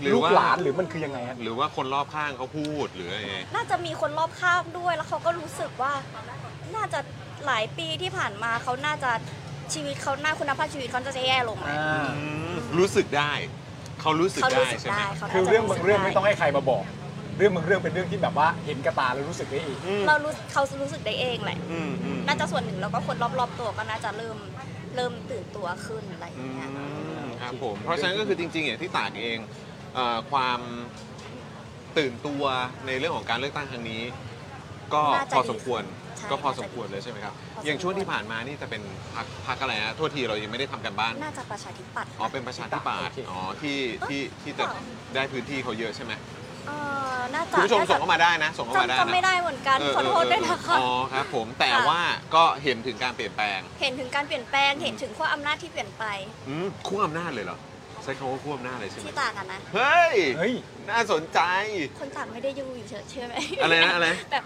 หรือ
ลูก
ว่า
หลานหรือมันคือยังไงฮะ
หรือว่าคนรอบข้างเขาพูดหรืออะไรไง
น่าจะมีคนรอบข้างด้วยแล้วเขาก็รู้สึกว่า น่าจะหลายปีที่ผ่านมาเขาน่าจะชีวิตเขาหน้าคุณภาพชีวิตเขาจะแย่ลงไหม
รู้สึกได้ เขารู้สึก
เขา
ได้
รู้สึก
ใช่ไหม
ได้เขาน่าจะ
คือเรื่องบางเรื่อง
สึก
ไม่
ด้
ต้องให้ใครมาบอก เรื่องบางเรื่องเป็นเรื่องที่แบบว่าเห็นกระตาแล้วรู้สึกได้เอง
อืม
เรารู้เขารู้สึกได้เองแหละ
อืมอืม
น่าจะส่วนหนึ่งแล้วก็คนรอบๆตัวก็น่าจะเริ่มเริ่มตื่นตัวขึ้นอะไรอย่างเงี้ย
อืมครับผม เพราะฉะนั้นก็คือจริงๆอย่างที่ตากเองเอ่อความตื่นตัวในเรื่องของการเลือกตั้งครั้งนี้ ก็พ
น่าจะ
อสมควร
ใช่
ก็พอสมควรเลยใช่ไหมครับ
พอสมควร
อย่างช่วงที่ผ่านมานี่จะเป็นพักพักอะไรนะโทษทีเรายังไม่ได้ทำกันบ้าน
น่าจะประชาธิปัตย์
อ๋อ เป็นประชาธิปัตย์ อ๋อ ที่ที่ที่จะได้พื้นที่เขาเยอะใช่ไหม
เออน่าจะ
คุณผู้ชมส่ง
น่
เข้ามาได้นะ ส่งเข้ามา
จำ
ได้
จำไม่
นะ
ได้เหมือนกัน
เออ
ขอโทษด้วยนะคะ
เออเอออ๋อ ครับ ผม แต่
ค่ะ
ว่าก็เห็นถึงการเปลี่ยนแปลง
เห็นถึงการเปลี่ยนแปลงเห็นถึงขั้วอำนาจที่เปลี่ยนไป
อืมควบอำนาจเลยเหรอ ใช้คำว่าควบอำนาจเลยใช่ไหม
ที่ต่างกันนะ
เฮ้ย
เฮ้ย
น่าสนใจ
คนตากไม่ได้ดูอยู่เยอะใช่ไหม
อะไรนะอะไร
แบบ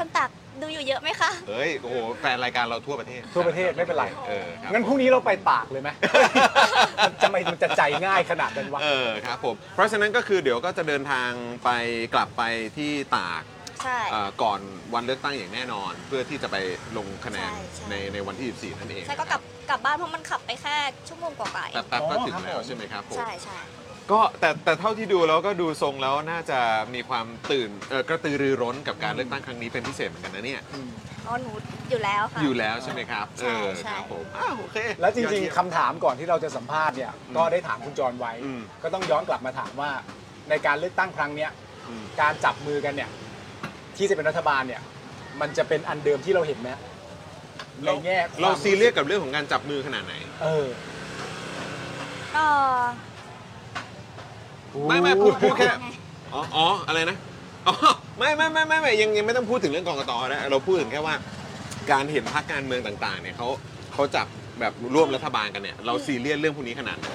คนตากดูอยู่เยอะไหมคะ
เฮ้ย โอ้โหแฟนรายการเราทั่วประเทศ
ทั่วประเทศไม่เป็นไร
เออครับ
งั้นพรุ่งนี้เราไปตากเลยไหม มันจะไม่มันจะใจง่ายขนาดนั้นวะ
เออครับผม เพราะฉะนั้นก็คือเดี๋ยวก็จะเดินทางไปกลับไปที่ตาก
ใช่
เอ่อก่อนวันเลือกตั้งอย่างแน่นอน เพื่อที่จะไปลงคะแนน
ใช่ใช่
ในในวันที่ 14 นั่นเอง
ใช่ก็กลับกลับบ้านเพราะมันขับไปแค่ชั่วโมงกว่าๆเอ
แป๊บ
ง
แป๊บ
อ๋อ
ก็ถึง
ครับ
แล้ว
ผม
ใช่ไหมครับผม
ใช่ใช่
ก็แต่แต่เท่าที่ดูแล้วก็ดูทรงแล้วน่าจะมีความตื่นเอ่อกระตือรือร้นกับการเลือกตั้งครั้งนี้เป็นพิเศษเหมือนกันนะเนี่ย
อ๋อหนูอยู่แล้วค่ะ
อยู่แล้วใช่ไหมครับ
ใช่
เออ
ใช่
ครับผมอ้าวโอเค
แล้วจริง
ยอ
ๆ
ดเยี่ยม
คำถามก่อนที่เราจะสัมภาษณ์เนี่ย
อืม
ก็ได้ถามคุณจรไว้
อืม
ก็ต้องย้อนกลับมาถามว่า ในการเลือกตั้งครั้งเนี้ย
อืม
การจับมือกันเนี่ย ที่จะเป็นรัฐบาลเนี่ย มันจะเป็นอันเดิมที่เราเห็นไหมในแง่ควม
เราซีเรียสกับเรื่องของการจับมือขนาดไหน
เออ
ก็
ไม่ไม่พูดพูดแค่ อ๋ออ๋ออะไรนะอ๋อไม่ไม่ไม่ไม่ไม่ยังยังไม่ต้องพูดถึงเรื่องกรกตนะเราพูดถึงแค่ว่า การเห็นพรรคการเมืองต่างๆเนี่ยเขาเขาจับแบบร่วมรัฐบาลกันเนี่ยเราซีเรียสเรื่องพวกนี้ขนาดไหน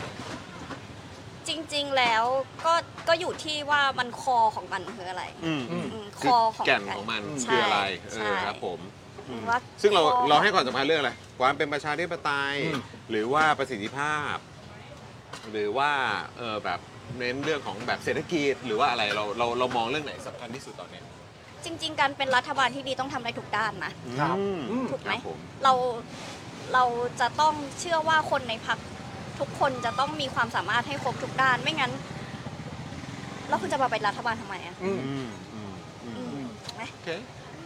จริง ๆแล้วก็ก็อยู่ที่ว่ามันคอของมันคืออะไร
อืมอืม
อืมค
คือ
อของ
แก่นของมัน
ใช่
คืออะไรเอ
ใช่
อครับผมอืม
ว่า
ซึ่งเรา
ข้อ
เราให้ความสำคัญเรื่องอะไรความเป็นประชาธิปไตย
อืม
หรือว่าประสิทธิภาพ หรือว่าเออแบบเน้นเรื่องของแบบเศรษฐกิจหรือว่าอะไรเราเราเรามองเรื่องไหนสำคัญที่สุดตอนเนี้ย
จริง ๆ การเป็นรัฐบาลที่ดีต้องทำในทุกด้านนะ
ครับ
ถูกไหม
ผม
เราเราจะต้องเชื่อว่าคนในพักทุกคนจะต้องมีความสามารถให้ครบทุกด้าน ไม่งั้น แล้วคุณจะมาเป็นรัฐบาลทำไมอ่ะ
อืมอืมอืม
ถูกไหม
โอเค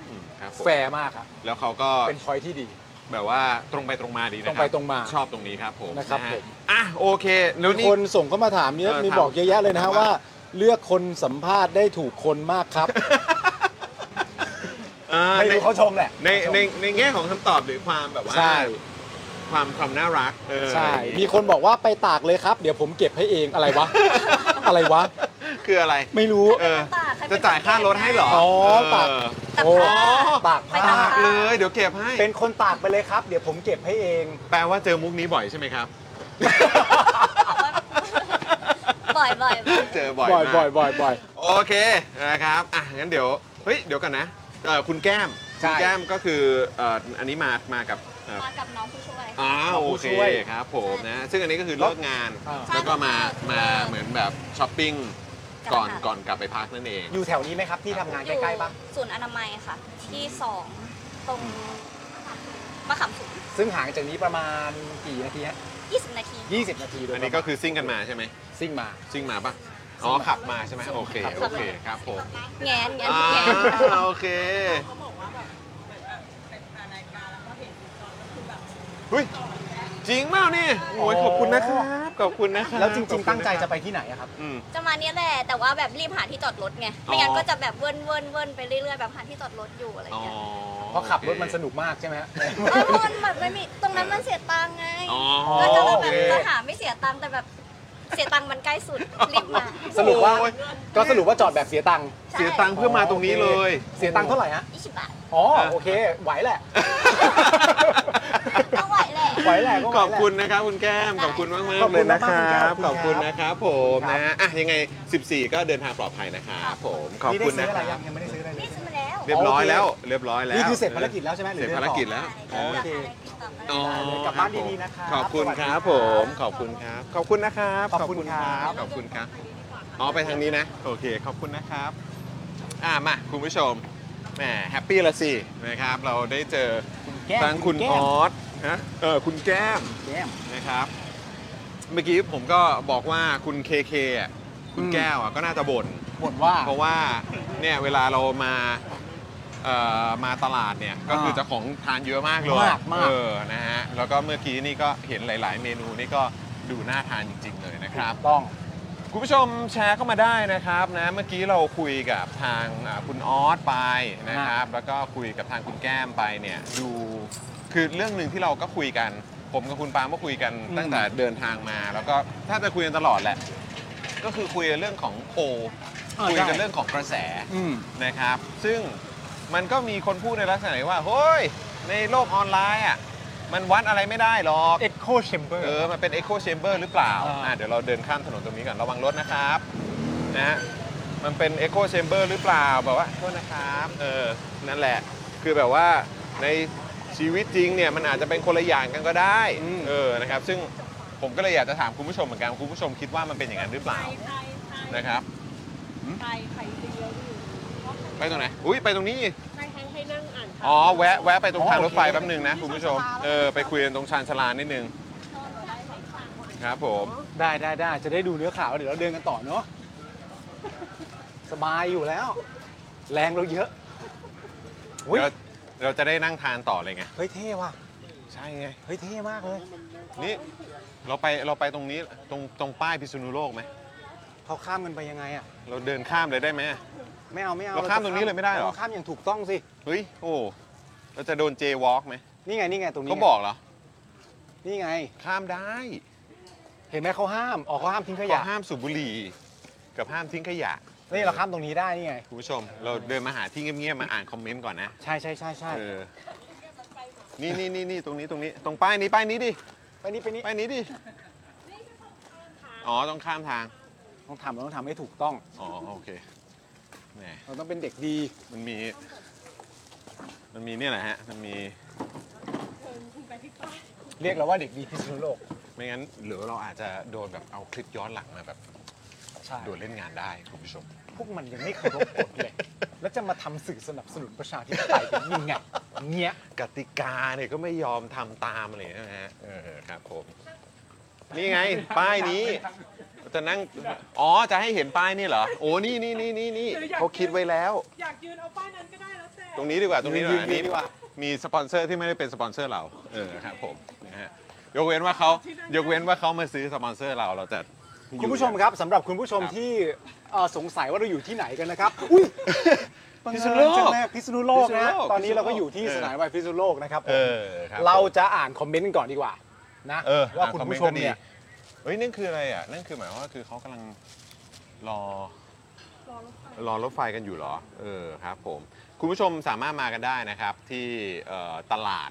อืมครับผม
แฟร์มากครับ
แล้วเขาก็
เป็นพอยที่ดี
แบบว่าตรงไปตรงมาดีนะคบ
ตรงไปตรงมา
ชอบตรงนี้ครับผม
นะครับ
ฮ
ผม
อ่ะโอเคแล้วนี่
คนส่งก็มาถามเยอะ
เออ
มี
ถาม
บอกเยอะแยะเลยนะฮะ
ว่า
ว่า เลือกคนสัมภาษณ์ได้ถูกคนมากครับ
อ่า
ไม่
ใน
รู้เขาชมแหละ
ในในในแง่ของคำตอบหรือความแบบว่า
ใช่
ความความน่ารักเออ
ใช่
อะไรอย่างงี้
มีคนบอกว่าไปตากเลยครับ เดี๋ยวผมเก็บให้เองอะไรวะ อะไรวะ
คืออะไร
ไม่รู้
เออ
ตากให้เป็น
จะจ่ายค่ารถให้เหรอ
อ๋อตาก
เออ
ตาก
โอ้
ผ้า
ตากผ้า
ไปตาม
ตากเลยเดี๋ยวเก็บให้
เป็นคนตากไปเลยครับ เดี๋ยวผมเก็บให้เอง
แปลว่าเจอมุกนี้บ่อยใช่ไหมครับ
บ่อยๆบ่อยๆ
เจอบ่อย
บ่
มาก
อยบ่อยบ่อยบ่อย
โอเคนะครับอ่ะงั้นเดี๋ยวเฮ้ยเดี๋ยวกันนะเอ่อคุณแก้ม
ใช่
คุณแก้มก็คือเอ่ออันนี้มามากับเอ่อ
มากับน้องผู้ช่วย
อ๋อโอเค
ผู้ช่วย
ครับผมนะซึ่งอันนี้ก็คือเลิกงาน
อ่า
แล้วก็มา
ใช่
มาเหมือนแบบช้อปปิ้งก่อน
กลับมา
ก่อนกลับไปพักนั่นเอง
อยู่แถวนี้ไหมครับ ที่ทำงานใกล้ๆบ้าง
ศูนย์อนามัยค่ะ ที่สองตรงมะขามสูง
ซึ่งห่างจากนี้ประมาณกี่นาทีฮะ
20 นาที
20 นาทีโดย
อันนี้ก็คือซิ่งกันมาใช่ไหม
ซิ่งมา
ซิ่งมาปะอ๋อขับมาใช่ไหมโอเค
ขับ
โอ
มา
เคครับผม
แงนแงน
อ่า
แงน
โอเค
เขาบอกว่าแบบเหมือนแบบเป็นรายการแล้วก็เห็นคุณจอนก็คือแบบ
เฮ้ยจริงเปล่านี่โอ้ยขอบคุณนะครับ ขอบคุณนะครับ
แล้วจริง ๆ ตั้งใจ
ข
จะ
อบคุณน
ไปที่ไหนอะครับ
ครับอืม
จะมาเนี้ยแหละ แต่ว่าแบบรีบหาที่จอดรถไง ไม่งั้
อ๋
น
อ
ก็จะแบบเวินเวินเวินไปเรื่อยๆ แบบหาที่จอดรถอยู่อะไรอ
อ๋อง
ย่าเงี้ย
เพราะขับรถมันสนุกมากใช่ไหมฮะ
เออมันแบบไม่มี ตรงนั้นมันเสียตังค์ไง
อ๋อ
ก็จะแบบ
โอเค
จะหาไม่เสียตังค์แต่แบบเสียตังค์มันใกล้สุด รีบมา
สรุปว่า
โอ้ย
ก็สรุปว่าจอดแบบเสียตังค์
ใช่
เสียตังค์เพื่อมาตรงนี้เลย
เสียตังค์เท่าไหร่ฮะ
20บาท
อ๋อโอเค ไหวแหละ
ต้องไหวแหละ
ไหวแหละก็ไห
ข
วแหละ
อบคุณนะครับคุณแก้ม ขอบคุณมากมาก
ขอบ
เล
คุ
ย
ณ
นะ
มาก
ค
ๆ
รับ
ข
ข
อ
อ
บบ คุ
คุณ ณ
ครับ
นะครับผม
ครับ
นะ อ่ะยังไง 14 ก็เดินทางปลอดภัยนะครับผม ขอบคุณนะค
นี่ได้ซื้ออะไร
รั
ยั
บ
งยังไม่ได้ซื้ออะไรเล
นี่
ย
ซื้อมาแล้ว
เรียบร้อย
โอเค
แล้ว เรียบร้อยแล้ว
นี่คือเสร็จภารกิจแล้วใช่ไหมห
เส
รื
ร็
อ
จ
ยัง
ภาร
ต่อ
กิจแล้ว
ใช่
โอเค
เดี๋ยวกลับ
กลับ
มา
บ้านดีๆนะค
ข
รับ
อบคุณครับ
ส
ผ
วัสดีครับ
ม ขอบคุณครับ ขอบคุณนะครับ
ขอบคุณครับ
ขอบคุณครับ อ๋อ ไปทางนี้นะ โอเค ขอบคุณนะครับ อ่า มา คุณผู้ชม แหม แฮปปี้ละสิ นะครับ เราได้เจอ
แก้ม
ทั้งคุณ
แก้
อ
ม
อสฮะ เออ คุณแก้ม
แก้ม
นะครับ เมื่อกี้ผมก็บอกว่าคุณเคเคอ่ะ คุณ
อืม
แก้วอ่ะ ก็น่าจะบ่น
บ่นว่า
เพราะว่า เนี่ย เวลาเรามา เอ่อ มาตลาดเนี่ย ก็คือจะของทานเยอะมากเลย
มากมาก
เออ นะฮะ แล้วก็เมื่อกี้นี่ก็เห็นหลาย ๆ เมนูนี่ก็ดูน่าทานจริง ๆ เลยนะครับ
ต้อง
คุณผู้ชมแชร์เข้ามาได้นะครับนะเมื่อกี้เราคุยกับทางอ่าคุณออสไปนะครับ แล้วก็คุยกับทางคุณแก้มไปเนี่ยดูคือเรื่องหนึ่งที่เราก็คุยกัน ผมกับคุณปาล์มก็คุยกัน
อืม
ตั้งแต่เดินทางมา แล้วก็ถ้าจะคุยกันตลอดแหละ ก็คือคุยกันเรื่องของโพลคุยกันเรื่องของกระแส
อืม
นะครับ ซึ่งมันก็มีคนพูดในลักษณะที่ว่าเฮ้ยในโลกออนไลน์อ่ะมันวัดอะไรไม่ได้หรอก
Echo Chamber
เออ มันเป็น Echo Chamber หรือเปล่า
อ่า
อ่ะเดี๋ยวเราเดินข้ามถนนตรงนี้ก่อน ระวังรถนะครับนะฮะมันเป็น Echo Chamber หรือเปล่า แบบว่าโทษนะครับ เออ นั่นแหละ คือแบบว่าในชีวิตจริงเนี่ย มันอาจจะเป็นคนละอย่างกันก็ได้ เออ นะครับ ซึ่งผมก็เลยอยากจะถามคุณผู้ชมเหมือนกัน คุณผู้ชมคิดว่ามันเป็นอย่างนั้นหรือเปล่า
ไทยไทย
นะครับ
ไทยไทยเดียวอยู่เพราะ
ไปตรงไหน อุ้ยไปตรงนี้
ไทยให้ให้นั่งอ่านข่าว
อ๋อ แวะ แวะไปตรงทางรถไฟแป๊บหนึงนะคุณผู้ชม เออ ไปคุยกันตรงชานชาลานิดนึง ครับผม
ได้ได้ได้จะได้ดูเนื้อข่าวเดี๋ยวเราเดินกันต่อเนาะสบายอยู่แล้ว แรงเราเยอะอุ้ย
เดี๋ยวเราจะได้นั่งทานต่อเลยไง
เฮ้ยเท่ว่ะ
ใช่ไง
เฮ้ยเท่มากเลย
นี่เราไปเราไปตรงนี้ตรงตรงป้ายพิษณุโลกไหม
เขาข้ามกันไปยังไงอ่ะ
เราเดินข้ามเลยได้ไหม
ไม่เอาไม่เอา
เราข้ามตรงนี้เลยไม่ได้เหรอ
าข้ามอย่างถูกต้องสิ
เฮ้ยโอ้เราจะโดน J-walk ไหม
นี่ไงนี่ไงตรงนี้
เขาบอกเหรอ
นี่ไง
ข้ามได้
เห็นไหมเขาห้ามออกเขาห้ามทิ้งข
เขา
ยะ
ห้ามสูบบุหรี่ กับห้ามทิ้งขยะ
นี่เราข้ามตรงนี้ได้นี่ไง
คุณผู้ชม เราเดินมาหาที่เงียบๆมาอ่านคอมเมนต์ก่อนนะ
ใช่ใช่ใช่ใช่
เออนี่นี่นี่นี่ตรงนี้ตรงนี้ ตรงป้ายนี้ป้ายนี้ดิ
ไปนี่ไปนี่
ป้ายนี้ดิอ๋อต้องข้ามทาง
ต้องทำเราต้องทำให้ถูกต้อง
อ๋อโอเคแหม
เราต้องเป็นเด็กดี
มันมี มันมีเนี่ยแหละฮะ มันมี
เรียกเราว่าเด็กดีพิษณุโลก
ไม่งั้นหรือเราอาจจะโดนแบบเอาคลิปย้อนหลังมาแบบ
ใช่
โดนเล่นงานได้คุณผู้ชม
พวกมันยังไม่เคารพกฎเลย แล้วจะมาทำสื่อสนับสนุนประชาธิปไตยกันยังไงเงี้ย
กติกาเนี่ยก็ไม่ยอมทำตามอะไรอย่างเงี้ยนะฮะเออครับผม นี่ไง ป้ายนี้จะนั่ง อ๋อ จะให้เห็นป้ายนี่เหรอ โอ้ นี่นี่นี่นี่นี่เขาคิดไว้แล้ว
อยากยืนเอาป้ายนั้นก็ได้แล้วแต่
ตรงนี้ดีกว่า ตรงนี้
ยืนยืนดีกว่า
มีสปอนเซอร์ที่ไม่ได้เป็นสปอนเซอร์เรา เออครับผมนะฮะยกเว้นว่าเขายกเว้นว่าเขามาซื้อสปอนเซอร์เราเราจะอยู่
คุณผู้ชมครับสำหรับคุณผู้ชมที่เอ่อสงสัยว่าเราอยู่ที่ไหนกันนะครับ อุ้ยบัง
พิ
เอิญ
ษณุโลก
จังเลยพิษณุโลกนะ
พิษณุโลก
ตอนนี้เราก็
พิษณุโลก
อยู่ที่
เออ
สนามบินพิษณุโลกนะครับผม
เออคบ
เราจะอ่านคอมเมนต์กันก่อนดีกว่านะ
เออ
ว่า
อ่
คุณ
อมม
ผู้
ต์
ชม
ก็ดี
เนี่ย
เฮ้ยนั่นคืออะไรอ่ะ นั่นคือหมายความว่าคือเขากำลังรอ รอรถไฟกันอยู่เหรอ เออครับผม คุณผู้ชมสามารถมากันได้นะครับ ที่เอ่อตลาด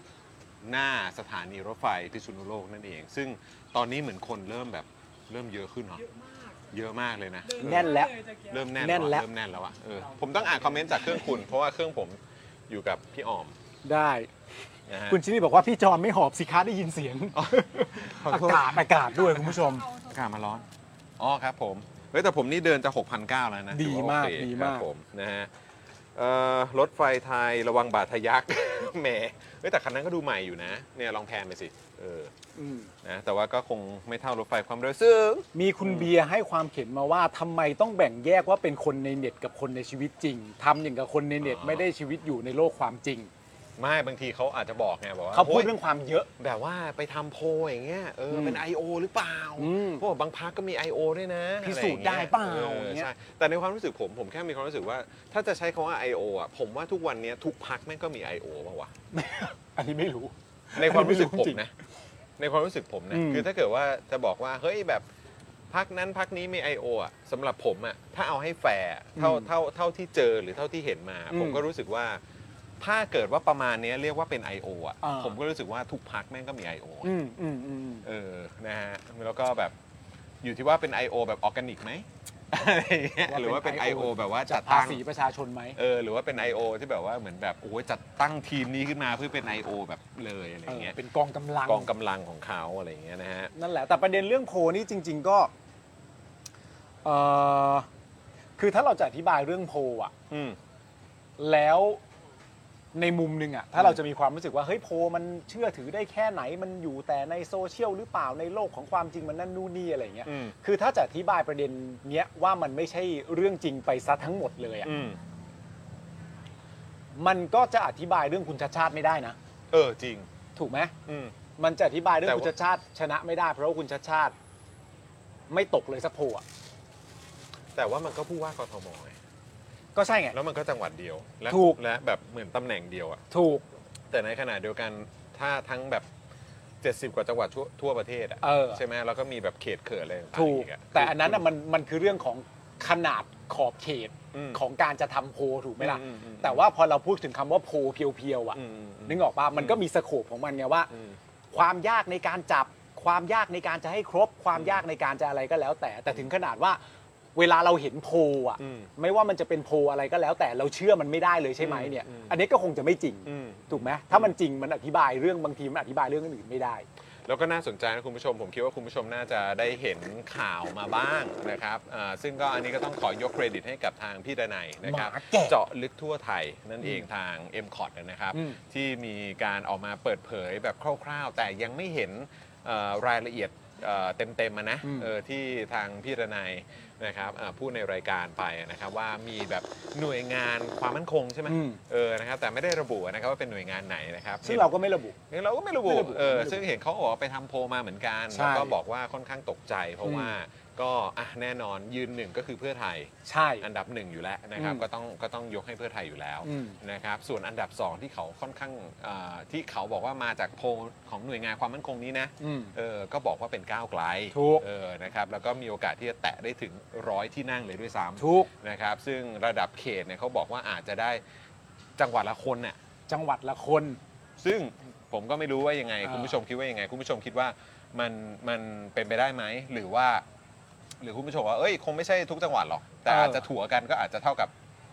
หน้าสถานีรถไฟพิษณุโลกนั่นเอง ซึ่งตอนนี้เหมือนคนเริ่มแบบเริ่มเยอะขึ้นเหรอ เยอะมากเลยนะ
แน่นแล้ว
เริ่มแน่น
แน่นแล้ว
เริ่มแน่นแล้วอะเออผมต้องอ่านคอมเมนต์จากเครื่องคุณ เพราะว่าเครื่องผมอยู่กับพี่ออม
ได้
นะฮะ
คุณชินี่บอกว่าพี่จอมไม่หอบสิคะได้ยินเสียง
ขอ
อา
โทษ
กาศอากาศด้วยคุณผู้ชม
อากาศมันร้อน อ๋อครับผม เฮ้ยแต่ผมนี่เดินจะ 6,900 แล้วนะ
ดีมาก
ถือว่โอเค
ดีมาก
ครับผมนะฮะเอ่อรถไฟไทยระวังบาดทะยัก แหม เฮ้ยแต่คันนั้นก็ดูใหม่อยู่นะ เนี่ยลองแพนไปสิ เออ
อืม
นะ แต่ว่าก็คงไม่เท่ารถไฟความเร็วซึ่ง
มีคุณเบียร์ให้ความเห็นมาว่าทำไมต้องแบ่งแยกว่าเป็นคนในเน็ตกับคนในชีวิตจริงทำอย่างกับคนในเน็ต
อ๋อ
ไม่ได้ชีวิตอยู่ในโลกความจริง
ไม่บางทีเขาอาจจะบอกไงบอกว่า
เขาพูด
โย
เรื่องความเยอะ
แบบว่าไปทำโพลอย่างเงี้ย เออ เป็น I.O. หรือเปล่า
อืม
พวกบางพักก็มี I.O. ด้วยนะ
พิสูจน์ได้เปล่า
ออ
อย่างเงี้ย
ใช่ แต่ในความรู้สึกผม ผมแค่มีความรู้สึกว่า ถ้าจะใช้คำว่า I.O. อ่ะ ผมว่าทุกวันเนี้ยทุกพักแม่งก็มี I.O. ป่าววะ
อันนี้ไม่รู้
ในความรู้สึกผม
จริง
นะ ในความรู้สึกผมนะ
อืม
คือถ้าเกิดว่าจะบอกว่า เฮ้ยแบบพักนั้นพักนี้มี I.O. อ่ะสำหรับผมอ่ะ ถ้าเอาให้แฟร์อะเท่าเท่าเท่าที่เจอหรือเท่าที่เห็นมา ผมก็รู้สึกว่า ถ้าเกิดว่าประมาณเนี้ยเรียกว่าเป็น I.O. อ่ะ
อ่า
ผมก็รู้สึกว่าทุกพักแม่งก็มี I.O. อะ
อืมอืมอืม
เออ นะฮะ แล้วก็แบบอยู่ที่ว่าเป็น I.O. แบบออร์แกนิก ไหมอะไรอย่างเงี้ย
ว่าเป็น
หรือว่าเป็น
I.O.
I.O. แบบว่าจัด
ภา
ตั้ง
ษีประชาชนไหม
เออหรือว่าเป็น I.O. ที่แบบว่าเหมือนแบบโอ้ยจัดตั้งทีมนี้ขึ้นมาเพื่อเป็น I.O. แบบเลยอะไรอ
เอย่าง อ
เงี้ย
เป็นกองกำลัง
กองกำลังของเขาอะไรอย่างเงี้ยนะฮะ
นั่นแหละ แต่ประเด็นเรื่องโพลนี่จริง ๆ ก็เอ่อคือถ้าเราจะอธิบายเรื่องโพลอะ
อืม
แล้วในมุมหนึ่งอะถ้าเราจะมีความรู้สึกว่าเฮ้ยโพลมันเชื่อถือได้แค่ไหนมันอยู่แต่ในโซเชียลหรือเปล่าในโลกของความจริงมันนั่นนู่นนี่อะไรอย่างเงี้ย
อืม
คือถ้าจะอธิบายประเด็นเนี้ยว่ามันไม่ใช่เรื่องจริงไปซะทั้งหมดเลยอะ
อืม
มันก็จะอธิบายเรื่องคุณชาติชาติไม่ได้นะ
เออจริง
ถูกไหม
อืม
มันจะอธิบายเรื่อง
แต่ว่า
คุณชาติชาติชนะไม่ได้ เพราะว่าคุณชาติชาติ ไม่ตกเลยสักโพลอะ
แต่ว่ามันก็ผู้ว่ากทมไง
ก็ใช่ไง
แล้วมันก็จังหวัดเดียว และ
ถูก
และแบบเหมือนตำแหน่งเดียวอะ
ถูก
แต่ในขณะเดียวกันถ้าทั้งแบบ 70 กว่าจังหวัดทั่วทั่วประเทศอะ
เออ
ใช่ไหมแล้วก็มีแบบเขตเขินอะไรต่างๆ
ถูก
อีะ
แต่อันนั้นอะ
คื
มันมันคือเรื่องของขนาดขอบเขต
อืม
ของการจะทำโพลถูกไหมล่ะ
อืมอืมอืม
แต่ว่าพอเราพูดถึงคำว่าโพลเพียวๆอ่ะ
อืมอืม
นึกออกปะมันก็มีสโคปของมันไงว่า
อืม
ความยากในการจับ ความยากในการจะให้ครบ ความยากในการจะอะไรก็แล้ว แต่แต่ถึงขนาดว่า เวลาเราเห็นโพลอ่ะ
อืม
ไม่ว่ามันจะเป็นโพลอะไรก็แล้ว แต่เราเชื่อมันไม่ได้เลยใช่ไหมเนี่ย
อืมอืม
อันนี้ก็คงจะไม่จริง
อืม
ถูกไหมถ้ามันจริงมันอธิบายเรื่องบางทีมันอธิบายเรื่องอื่นๆไม่ได้
แล้วก็น่าสนใจนะคุณผู้ชม ผมคิดว่าคุณผู้ชมน่าจะได้เห็นข่าวมาบ้างนะครับอ่าซึ่งก็อันนี้ก็ต้องขอยกเครดิตให้กับทางพี่ดนัยนะครับ
หมาแก่
เจาะลึกทั่วไทยนั่นเองทาง m c o t นะครับ
อืม
ที่มีการออกมาเปิดเผยแบบคร่าวๆ แต่ยังไม่เห็นเอ่อรายละเอียดเอ่อเต็มๆมานะ
อืม
เออที่ทางพี่ดนัยนะครับอ่าพูดในรายการไปนะครับว่ามีแบบหน่วยงานความมั่นคงใช่ไหม
อืม
เออนะครับแต่ไม่ได้ระบุนะครับว่าเป็นหน่วยงานไหนนะครับ
ซึ่งเราก็ไม่ระบุ
เราก็ไม่ระบุ
ไม่ระบุ
เออ
ไม่ระบุ
ซึ่งเห็นเขาบอกว่าไปทำโพลมาเหมือนกัน
ใช่
แล้วก็บอกว่าค่อนข้างตกใจ เพราะว่าก็อ่ะแน่นอนยืนหนึ่งก็คือเพื่อไทย
ใช่
อันดับหนึ่งอยู่แล้วนะครับ
อืม
ก็ต้องก็ต้องยกให้เพื่อไทยอยู่แล้ว
อืม
นะครับส่วนอันดับ 2 ที่เขาค่อนข้างเอ่อที่เขาบอกว่ามาจากโพลของหน่วยงานความมั่นคงนี้นะ
อืม
เออก็บอกว่าเป็นก้าวไกล
ถูก
เออนะครับแล้วก็มีโอกาสที่จะแตะได้ถึงร้อยที่นั่งเลยด้วยซ้
ทุก
ำนะครับซึ่งระดับเขตเนี่ยเขาบอกว่าอาจจะได้จังหวัดละคนน่ะ
จังหวัดละคน
ซึ่งผมก็ไม่รู้ว่ายังไง
อ่า
คุณผู้ชมคิดว่ายังไง คุณผู้ชมคิดว่ามันมันเป็นไปได้ไหม หรือว่า หรือคุณผู้ชมว่าเอ้ย คงไม่ใช่ทุกจังหวัดหรอก แต่อาจจะถั่วกันก็อาจจะเท่ากับ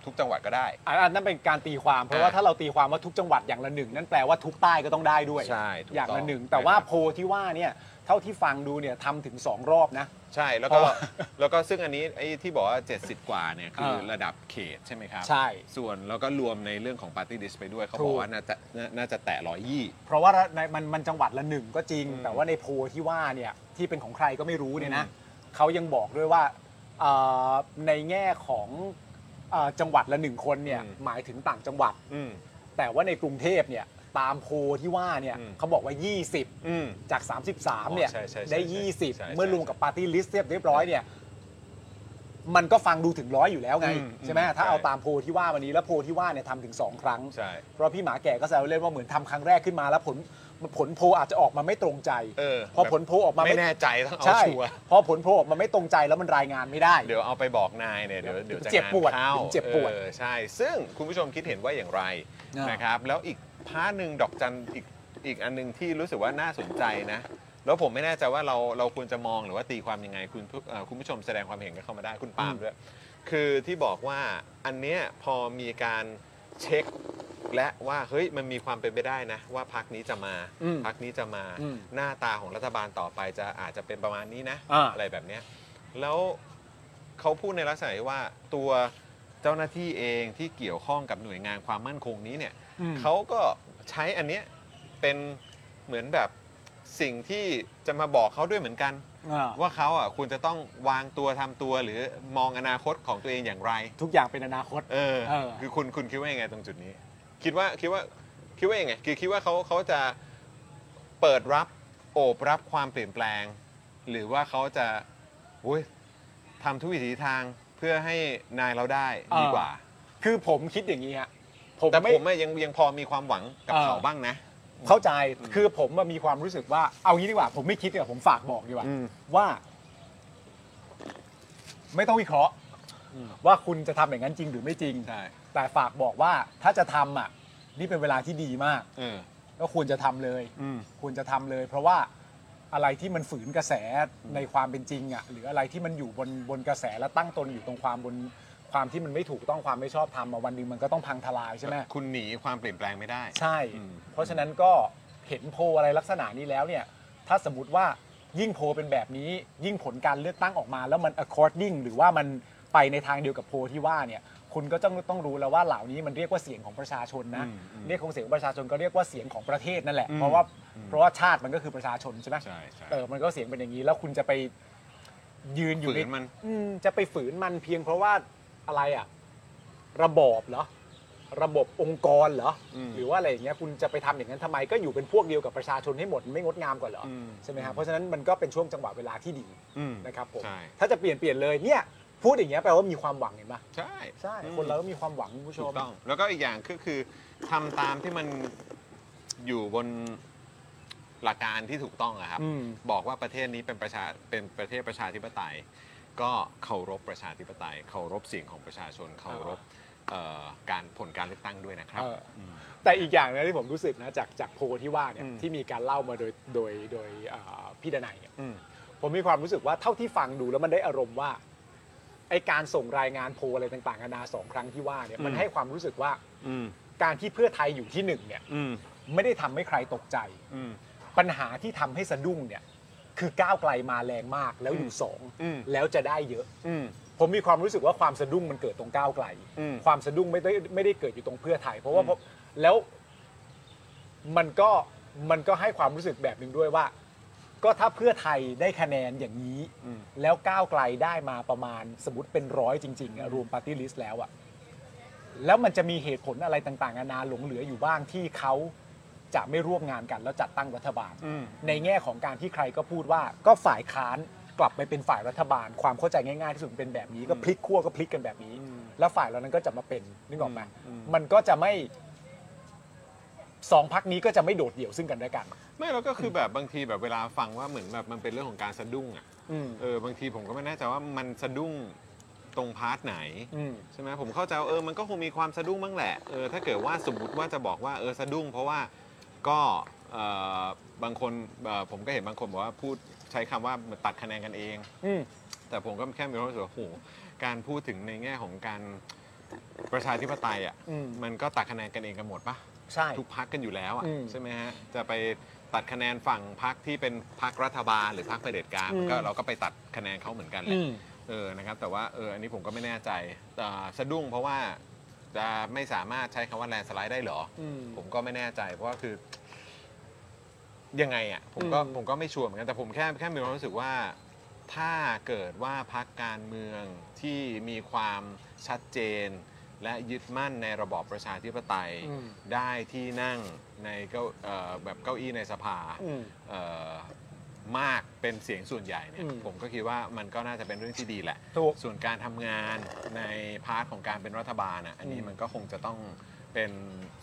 ทุกจังหวัดก็ได้
อะอันนั้นเป็นการตีความเพราะ
อ่า
ว่าถ้าเราตีความว่าทุกจังหวัดอย่างละหนึ่งนั่นแปลว่าทุกใต้ก็ต้องได้ด้วย
ใช่ถูกต้อง
อย่างละหนึ่งแต่ว่า
นะครับ
โพลที่ว่าเนี่ย
เท่าที่ฟังดูเนี่ยทำถึง 2 รอบนะ
ใช่แล้วก็
อ๋อ
แล้วก็ซึ่งอันนี้ไอ้ที่บอกว่า 70 กว่าเนี่ยคือ
เออ
ระดับเขตใช่ไหมครับ
ใช่
ส่วนแล้วก็รวมในเรื่องของปาร์ตี้ดิสไปด้วยเขา
ถู
บ
ก
อกว่าน่าจะน่าน่าจะแตะร้อยยี่
เพราะว่าในมันมันจังหวัดละหนึ่งก็จริง แต่ว่าในโพลที่ว่าเนี่ยที่เป็นของใครก็ไม่รู้เนี่ยนะเขายังบอกด้วยว่าเอ่อในแง่ของเอ่อจังหวัดละหนึ่งคนเนี่ยหมายถึงต่างจังหวัด แต่ว่าในกรุงเทพเนี่ยตามโพลที่ว่าเนี่ยเขาบอกว่า 20 จาก 33เนี่ย
อ๋อใช่ใช่ใช่
ได้
ใช่ใช่
20 เมื่อรวมกับปาร์ตี้ลิสต์เรียบร้อยเนี่ยมันก็ฟังดูถึงร้อยอยู่แล้วไง
อืม
ใช่ไหม
อืม
ถ้า
ใช่
เอาตามโพลที่ว่าวันนี้แล้วโพลที่ว่าเนี่ยทำถึงสองครั้ง
ใช่
เพราะพี่หมาแก่ก็แซวเล่นว่าเหมือนทำครั้งแรกขึ้นมาแล้วผลผลโพลอาจจะออกมาไม่ตรงใจ
เออ
พอผลโพลออกมา
ไม่แน่ใจต้องเอา
ใช่
ชัวร์
พอผลโพลออกมาไม่ตรงใจแล้วมันรายงานไม่ได้
เดี๋ยวเอาไปบอกนายเนี่ยเดี๋ยวเดี๋ยวจะ
เจ็บปวด
งานเข้า
เจ็บปวด
ออใช่ ซึ่งคุณผู้ชมคิดเห็นว่าอย่างไร
อ่าน
นะครับ แล้วอีกพาร์ทหนึ่งดอกจันอีกอีกอันหนึงที่รู้สึกว่าน่าสนใจนะ แล้วผมไม่แน่ใจว่าเราเราควรจะมองหรือว่าตีความยังไงคุณผู้เอ่อคุณผู้ชมแสดงความเห็นกันเข้ามาได้คุณปาล์มด้วยคือที่บอกว่าอันเนี้ยพอมีการเช็ค และว่าเฮ้ยมันมีความเป็นไปได้นะ ว่าพักนี้จะมา
อืม
พักนี้จะมา
อืม
หน้าตาของรัฐบาลต่อไปจะอาจจะเป็นประมาณนี้นะ
อ่า
ไรแบบเนี้ยแล้ว เขาพูดในลักษณะที่ว่าตัวเจ้าหน้าที่เองที่เกี่ยวข้องกับหน่วยงานความมั่นคงนี้เนี่ย
อืม
เขาก็ใช้อันเนี้ยเป็นเหมือนแบบสิ่งที่จะมาบอกเขาด้วยเหมือนกัน
อ่า
ว่าเขาอ่ะควรจะต้องวางตัวทำตัวหรือมองอนาคตของตัวเองอย่างไร
ทุกอย่างเป็นอนาคต
เออ
เออ
คือคุณคุณคิดว่ายังไงตรงจุดนี้ คิดว่าคิดว่าคิดว่ายังไงคือคิดว่าเขาเขาจะเปิดรับโอบรับความเปลี่ยนแปลง หรือว่าเขาจะอุยทำทุกวิถีทางเพื่อให้นายเราได้ดีกว่า
คือผมคิดอย่างนี้ฮะผม
แต่
ไม่
ผมอะยังยังพอมีความหวังกับ
เออ
เขาบ้างนะ
เข้าใจคือผมอะมีความรู้สึกว่า เอางี้ดีกว่า ผมไม่คิดดีกว่าผมฝากบอกดีกว่า
อืม
ว่า ไม่ต้องวิเคราะห์ว่าคุณจะทำอย่างนั้นจริงหรือไม่จริง
ใช่
แต่ฝากบอกว่าถ้าจะทำอ่ะ นี่เป็นเวลาที่ดีมาก
เออ
ก็ควรจะทำเลย ควรจะทำเลย เพราะว่าอะไรที่มันฝืนกระแสในความเป็นจริงอ่ะหรืออะไรที่มันอยู่บนบนกระแสและตั้งตนอยู่ตรงความบนความที่มันไม่ถูกต้องความไม่ชอบธรรมอะวันหนึ่งมันก็ต้องพังทลายใช่ไหม
คุณหนีความเปลี่ยนแปลงไม่ได้
ใช่
อืม
เพราะฉะนั้นก็เห็นโพลอะไรลักษณะนี้แล้วเนี่ย ถ้าสมมติว่ายิ่งโพลเป็นแบบนี้ ยิ่งผลการเลือกตั้งออกมา แล้วมัน according หรือว่ามันไปในทางเดียวกับโพลที่ว่าเนี่ยคุณก็ต้องต้องรู้แล้วว่าเหล่านี้มันเรียกว่าเสียงของประชาชนนะ เรียกของเสียงของประชาชนก็เรียกว่าเสียงของประเทศนั่นแหละ
อืม
เพราะว่า
อืม
เพราะว่าชาติมันก็คือประชาชนใช่ไหม
ใช่ใช่
เออมันก็เสียงเป็นอย่างนี้ แล้วคุณจะไปยืนอยู่
ฝื
ใน
นมัน
อืมจะไปฝืนมันเพียงเพราะว่าอะไรอ่ะ ระบอบเหรอระบบองค์กรเหรออ
ม
หรือว่าอะไรอย่างเงี้ยคุณจะไปทำอย่างนั้นทำไมก็อยู่เป็นพวกเดียวกับประชาชนให้หมดไม่งดงามกว่าเหรออ
ม
ใช่ไหมฮะเพราะฉะนั้นมันก็เป็นช่วงจังหวะเวลาที่ดี
อืม
นะครับผม
ใช่
ถ้าจะเปลี่ยนเปลี่ยนเลยเนี่ย พูดอย่างเงี้ยแปลว่ามีความหวังเห็นปะ
ใช่
ใช่
อืม
คนเราก็มีความหวังคุณผู้ช
ถู
ม
กต้องแล้วก็อีกอย่างก็คือทำตามที่มันอยู่บนหลักการที่ถูกต้องอะครับ
อืม
บอกว่าประเทศนี้เป็นประชาเป็นประเทศประชาธิปไตย ก็เคารพประชาธิปไตย เคารพเสียงของประชาชน เคารพเอ่อการผลการเลือกตั้งด้วยนะครับ
เอออแต่อีกอย่างนะที่ผมรู้สึกนะจากจากโพลที่ว่าเนี่ย
อืม
ที่มีการเล่ามาโดยโดยโดยเอ่อพี่ดนัยเนี่ย
อืม
ผมมีความรู้สึกว่าเท่าที่ฟังดูแล้วมันได้อารมณ์ว่าไอการส่งรายงานโพลอะไรต่างๆนานาสองครั้งที่ว่าเนี่ยมัน
อืม
ให้ความรู้สึกว่า
อืม
การที่เพื่อไทยอยู่ที่หนึ่งเนี่ย
อืม
ไม่ได้ทำให้ใครตกใจ
อืม
ปัญหาที่ทำให้สะดุ้งเนี่ยคือก้าวไกลมาแรงมากแล้วอยู่สอง
อืม
แล้วจะได้เยอะ
อืม
ผมมีความรู้สึกว่าความสะดุ้งมันเกิดตรงก้าวไกล
อืม
ความสะดุ้งไม่ได้ไม่ได้เกิดอยู่ตรงเพื่อไทย เพราะว่า
อืม
พอแล้วมันก็มันก็ให้ความรู้สึกแบบหนึ่งด้วยว่า ก็ถ้าเพื่อไทยได้คะแนนอย่างนี้
อืม
แล้วก้าวไกลได้มาประมาณสมมติเป็นร้อยจริงๆอะรวมปาร์ตี้ลิสต์แล้วอะแล้วมันจะมีเหตุผลอะไรต่างๆนานาหลงเหลืออยู่บ้างที่เขาจะไม่ร่วมงานกันแล้วจัดตั้งรัฐบาล
อืม
ในแง่ของการที่ใครก็พูดว่าก็ฝ่ายค้านกลับไปเป็นฝ่ายรัฐบาล ความเข้าใจง่ายๆที่สุดเป็นแบบนี้ก็พลิกขั้วก็พลิกกันแบบนี้ แล้วฝ่ายเรานั้นก็จะมาเป็นนึกออกไหมมันก็จะไม่สองพักนี้ก็จะไม่โดดเดี่ยวซึ่งกันและกัน
ไม่แล้วก็คือแบบบางทีแบบเวลาฟังว่าเหมือนแบบมันเป็นเรื่องของการสะดุ้งอ่ะ
อืม
เออบางทีผมก็ไม่แน่ใจว่ามันสะดุ้งตรงพาร์ทไหน
อืม
ใช่ไหมผมเข้าใจว่าเออมันก็คงมีความสะดุ้งบ้างแหละเออถ้าเกิดว่าสมมติว่าจะบอกว่าเออสะดุ้ง เพราะว่าก็เอ่อบางคนเอ่อผมก็เห็นบางคนบอกว่าพูดใช้คำว่าตัดคะแนนกันเอง
อืม
แต่ผมก็แค่มีความรู้สึกว่าโหการพูดถึงในแง่ของการประชาธิปไตยอ่ะ
อืม
มันก็ตัดคะแนนกันเองกันหมดปะ
ใช่
ทุกพักกันอยู่แล้วอ่ะ
อืม
ใช่ไหมฮะจะไป ตัดคะแนนฝั่งพักที่เป็นพักรัฐบาลหรือพักเผด็จการมันก็
อืม
เราก็ไปตัดคะแนนเขาเหมือนกันแห
อื
ละ
ม
เออนะครับแต่ว่าเอออันนี้ผมก็ไม่แน่ใจแต่สะดุ้งเพราะว่าจะไม่สามารถใช้คำว่าแลนสไลด์ได้เหรอ ผมก็ไม่แน่ใจเพราะว่าคือ ยังไงอ่ะผมก็
อืม
ผมก็ไม่ชัวร์เหมือนกันแต่ผมแค่แค่มีความรู้สึกว่า ถ้าเกิดว่าพักการเมืองที่มีความชัดเจน และยึดมั่นในระบอบประชาธิปไตย
อืม
ได้ที่นั่งในเก้าเอ่อแบบเก้าอี้ในสภา
อืม
เอ่อมากเป็นเสียงส่วนใหญ่เนี่ย
อืม
ผมก็คิดว่ามันก็น่าจะเป็นเรื่องที่ดีแหละ
ถูก
ส่วนการทำงานในพาร์ทของการเป็นรัฐบาลอ่ะอันนี้
อืม
มันก็คงจะต้องเป็น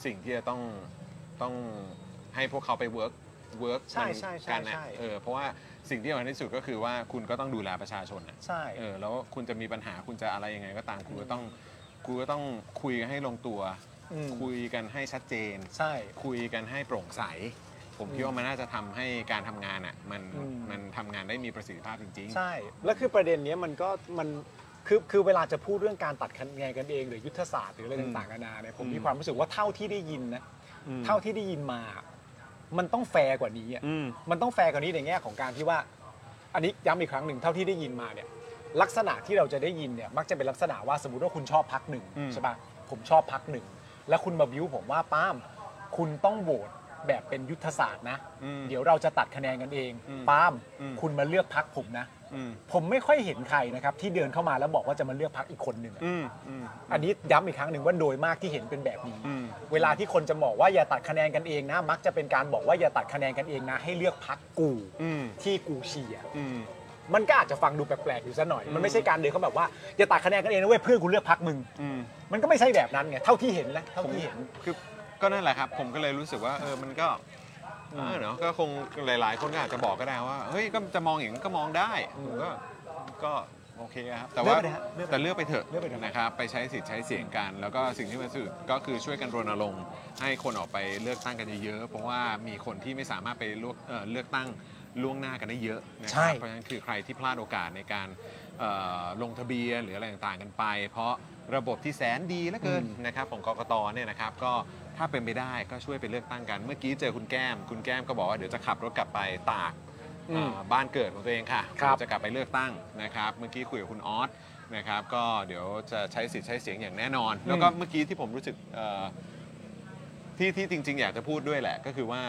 สิ่งที่จะต้องต้องให้พวกเขาไปเวิร์กเวิร์ก
ใช่ใช่ใช่
กันนะ
ใช่
เออเพราะว่าสิ่งที่สำคัญที่สุดก็คือว่าคุณก็ต้องดูแลประชาชนอ่ะ
ใช่
เออแล้วคุณจะมีปัญหาคุณจะอะไรยังไงก็ตามคุณก็ต้องคุณก็ต้องคุยกันให้ลงตัว
อืม
คุยกันให้ชัดเจน
ใช่
คุยกันให้โปร่งใส ผมคิด
อืม
ว่ามันน่าจะทำให้การทำงานอ่ะมัน
อืม
มันทำงานได้มีประสิทธิภาพจริง ๆ
ใช่ แล้วคือประเด็นเนี้ยมันก็มันคือคือเวลาจะพูดเรื่องการตัดคะแนนกันเอง หรือยุทธศาสตร์หรืออะไร
อืม
ต่างๆนานาเนี่ยผม
อืม
มีความรู้สึกว่าเท่าที่ได้ยินนะเท่าที่ได้ยินมา มันต้องแฟร์กว่านี้อ่ะ
อืม
มันต้องแฟร์กว่านี้ในแง่ของการที่ว่า อันนี้ย้ำอีกครั้งหนึ่งเท่าที่ได้ยินมาเนี่ยลักษณะที่เราจะได้ยินเนี่ยมักจะเป็นลักษณะว่าสมมติว่าคุณชอบพักหนึ่ง
อืม
ใช่ปะผมชอบพักหนึ่งแล้วคุณมาบิ้วผมว่าป้ามคุณต้องโหวตแบบเป็นยุทธศาสตร์นะ
อืม
เดี๋ยวเราจะตัดคะแนนกันเอง
อืม
ป้าม
อืม
คุณมาเลือกพักผมนะ
อืม
ผมไม่ค่อยเห็นใครนะครับที่เดินเข้ามาแล้วบอกว่าจะมาเลือกพักอีกคนหนึ่งอะ
อืมอืม
อันนี้ย้ำอีกครั้งหนึ่งว่าโดยมากที่เห็นเป็นแบบนี้
อืม
เวลาที่คนจะบอกว่าอย่าตัดคะแนนกันเองนะ มักจะเป็นการบอกว่าอย่าตัดคะแนนกันเองนะ ให้เลือกพักกู
อืม
ที่กูเชียร์
อืม
มันก็อาจจะฟังดูแปลกๆอยู่ซะหน่อย
อืม
มันไม่ใช่การเดินเขาแบบว่าอย่าตัดคะแนนกันเองนะเว้ยเพื่อนกูเลือกพักมึง
อืม
มันก็ไม่ใช่แบบนั้นไงเท่าที่เห็นนะเท่าที่เห็น
คือก็นั่นแหละครับ ผมก็เลยรู้สึกว่าเออมันก็
อืม
เออเนาะก็คงหลาย ๆ คนก็อาจจะบอกก็ได้ว่าเฮ้ยก็จะมองอย่างนั้นก็มองได้ผมก็ก็โอเคครับแต่ว่า
เลือกไปเถอะฮะเลือกไป
แต่เลือกไปเถอะ
เลือกไปเถอะ
นะครับไปใช้สิทธิ์ใช้เสียงกัน แล้วก็สิ่งที่มันสุดก็คือช่วยกันรณรงค์ให้คนออกไปเลือกตั้งกันเยอะๆเพราะว่ามีคนที่ไม่สามารถไปเลือกเอ่อเลือกตั้งล่วงหน้ากันได้เยอะนะครัเพราะฉะนั้นคือใครที่พลาดโอกาสในการ เอ่อลงทะเบียนหรืออะไรต่างๆกันไป เพราะระบบที่แสนดีเหลือเกินนะครับของกกตเนี่ยนะครับก็ถ้าเป็นไปได้ก็ช่วยไปเลือกตั้งกัน เมื่อกี้เจอคุณแก้ม คุณแก้มก็บอกว่าเดี๋ยวจะขับรถกลับไปตาก
อืม
อ่าบ้านเกิดของตัวเองค่ะ
ครับ
จะกลับไปเลือกตั้งนะครับ เมื่อกี้คุยกับคุณออสนะครับก็เดี๋ยวจะใช้สิทธิ์ใช้เสียงอย่างแน่นอน แล้วก็เมื่อกี้ที่ผมรู้สึกเอ่อที่ที่จริง ๆ อยากจะพูดด้วยแหละก็คือว่า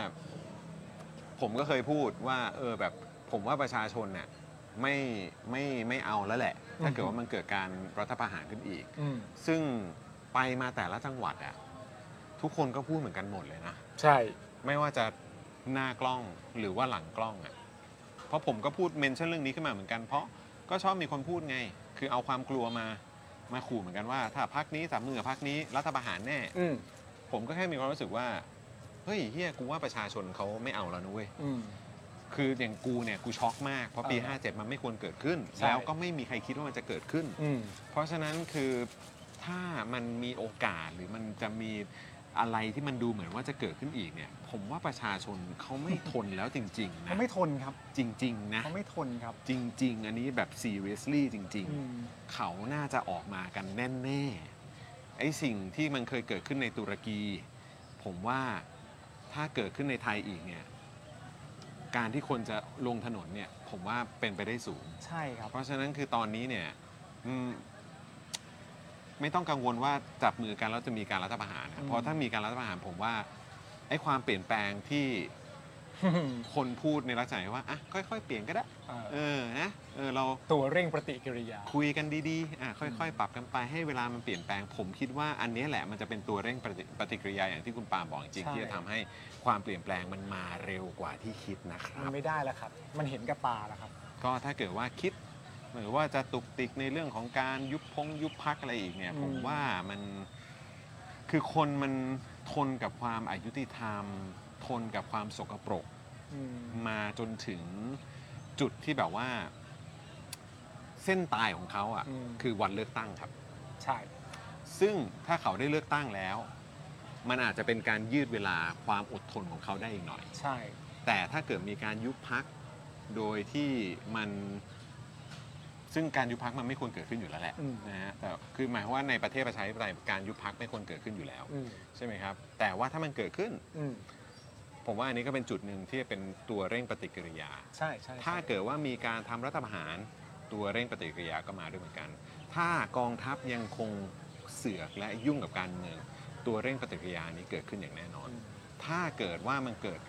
ผมก็เคยพูดว่าเออแบบผมว่าประชาชนเนี่ยไม่ไม่ไม่เอาแล้วแหละ ถ้าเกิด
อือฮึ
ว่ามันเกิดการรัฐประหารขึ้นอีก
อืม
ซึ่งไปมาแต่ละจังหวัดอะทุกคนก็พูดเหมือนกันหมดเลยนะ
ใช่
ไม่ว่าจะหน้ากล้องหรือว่าหลังกล้องอะเพราะผมก็พูดเมนชั่นเรื่องนี้ขึ้นมาเหมือนกันเพราะก็ชอบมีคนพูดไง คือเอาความกลัวมามาขู่เหมือนกันว่า ถ้าพักนี้สามมือกับพักนี้รัฐประหารแน่
อืม
ผมก็แค่มีความรู้สึกว่าเฮ้ยเฮียกูว่าประชาชนเขาไม่เอาแล้วนะเว้ย
อืม
คืออย่างกูเนี่ยกูช็อกมากเพราะปี
อ่า
57 มันไม่ควรเกิดขึ้น
ใช่
แล้วก็ไม่มีใครคิดว่ามันจะเกิดขึ้น
อืม
เพราะฉะนั้นคือถ้ามันมีโอกาสหรือมันจะมีอะไรที่มันดูเหมือนว่าจะเกิดขึ้นอีกเนี่ย ผมว่าประชาชนเขาไม่ทนแล้วจริง ๆ นะ
เขาไม่ทนครับ
จริง ๆ นะ
เขาไม่ทนครับ
จริง ๆ อันนี้แบบ seriously จริง
อื
ๆ
ม
เขาน่าจะออกมากันแน่ๆ ไอ้สิ่งที่มันเคยเกิดขึ้นในตุรกี ผมว่าถ้าเกิดขึ้นในไทยอีกเนี่ย การที่คนจะลงถนนเนี่ย ผมว่าเป็นไปได้สูง
ใช่ครับ
เพราะฉะนั้นคือตอนนี้เนี่ยอืมไม่ต้องกังวลว่าจับมือกันแล้วจะมีการรัฐประหารนะเพ
อื
ราะ
ม
ถ้ามีการรัฐประหารผมว่าไอ้ความเปลี่ยนแปลงที่คนพูดในลักษณะที่ว่าอ่ะค่อยๆ เปลี่ยนก็ได้
เออ
เออนะเออเรา
ตัวเร่งปฏิกิริยา
คุยกันดีๆ อ่ะค่อยๆ ปรับกันไปให้เวลามันเปลี่ยนแปลง ผมคิดว่าอันเนี้ยแหละมันจะเป็นตัวเร่งปฏิปฏิกิริยาอย่างที่คุณปาล์มบอกจริง
ใช่
ๆที่จะทำให้ความเปลี่ยนแปลงมันมาเร็วกว่าที่คิดนะค
มั
รั
น
บ
ไม่ได้แล้วครับ มันเห็นกับตาแล้วครับ
ก็ถ้าเกิดว่าคิดหรือว่าจะตุกติกในเรื่องของการยุบพงยุบพักอะไรอีกเนี่ย
อืม
ผมว่ามันคือคนมันทนกับความอายุติธรรม ทนกับความสกปรก
อืม
มาจนถึงจุดที่แบบว่า เส้นตายของเขาอ่ะ
อืม
คือวันเลือกตั้งครับ
ใช่
ซึ่งถ้าเขาได้เลือกตั้งแล้ว มันอาจจะเป็นการยืดเวลาความอดทนของเขาได้อีกหน่อย
ใช่
แต่ถ้าเกิดมีการยุบพักโดยที่มัน ซึ่งการยุบพักมันไม่ควรเกิดขึ้นอยู่แล้วแหละ
อืม
นะฮะแต่คือหมายความว่าในประเทศประชาธิปไตยการยุบพักไม่ควรเกิดขึ้นอยู่แล้ว
อืม
ใช่ไหมครับ แต่ว่าถ้ามันเกิดขึ้น
อืม
ผมว่าอันนี้ก็เป็นจุดหนึ่งที่เป็นตัวเร่งปฏิกิริยา
ใช่ใช่
ถ้าเกิดว่ามีการทำรัฐประหารตัวเร่งปฏิกิริยาก็มาด้วยเหมือนกัน ถ้ากองทัพยังคงเสือกและยุ่งกับการเมือง ตัวเร่งปฏิกิริยานี้เกิดขึ้นอย่างแน่นอน ถ้าเกิดว่ามันเกิด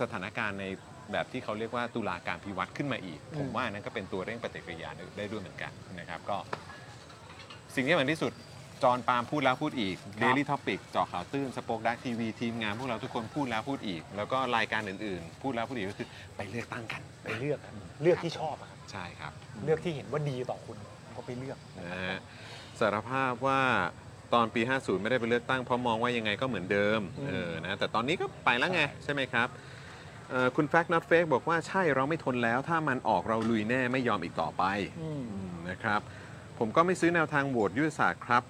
สถานการณ์ในแบบที่เขาเรียกว่าตุลาการพิวัตรขึ้นมาอีก
อืม
ผมว่านั้นก็เป็นตัวเร่งปฏิกิริยาได้ด้วยเหมือนกันนะครับก็ สิ่งที่สำคัญที่สุด จอห์นปาล์มพูดแล้วพูดอีก Daily Topic เจาะข่าวตื้นสปอคดักทีวี ทีมงานพวกเราทุกคนพูดแล้วพูดอีก แล้วก็รายการอื่นๆ พูดแล้วพูดอีกก็คือไปเลือกตั้งกัน
ไปเลือกครับเลือกที่ชอบอะครับ
ใช่ครับ
เลือกที่เห็นว่าดีต่อคุณก็ไปเลือก
นะฮะสารภาพว่าตอนปี 50 ไม่ได้ไปเลือกตั้งเพราะมองว่ายังไงก็เหมือนเดิม
อืม
เออนะแต่ตอนนี้ก็ไปแล้วไง ใช่ไหมครับเอ่อคุณ Fact Not Fake บอกว่าใช่เราไม่ทนแล้ว ถ้ามันออกเราลุยแน่ไม่ยอมอีกต่อไป
อืม
อืมนะครับผมก็ไม่ซื้อแนวทางโหวตยุทธศาสตร์ครับ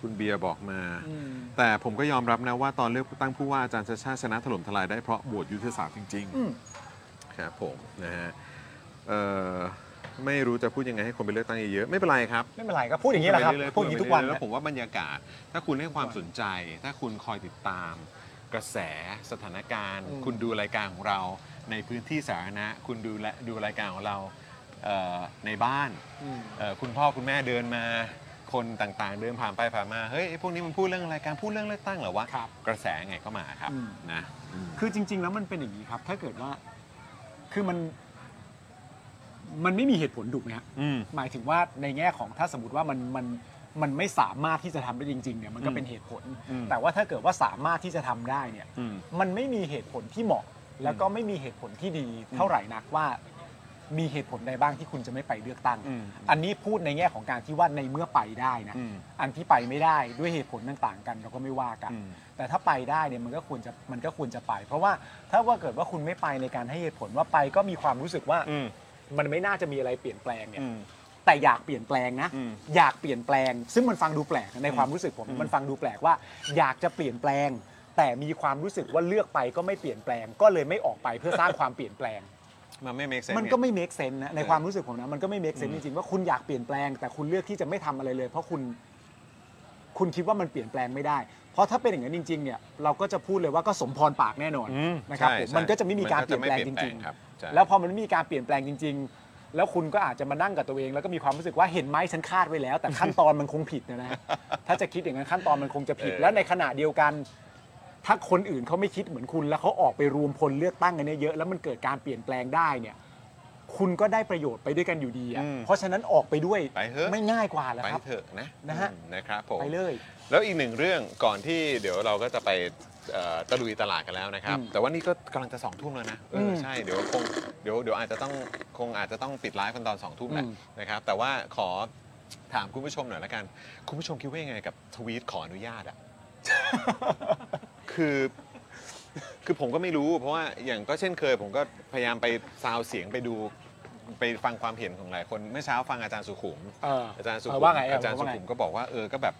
คุณเบียร์บอกมา
อืม
แต่ผมก็ยอมรับนะว่าตอนเลือกตั้งผู้ว่าอาจารย์ชาติชาติชนะถล่มทลายได้เพราะโหวตยุทธศาสตร์จริง
อืม
ๆครับผมนะฮะเอ่อไม่รู้จะพูดยังไงให้คนไปเลือกตั้งเยอะๆไม่เป็นไรครับ
ไม่เป็นไรก็พูดอย่างนี้แหละครับ
ไปเอยๆ
พูดอย่างนี้ทุกวัน
ไปเรื่อย
นะ
ๆแล้วผมว่าบรรยากาศ ถ้าคุณให้ความสนใจ ถ้าคุณคอยติดตาม กระแสสถานการณ์
อืม
คุณดูรายการของเรา ในพื้นที่สาธารณะคุณดูและดูรายการของเราเอ่อในบ้าน
อืม
เอ่อคุณพ่อคุณแม่เดินมาคนต่างๆ เดินผ่านไปผ่านมาเฮ้ยไอ้พวกนี้มันพูดเรื่องอะไรการพูดเรื่องเลือกตั้งเหรอวะ
ครับ
กระแสไงก็มาครับ
อืม
นะอืม
คือจริง ๆ แล้วมันเป็นอย่างนี้ครับ ถ้าเกิดว่า คือมัน มันไม่มีเหตุผลถูกไหมฮะ
อืม
หมายถึงว่าในแง่ของถ้าสมมติว่ามันมันมันไม่สามารถที่จะทำได้จริง ๆ เนี่ยมันก็
อืม
เป็นเหตุผล
อืม
แต่ว่าถ้าเกิดว่าสามารถที่จะทำได้เนี่ย
อืม
มันไม่มีเหตุผลที่เหมาะ แล้วก็ไม่มีเหตุผลที่ดีเท่าไหร่นักว่า มีเหตุผลใดบ้างที่คุณจะไม่ไปเลือกตั้ง
อืม
อันนี้พูดในแง่ของการที่ว่าในเมื่อไปได้นะ
อืม
อันที่ไปไม่ได้ด้วยเหตุผลต่างๆกัน เราก็ไม่ว่ากัน
อืม
แต่ถ้าไปได้เนี่ยมันก็ควรจะมันก็ควรจะไป เพราะว่าถ้าว่าเกิดว่าคุณไม่ไปในการให้เหตุผลว่าไปก็มีความรู้สึกว่า
อืม
มันไม่น่าจะมีอะไรเปลี่ยนแปลงเนี่ย
อืม
แต่อยากเปลี่ยนแปลงนะ
อืม
อยากเปลี่ยนแปลง ซึ่งมันฟังดูแปลกในความรู้สึกผม
อืม
มันฟังดูแปลกว่า อยากจะเปลี่ยนแปลง แต่มีความรู้สึกว่าเลือกไปก็ไม่เปลี่ยนแปลง ก็เลยไม่ออกไปเพื่อสร้างความเปลี่ยนแปลง
มันไม่ make sense
มันก็
ไง
ไม่ make sense นะในความรู้สึกผมนะมันก็ไม่ make sense
อื
จ
ม
ริงๆว่าคุณอยากเปลี่ยนแปลง แต่คุณเลือกที่จะไม่ทำอะไรเลย เพราะคุณคุณคิดว่ามันเปลี่ยนแปลงไม่ได้ เพราะถ้าเป็นอย่างนั้นจริง ๆ เนี่ยเราก็จะพูดเลยว่าก็สมพรปากแน่นอน
อืม
นะครับ
ใช่
ผม
ใช่
มันก็จะไม่มีการเปลี่ยนแปลงจริง
ครับใช่
ๆ แล้วพอมันไม่มีการเปลี่ยนแปลงจริง ๆ แล้วคุณก็อาจจะมานั่งกับตัวเอง แล้วก็มีความรู้สึกว่าเห็นไหมฉันคาดไว้แล้ว แต่ขั้นตอนมันคงผิด นะนะ ถ้าจะคิดอย่างนั้นขั้นตอนมันคงจะผิด แล้วในขณะเดียวกัน ถ้าคนอื่นเขาไม่คิดเหมือนคุณ แล้วเขาออกไปรวมพลเลือกตั้งกันเนี่ยเยอะแล้วมันเกิดการเปลี่ยนแปลงได้เนี่ย คุณก็ได้ประโยชน์ไปด้วยกันอยู่ดีอะ
อืม
เพราะฉะนั้นออกไปด้วย
ไปเถอะ
ไม่ง่ายกว่าแล้ว
ไป
ครับ
เถอะนะ
นะฮะ
อืมนะครับผม
ไปเลย
แล้วอีกหนึ่งเรื่องก่อนที่เดี๋ยวเราก็จะไปเอ่อตะลุยตลาดกันแล้วนะครับ
อืม
แต่ว่านี่ก็กำลังจะสองทุ่มแล้วนะเออ
ม
ใช่เดี๋ยวคงเดี๋ยวเดี๋ยวอาจจะต้องคงอาจจะต้องปิดไลฟ์กันตอนสองทุ่มแหละ
อืม
นะครับ แต่ว่าขอถามคุณผู้ชมหน่อยละกัน คุณผู้ชมคิดว่ายังไงกับทวีตขออนุญา ตอ่ะ คือ คือผมก็ไม่รู้ เพราะว่าอย่างก็เช่นเคย ผมก็พยายามไปซาวเสียงไปดูไปฟังความเห็นของหลายคนเมื่อเช้าฟังอาจารย์สุขุม
เออ
อาจารย์สุ
เอ
ขุม
อว่าไงเ
อาจารย์สุขุมก็บอกว่าเออก็แบบ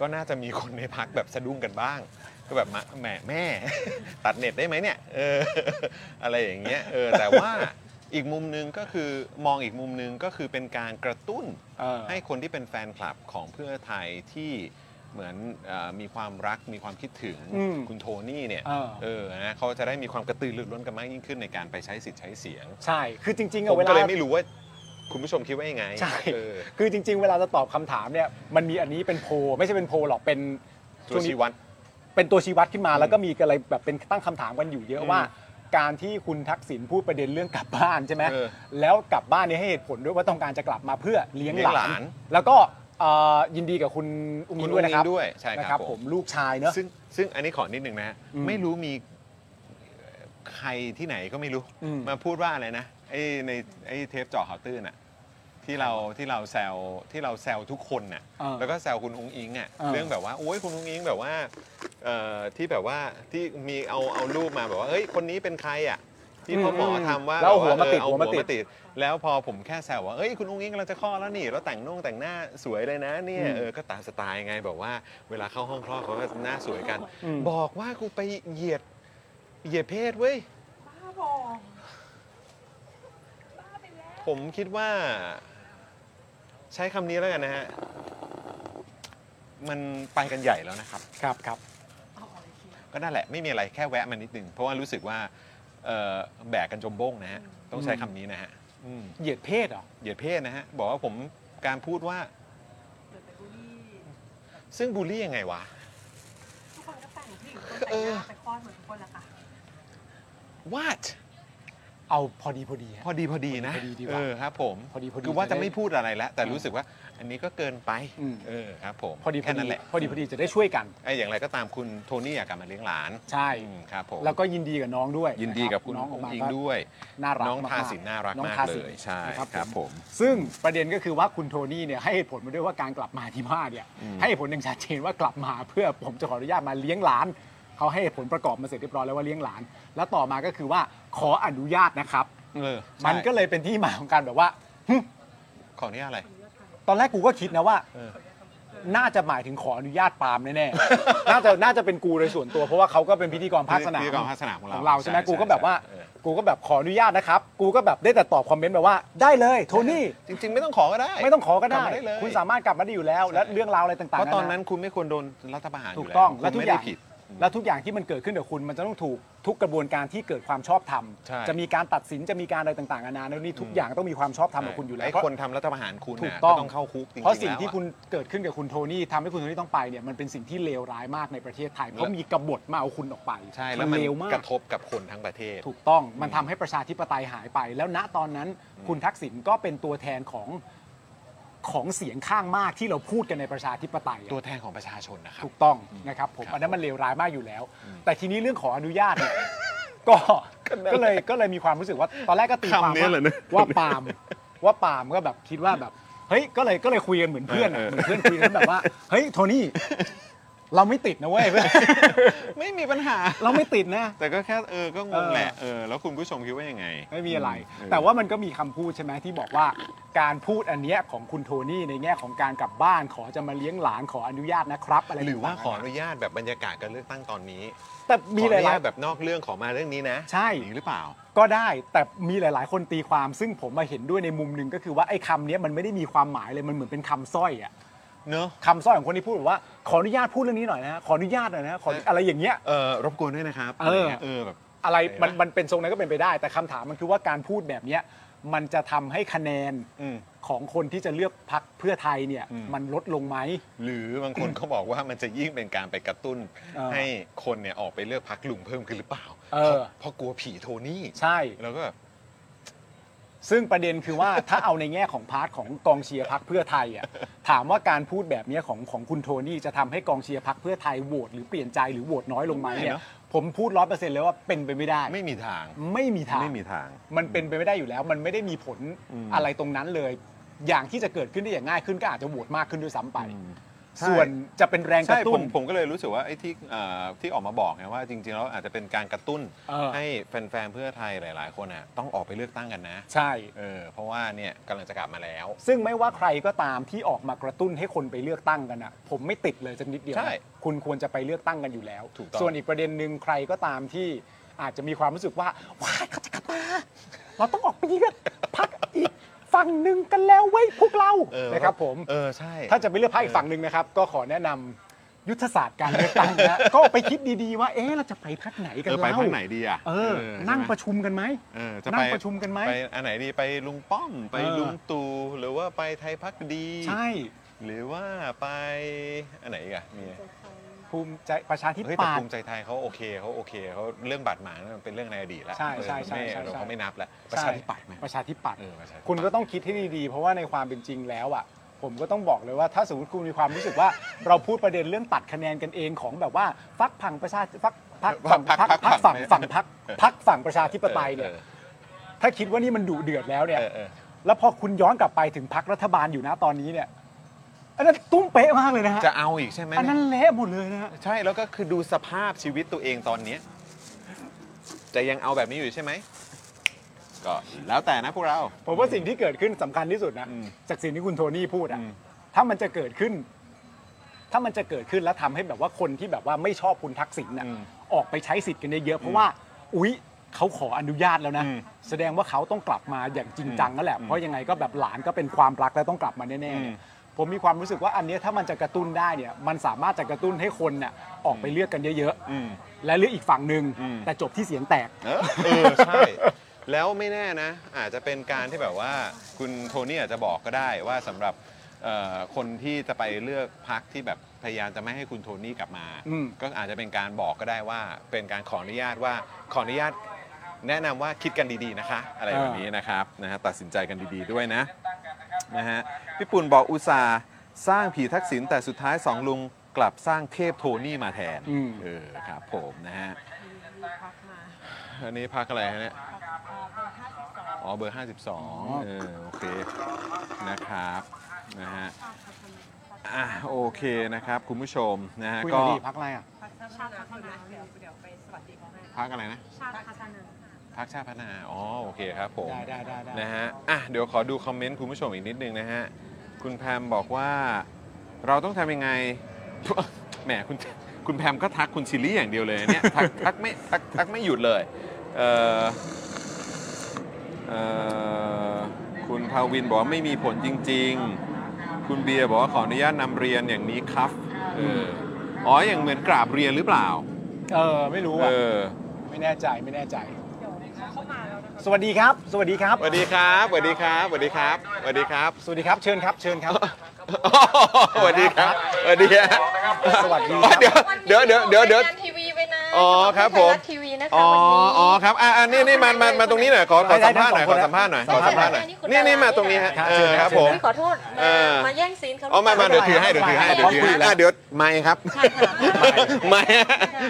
ก็น่าจะมีคนในพักแบบสะดุ้งกันบ้าง ก็แบบมาแหมแม่ ตัดเน็ตได้ไหมเนี่ยเออ อะไรอย่างเงี้ยเออแต่ว่าอีกมุมหนึงก็คือมองอีกมุมหนึงก็คือเป็นการกระตุ้น
เออ
ให้คนที่เป็นแฟนคลับของเพื่อไทยที่เหมือนเออมีความรักมีความคิดถึง
อืม
คุณโทนี่เนี่ย
เออ
เออนะเขาจะได้มีความกระตือรือร้นกันมากยิ่งขึ้นในการไปใช้สิทธิ์ใช้เสียง
ใช่ คือจริงๆ
ผม
อะเวลา
ก็เลยไม่รู้ว่าคุณผู้ชมคิดว่ายังไง
ใช่
เออ
คือจริง ๆ เวลาจะตอบคำถามเนี่ยมันมีอันนี้เป็นโพลไม่ใช่เป็นโพลหรอกเป็น
ตัว
ง
ชี้
นี้
วัด
เป็นตัวชี้วัดขึ้นมา
อืม
แล้วก็มีอะไรแบบเป็นตั้งคำถามกันอยู่เยอะ
อืม
ว่า การที่คุณทักษิณพูดประเด็นเรื่องกลับบ้านใช่ไหม
เออ
แล้วกลับบ้านเนี่ยให้เหตุผลด้วยว่าต้องการจะกลับมาเพื่อเลี้ยง
เลี้
ห
ยงหลา
ลาน น แล้วก็เอ่อยินดีกับคุณอุ้งอิงด้วยนะครับ
ด้วยใช่
นะ
ค
ค
รั
รั
บบ ผ
ผม มลูกชายเนอะ
ซึ่งซึ่งอันนี้ขอนิดหนึ่งนะฮะ
อืม
ไม่รู้มีเอ่อใครที่ไหนก็ไม่รู้
อืม
มาพูดว่าอะไรนะไอ้ในไอ้เทปเจ่อข่าวตื้นอะที่เราที่เราแซวที่เราแซวทุกคนน่ะ
เออ
แล้วก็แซวคุณอุ้งอิงอะ
เออ
เรื่องแบบว่าโอ้ยคุณอุ้งอิงแบบว่าเอ่อที่แบบว่าที่มีเอาเอารูปมาแบบว่าเฮ้ยคนนี้เป็นใครอะที่พ่อหมอทำว่า
แล้วเอา
บบ
หัวมาติ
เออเอ
ดหัวมาติด
แล้วพอผมแค่แซวว่าเอ้ยคุณอุ้งอิงกำลังจะคลอดแล้วนี่แล้วแต่งนุ่งแต่งหน้าสวยเลยนะเนี่ยเออก็ตามสไตล์ไงแบบว่าเวลาเข้าห้องคลอดเขาก็หน้าสวยกัน
อืม
บอกว่ากูไปเหยียดเหยียดเพศเว้ย
บ้าบอบ้าไปแล้ว
ผมคิดว่า ใช้คำนี้แล้วกันนะฮะ มันไปกันใหญ่แล้วนะครับ
ครับครับ
ก็นั่นแหละไม่มีอะไรแค่แวะมานิดนึงเพราะว่ารู้สึกว่าเอ่อแบกกันจมบ้งนะฮะต้องใช้คำนี้นะฮะอืม
เหยียดเพศเหรอ
เหยียดเพศนะฮะบอกว่าผมการพูดว่า ซึ่งบูลลี่ยังไงวะ
ทุกคนก็แต่งผู้หญิงคนแต่งหน้าไปคลอดเหมือนทุกคนแหละค่ะ
what
เอาพอดีพอดี
พอดีพอดีนะ
พอดีดีกว่า
เออครับผม
พอดีพอดี
คือว่าจะ
จะได้
ไม่พูดอะไรแล้วแต่รู้สึกว่าอันนี้ก็เกินไปเออครับผม
พอดีพอ
แค่
ดี
นั้นแหละ
พอดีพอดีจะได้ช่วยกัน
ไอ้อย่างไรก็ตามคุณโทนี่อยากกลับมาเลี้ยงหลาน
ใช่
ครับผม
แล้วก็ยินดีกับน้องด้วย
ยินดีกับคุณ
น้องออก
อุ๊
มา
งอิ๊ง
ก็
ด้วย
น่ารัก
น้องทาม
กๆ
สินน่ารัก
อง
มาก
ท
เลย
สิน
ใช่
นะครับ
ครับผม
ซึ่งประเด็นก็คือว่าคุณโทนี่เนี่ยให้เหตุผลมาด้วยว่าการกลับมาที่บ้านเนี่ย
อืม
ให้เหตุผลอย่างชัดเจนว่ากลับมาเพื่อผมจะขออนุญาตมาเลี้ยงหลานเขาให้เหตุผลประกอบมาเสร็จเรียบร้อยแล้วว่าเลี้ยงหลาน แล้วต่อมาก็คือว่าขออนุญาตนะครับ
เออใช่
มันก็เลยเป็นที่มาของการแบบว่าหึ
ขออนุญาตอะไร
ตอนแรกกูก็คิดนะว่า
เออ
น่าจะหมายถึงขออนุญาตปาล์มแน่ๆ น่าจะน่าจะเป็นกูโดยส่วนตัวเพราะว่าเขาก็เป็นพิธีกรภาคสนาม
พิธีกรภาคสนามของเรา
ของเราใช่ไหม
ใช่
กูก็แบบว่า
ใช่ใช่
กูก็แบบขออนุญาตนะครับ กูก็แบบได้แต่ตอบคอมเมนต์แบบว่าได้เลยโทนี่
จริง ๆ ไม่ต้องขอก็ได้
ไม่ต้องขอก็ได้
ลับมาได้เลย
คุณสามารถกลับมาได้อยู่แล้ว และเรื่องราวอะไรต่างๆ
เพราะตอนนั้
ะ
นคุณไม่ควรโดนรัฐประหาร
ถู
ยู่
ก
แล้ว
ต้อ
คุณ
งและทุก
ไม่
อ
ได้
ย่าง
ผิด
และทุกอย่างที่มันเกิดขึ้นกับคุณมันจะต้องถูกทุกกระบวนการที่เกิดความชอบธรรม
ใช่
จะมีการตัดสินจะมีการอะไรต่างๆนานาแล้วนี่ทุกอย่างต้องมีความชอบธรรมกับคุณอยู่แล้ว
ไอ้คนทำรัฐประหารคุณ
ถู
น่ะ
กต้อง
ก็ต้องเข้าคุกจริงๆ
เพราะสิ่ง
แล้
ที่
วอ
คุณเกิดขึ้นกับคุณโทนี่ทำให้คุณโทนี่ต้องไปเนี่ยมันเป็นสิ่งที่เลวร้ายมากในประเทศไทยเพ
แล้
ราะ
ว
มีกบฏมาเอาคุณออกไป
ใช่แล้วมัน
เลวมาก
กระทบกับคนทั้งประเทศ
ถูกต้องมันทำให้ประชาธิปไตยหายไป แล้วณตอนนั้นคุณทักษิณก็เป็นตัวแทนของของเสียงข้างมากที่เราพูดกันในประชาธิปไตยอะ
ตัวแทนของประชาชนนะครับ
ถูกต้องนะครับผมอันนั้นมันเลวร้ายมากอยู่แล้ว แต่ทีนี้เรื่องขออนุญาต เนี่ยก็ก็ เลยก็เลยมีความรู้สึกว่าตอนแรกก็ตีความ
คำนี้
ว่า
เหรอเนี่ย
ว่าปาล์มว่าปาล์มก็แบบคิดว่าแบบเฮ้ยก็เลยก็เลยคุยกันเหมือนเพื่อนอะ
เออ
เห
เออ
มือนเพื่อนคุยกันแบบว่าเฮ้ยโทนี่เราไม่ติดนะเว้ย เพื่อน
ไม่มีปัญหา
เราไม่ติดนะ
แต่ก็แค่เออก็ง
เอง อ
แหละเออแล้วคุณผู้ชมคิดว่ายังไง
ไม่มีอะไร
เออ
แต่ว่ามันก็มีคำพูดใช่ไหมที่บอกว่า การพูดอันเนี้ยของคุณโทนี่ในแง่ของการกลับบ้านขอจะมาเลี้ยงหลานขออนุญาตนะครับอะไร
หรือว่า
ต่งๆ
ขออนุญาตแบบบรรยากาศการเลือกตั้งตอนนี้
แต่มี
ขอ
ห
อนุ
ลา
ญาย ตแบบนอกเรื่องขอมาเรื่องนี้นะ
ๆใช่
อย่างนี้หรือเปล่า
ก็ได้แต่มีหลาย ๆ คนตีความซึ่งผมมาเห็นด้วยในมุมหนึ่งก็คือว่าไอ้คำเนี้ยมันไม่ได้มีความหมายเลยมันเหมือนเป็นคำสร้อยอะ
เนอะ
คำสร้อยของคนที่พูดแบบว่าขออนุญาตพูดเรื่องนี้หน่อยนะฮะขออนุญาตหน่อยนะฮะขออะไรอย่างเงี้ย
เออรบกวนด้วยนะครับ
เออ
ะ
อ
ไรงี้ยเออแบบ
อะไร
อะไรนะ
มันมันเป็นทรงนั้นก็เป็นไปได้ แต่คำถามมันคือว่าการพูดแบบเนี้ยมันจะทำให้คะแนน
อืม
ของคนที่จะเลือกพักเพื่อไทยเนี่ย
อืม
มันลดลงไหม
หรือบางคน เขาบอกว่ามันจะยิ่งเป็นการไปกระตุ้น
เออ
ให้คนเนี่ยออกไปเลือกพักลุงเพิ่มขึ้นหรือเปล่า
เออ
ราะเพราะกลัวผีโทนี่
ใช่
แล้วก็แบบ
ซึ่งประเด็นคือว่า ถ้าเอาในแง่ของพาร์ทของกองเชียร์พักเพื่อไทยอ่ะถามว่าการพูดแบบเนี้ยของของคุณโทนี่จะทำให้กองเชียร์พักเพื่อไทยโหวตหรือเปลี่ยนใจหรือโหวตน้อยลงไหม
ไม่
เนี่ย
นะ
ผมพูดร้อยเปอร์เซ็นต์เลยว่าเป็นไปไม่ได้
ไม่มีทาง
ไม่มีทาง
ไม่มีทาง
มันเป็นไปไม่ได้อยู่แล้ว มันไม่ได้มีผล
อืม
อะไรตรงนั้นเลย อย่างที่จะเกิดขึ้นได้อย่างง่ายขึ้นก็อาจจะโหวตมากขึ้นด้วยซ้ำไป
ใช่
ส่วนจะเป็นแรงก
ใช่ผ
ระตุ้น
มผมก็เลยรู้สึกว่าไอ้ที่เอ่อที่ออกมาบอกไงว่าจริงๆแล้วอาจจะเป็นการกระตุ้น
เออ
ให้แฟนๆเพื่อไทยหลาย ๆ คนอ่ะต้องออกไปเลือกตั้งกันนะ
ใช่
เออเพราะว่าเนี่ยกำลังจะกลับมาแล้ว
ซึ่งไม่ว่าใครก็ตามที่ออกมากระตุ้นให้คนไปเลือกตั้งกันอะผมไม่ติดเลยจะนิดเดียวนะ
ใช่
คุณควรจะไปเลือกตั้งกันอยู่แล้ว
ถูกต้อง
ส่วนอีกประเด็นหนึ่งใครก็ตามที่อาจจะมีความรู้สึกว่าว้ายเขาจะกลับมาเราต้องออกไปเลือกพักอีกฝั่งหนึ่งกันแล้วเว้ยพวกเรา
เออ
นะครับผม
เออใช่
ถ้าจะไปเลือกพักอีกฝั่งหนึ่งนะครับ ก็ขอแนะนำยุทธศาสตร์การเลือกตั้งนะ ก็ไปคิดดีๆว่าเอ๊ะเราจะไปพักไหนกัน
เออไป
เล่า
ทางไหนดีอ่ะ
เออ
เออ
นั่ง
ใช่ไหม
ประชุมกันไหม
เออจะ
นั่
ไป
งประชุมกันไหม
ไปอันไหนดีไปลุงป้อม ไป
เออ
ลุงตู่หรือว่าไปไทยพักดี
ใช่
หรือว่าไปอันไหนอีกอะมี
ภูมิใจประชาธิ
เฮ้ยแต่
ปัต
ภู
ย์
มิใจไทยเขาโอเคเขาโอเคเขาเรื่องบาดหมางนั่นมันเป็นเรื่องในอดีตแล้ว
ใช่ใช่ใช่
เออ
ใช่ใช่
เราเขาไม่นับแล้วประชาธิปัตย์ไหม
ประชาธิปัตย์
เออประชาธิปัตย์
คุณก็ต้องคิดให้ดีๆ เพราะว่าในความเป็นจริงแล้วอ่ะ ผมก็ต้องบอกเลยว่าถ้าสมมติคุณมีความรู้สึกว่า เราพูดประเด็นเรื่องตัดคะแนนกันเองของแบบว่าฟักผังประชาฟักพักฝั่งพักพักฝั่งฝั่งพักพักฝั่งประชาธิปไตยเนี่ย
ออ
ถ้าคิดว่านี่มันดุเดือดแล้วเนี่ย
เออเออ
แล้วพอคุณย้อนกลับไปถึงพักรัฐบาลอยู่นะตอนนี้เนี่ยอันนั้นตุ้มเป๊ะมากเลยนะฮะ
จะเอาอีกใช่ไหม
อันนั้นเละหมดเลยนะฮะ
ใช่แล้วก็คือดูสภาพชีวิตตัวเองตอนเนี้ยจะยังเอาแบบนี้อยู่ใช่ไหมก็แล้วแต่นะพวกเรา
ผมว่าสิ่งที่เกิดขึ้นสำคัญที่สุดนะ
อืม
จากสิ่งที่คุณโทนี่พูดอ่ะ
อืม
ถ้ามันจะเกิดขึ้น ถ้ามันจะเกิดขึ้นแล้วทำให้แบบว่าคนที่แบบว่าไม่ชอบคุณทักษิณน่ะ
อืม
ออกไปใช้สิทธิ์กันเยอะๆเพราะว่า อุ๊ยเขาขออนุญาตแล้วนะ
อืม
แสดงว่าเขาต้องกลับมาอย่างจริงจังนั่นแหละ
อืม
เพราะยังไงก็แบบหลานก็เป็นความรักแล้วต้องกลับมาแน่ๆ
อืม
เนี่ยผ
ผมมีความรู้สึกว่าอันเนี้ยถ้ามันจะกระตุ้นได้เนี่ยมันสามารถจะกระตุ้นให้คนน่ะออกไปเลือกกันเยอะๆและเลือกอีกฝั่งหนึ่งแต่จบที่เสียงแตก
เออเออใช่ แล้วไม่แน่นะ อาจจะเป็นการที่แบบว่าคุณโทนี่อาจจะบอกก็ได้ว่าสำหรับเอ่อคนที่จะไปเลือกพักที่แบบพยายามจะไม่ให้คุณโทนี่กลับมา
อืม
ก็อาจจะเป็นการบอกก็ได้ว่าเป็นการขออนุญาตว่าขออนุญาตแนะนำว่าคิดกันดีๆนะคะ อะไรแบบนี้นะครับนะฮะตัดสินใจกันดีๆด้วยนะนะฮะพี่ปุ่นบอกอุตสาห์สร้างผีทักษิณแต่สุดท้ายสองลุงกลับสร้างเทพโทนี่มาแทนเออครับผมนะฮะ อันนี้พักอะไรฮะเนี่ย อ๋อ เบอร์ 52 เออ โอเค นะครับ นะฮะ อ่ะ โอเคนะครับ คุณผู้ชม นะฮะ
คุยห
ก็
น่อยดีพักอะไรอ่ะ
ชาติพัฒนาเดี๋ยวเดี๋ยวไปสวัสดีพ่อแม่
พักอะไรนะ
ชาติพัฒนา
พักชาติพัฒนา อ๋อ โอเคครับผม
ได้ได้ได้ได้
นะฮะ อ่ะ เดี๋ยวขอดูคอมเมนต์คุณผู้ชมอีกนิดนึงนะฮะ คุณแพมบอกว่า เราต้องทำยังไง แหม คุณ คุณแพมก็ทักคุณชิลลี่อย่างเดียวเลยเนี่ย ทัก ทักไม่ทักทักไม่หยุดเลย เอ่อ เอ่อ คุณภาวินบอกว่าไม่มีผลจริง ๆ คุณเบียร์บอกว่าขออนุญาตนำเรียนอย่างนี้ครับ เออ อ๋อ อย่างเหมือนกราบเรียนหรือเปล่า
เออไม่รู้
เอ
อ่ะ
อ
ไม่แน่ใจไม่แน่ใจสวัสดีครับ สวัสดีค
สวัสดีค
รับ
รับ สวัสดีครับ สวัสดีครับ สวัสดีครับ
สวัสดีครับ เชิญครับ เชิญครับ
สวัสดีครับ สวัสดีฮะ
สวัสดี
อ๋อเดี๋ยว เดี๋ยวเดี๋ยวเดี๋ยวเดี๋ยว
ทีวีไปนะ
อ๋อครับผม
ไทยทีวีนะคะ
อ๋อ
วันนี้
อ๋อครับ อ่านี่นี่มามามาตรงนี้หน่อย ขอขอสัมภาษณ์หน่อย ขอสัมภาษณ์หน่อย ขอสัมภาษณ์หน่อย นี่นี่มาตรงนี้ฮะ เออครับผม
ขอโทษ
เออ
มาแย่งซีนเขา
อ๋อมามาเดี๋ยวถือให้ เดี๋ยวถือให้ เดี๋ยวถือให้อ่ะเดี๋ยวไม่ครับ ไม่ฮะ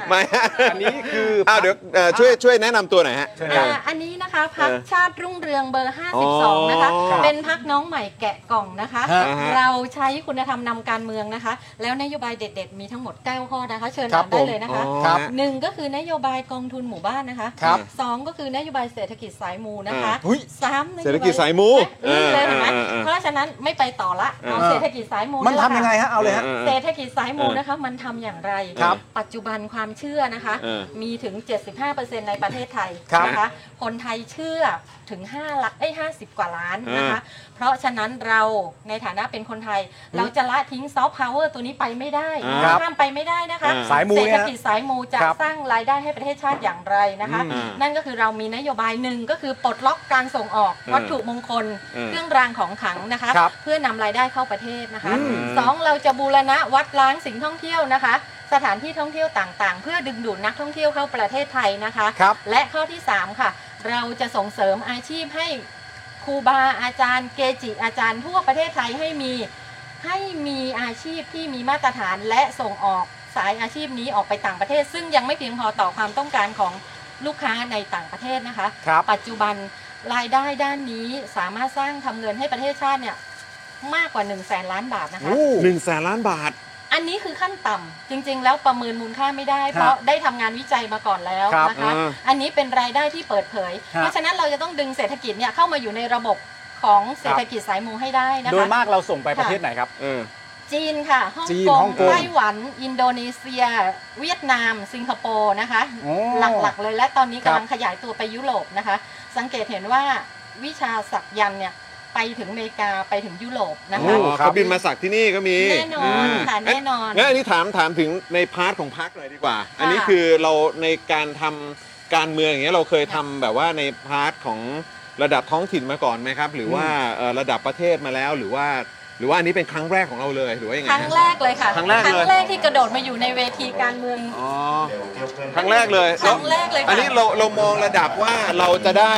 ไม่ฮะอันนี้คืออ้าวเดี๋ยวเอ่อช่วยช่วยแนะนำตัวหน่อยฮะ
อ่าอันนี้นะคะพัก
เออ
ชาติรุ่งเรืองเบอร์
อ๋อ
52 นะคะ
ครับ
เป็นพักน้องใหม่แกะกล่องนะคะ
ฮะฮะ
เราใช้คุณธรรมนำการเมืองนะคะ แล้วนโยบายเด็ด ๆ มีทั้งหมด 9 ข้อนะคะ เชิญ
ครับ
อ่านได้เลยนะคะ
ผมอ๋อครับ
หนึ่งก็คือนโยบายกองทุนหมู่บ้านนะคะ
ครับ
สองก็คือนโยบายเศรษฐกิจสายมูนะคะ
เออหุ้ย
สามนโบ
เศรษฐกิจสายมู
เอ๊ะนี่เลยเห็นไหม
เออเออเออ
เพราะฉะนั้นไม่ไปต่อละเอา
เออ
เศรษฐกิจสายมู
มันทำยังไงฮะ
ค่
เอาเลยฮะ
เศรษฐกิจสายมู
เออ
นะคะ มันทำอย่างไร
ครับ
ปัจจุบันความเชื่อนะคะ
เออ
มีถึง 75%ในประเทศไทย
ครับ
นะคะ คนไทยเชื่อถึง5ล้านเอ้ย50 กว่าล้านนะคะ เพราะฉะนั้นเราในฐานะเป็นคนไทย เราจะละทิ้งซอฟต์พาวเวอร์ตัวนี้ไปไม่ได้
ครับ
ข้ามไปไม่ได้นะคะ
อ่าสายมู
เศร
เนี่
ษฐ
ย
กิจสายมูจะ
ครับ
สร้างรายได้ให้ประเทศชาติอย่างไรนะคะ
อืม
นั่นก็คือเรามีนโยบายหนึ่งก็คือปลดล็อกการส่งออก
เออ
วัตถุมงคล
เออ
เครื่องรางของขลังนะคะ
ครับ
เพื่อนำรายได้เข้าประเทศนะคะ
อืม
สองเราจะบูรณะวัดล้างสิ่งท่องเที่ยวนะคะ สถานที่ท่องเที่ยวต่างๆ เพื่อดึงดูดนักท่องเที่ยวเข้าประเทศไทยนะคะ
ครับ
และข้อที่ 3 ค่ะ เราจะส่งเสริมอาชีพให้ครูบาอาจารย์ เกจิอาจารย์ทั่วประเทศไทยให้มีให้มีอาชีพที่มีมาตรฐานและส่งออกสายอาชีพนี้ออกไปต่างประเทศ ซึ่งยังไม่เพียงพอต่อความต้องการของลูกค้าในต่างประเทศนะคะ
ครับ
ปัจจุบันรายได้ด้านนี้สามารถสร้างทำเงินให้ประเทศชาติเนี่ยมากกว่า1นึ่งแสนล้านบาทนะคะ
หนึ่งแสนล้านบาท
อันนี้คือขั้นต่ำจริงๆ แล้วประเมินมูลค่าไม่ได้
ครับ
เพราะได้ทำงานวิจัยมาก่อนแล้ว
ครับ
นะคะ
อ่า
อันนี้เป็นรายได้ที่เปิดเผย
ครับ
เพราะฉะนั้นเราจะต้องดึงเศรษฐกิจเนี่ยเข้ามาอยู่ในระบบของเศรษฐกิจสายมูให้ได้นะคะ
โดยมากเราส่งไปประเทศไหนครับ
จีนค่ะฮ่อง
จีน
ก
ฮ่
ง
องกง
ไต้หวัน อินโดนีเซีย เวียดนาม สิงคโปร์นะคะ
โอ้
หลักๆเลยและตอนนี้
ครับ
กำลังขยายตัวไปยุโรปนะคะ สังเกตเห็นว่าวิชาสักยันต์เนี่ยไปถึงอเมริกาไปถึงยุโรปนะคะ
โอ้เขาบินมาสักที่นี่ก็มี
แน่นอนา ค่ะแน่นอน
งั้นอันนี้ถามถามถึงในพาร์ทของพักหน่อยดีกว่า อันนี้คือเราในการทำการเมืองอย่างเงี้ยเราเคยทำแบบว่าในพาร์ทของระดับท้องถิ่นมาก่อนไหมครับ หรือว่าเอ่อระดับประเทศมาแล้วหรือว่า หรือว่าอันนี้เป็นครั้งแรกของเราเลยหรือว่ายังไง
ค
ฮะ
รั้งแรกเลยค่ะ
ครั้งแรกเลย
ที่กระโดดมาอยู่ในเวทีการเมือง
อ๋อครั้งแรกเลย
ครั้งแรกเลยค่ะ
อันนี้เราเรามองระดับว่าเราจะได้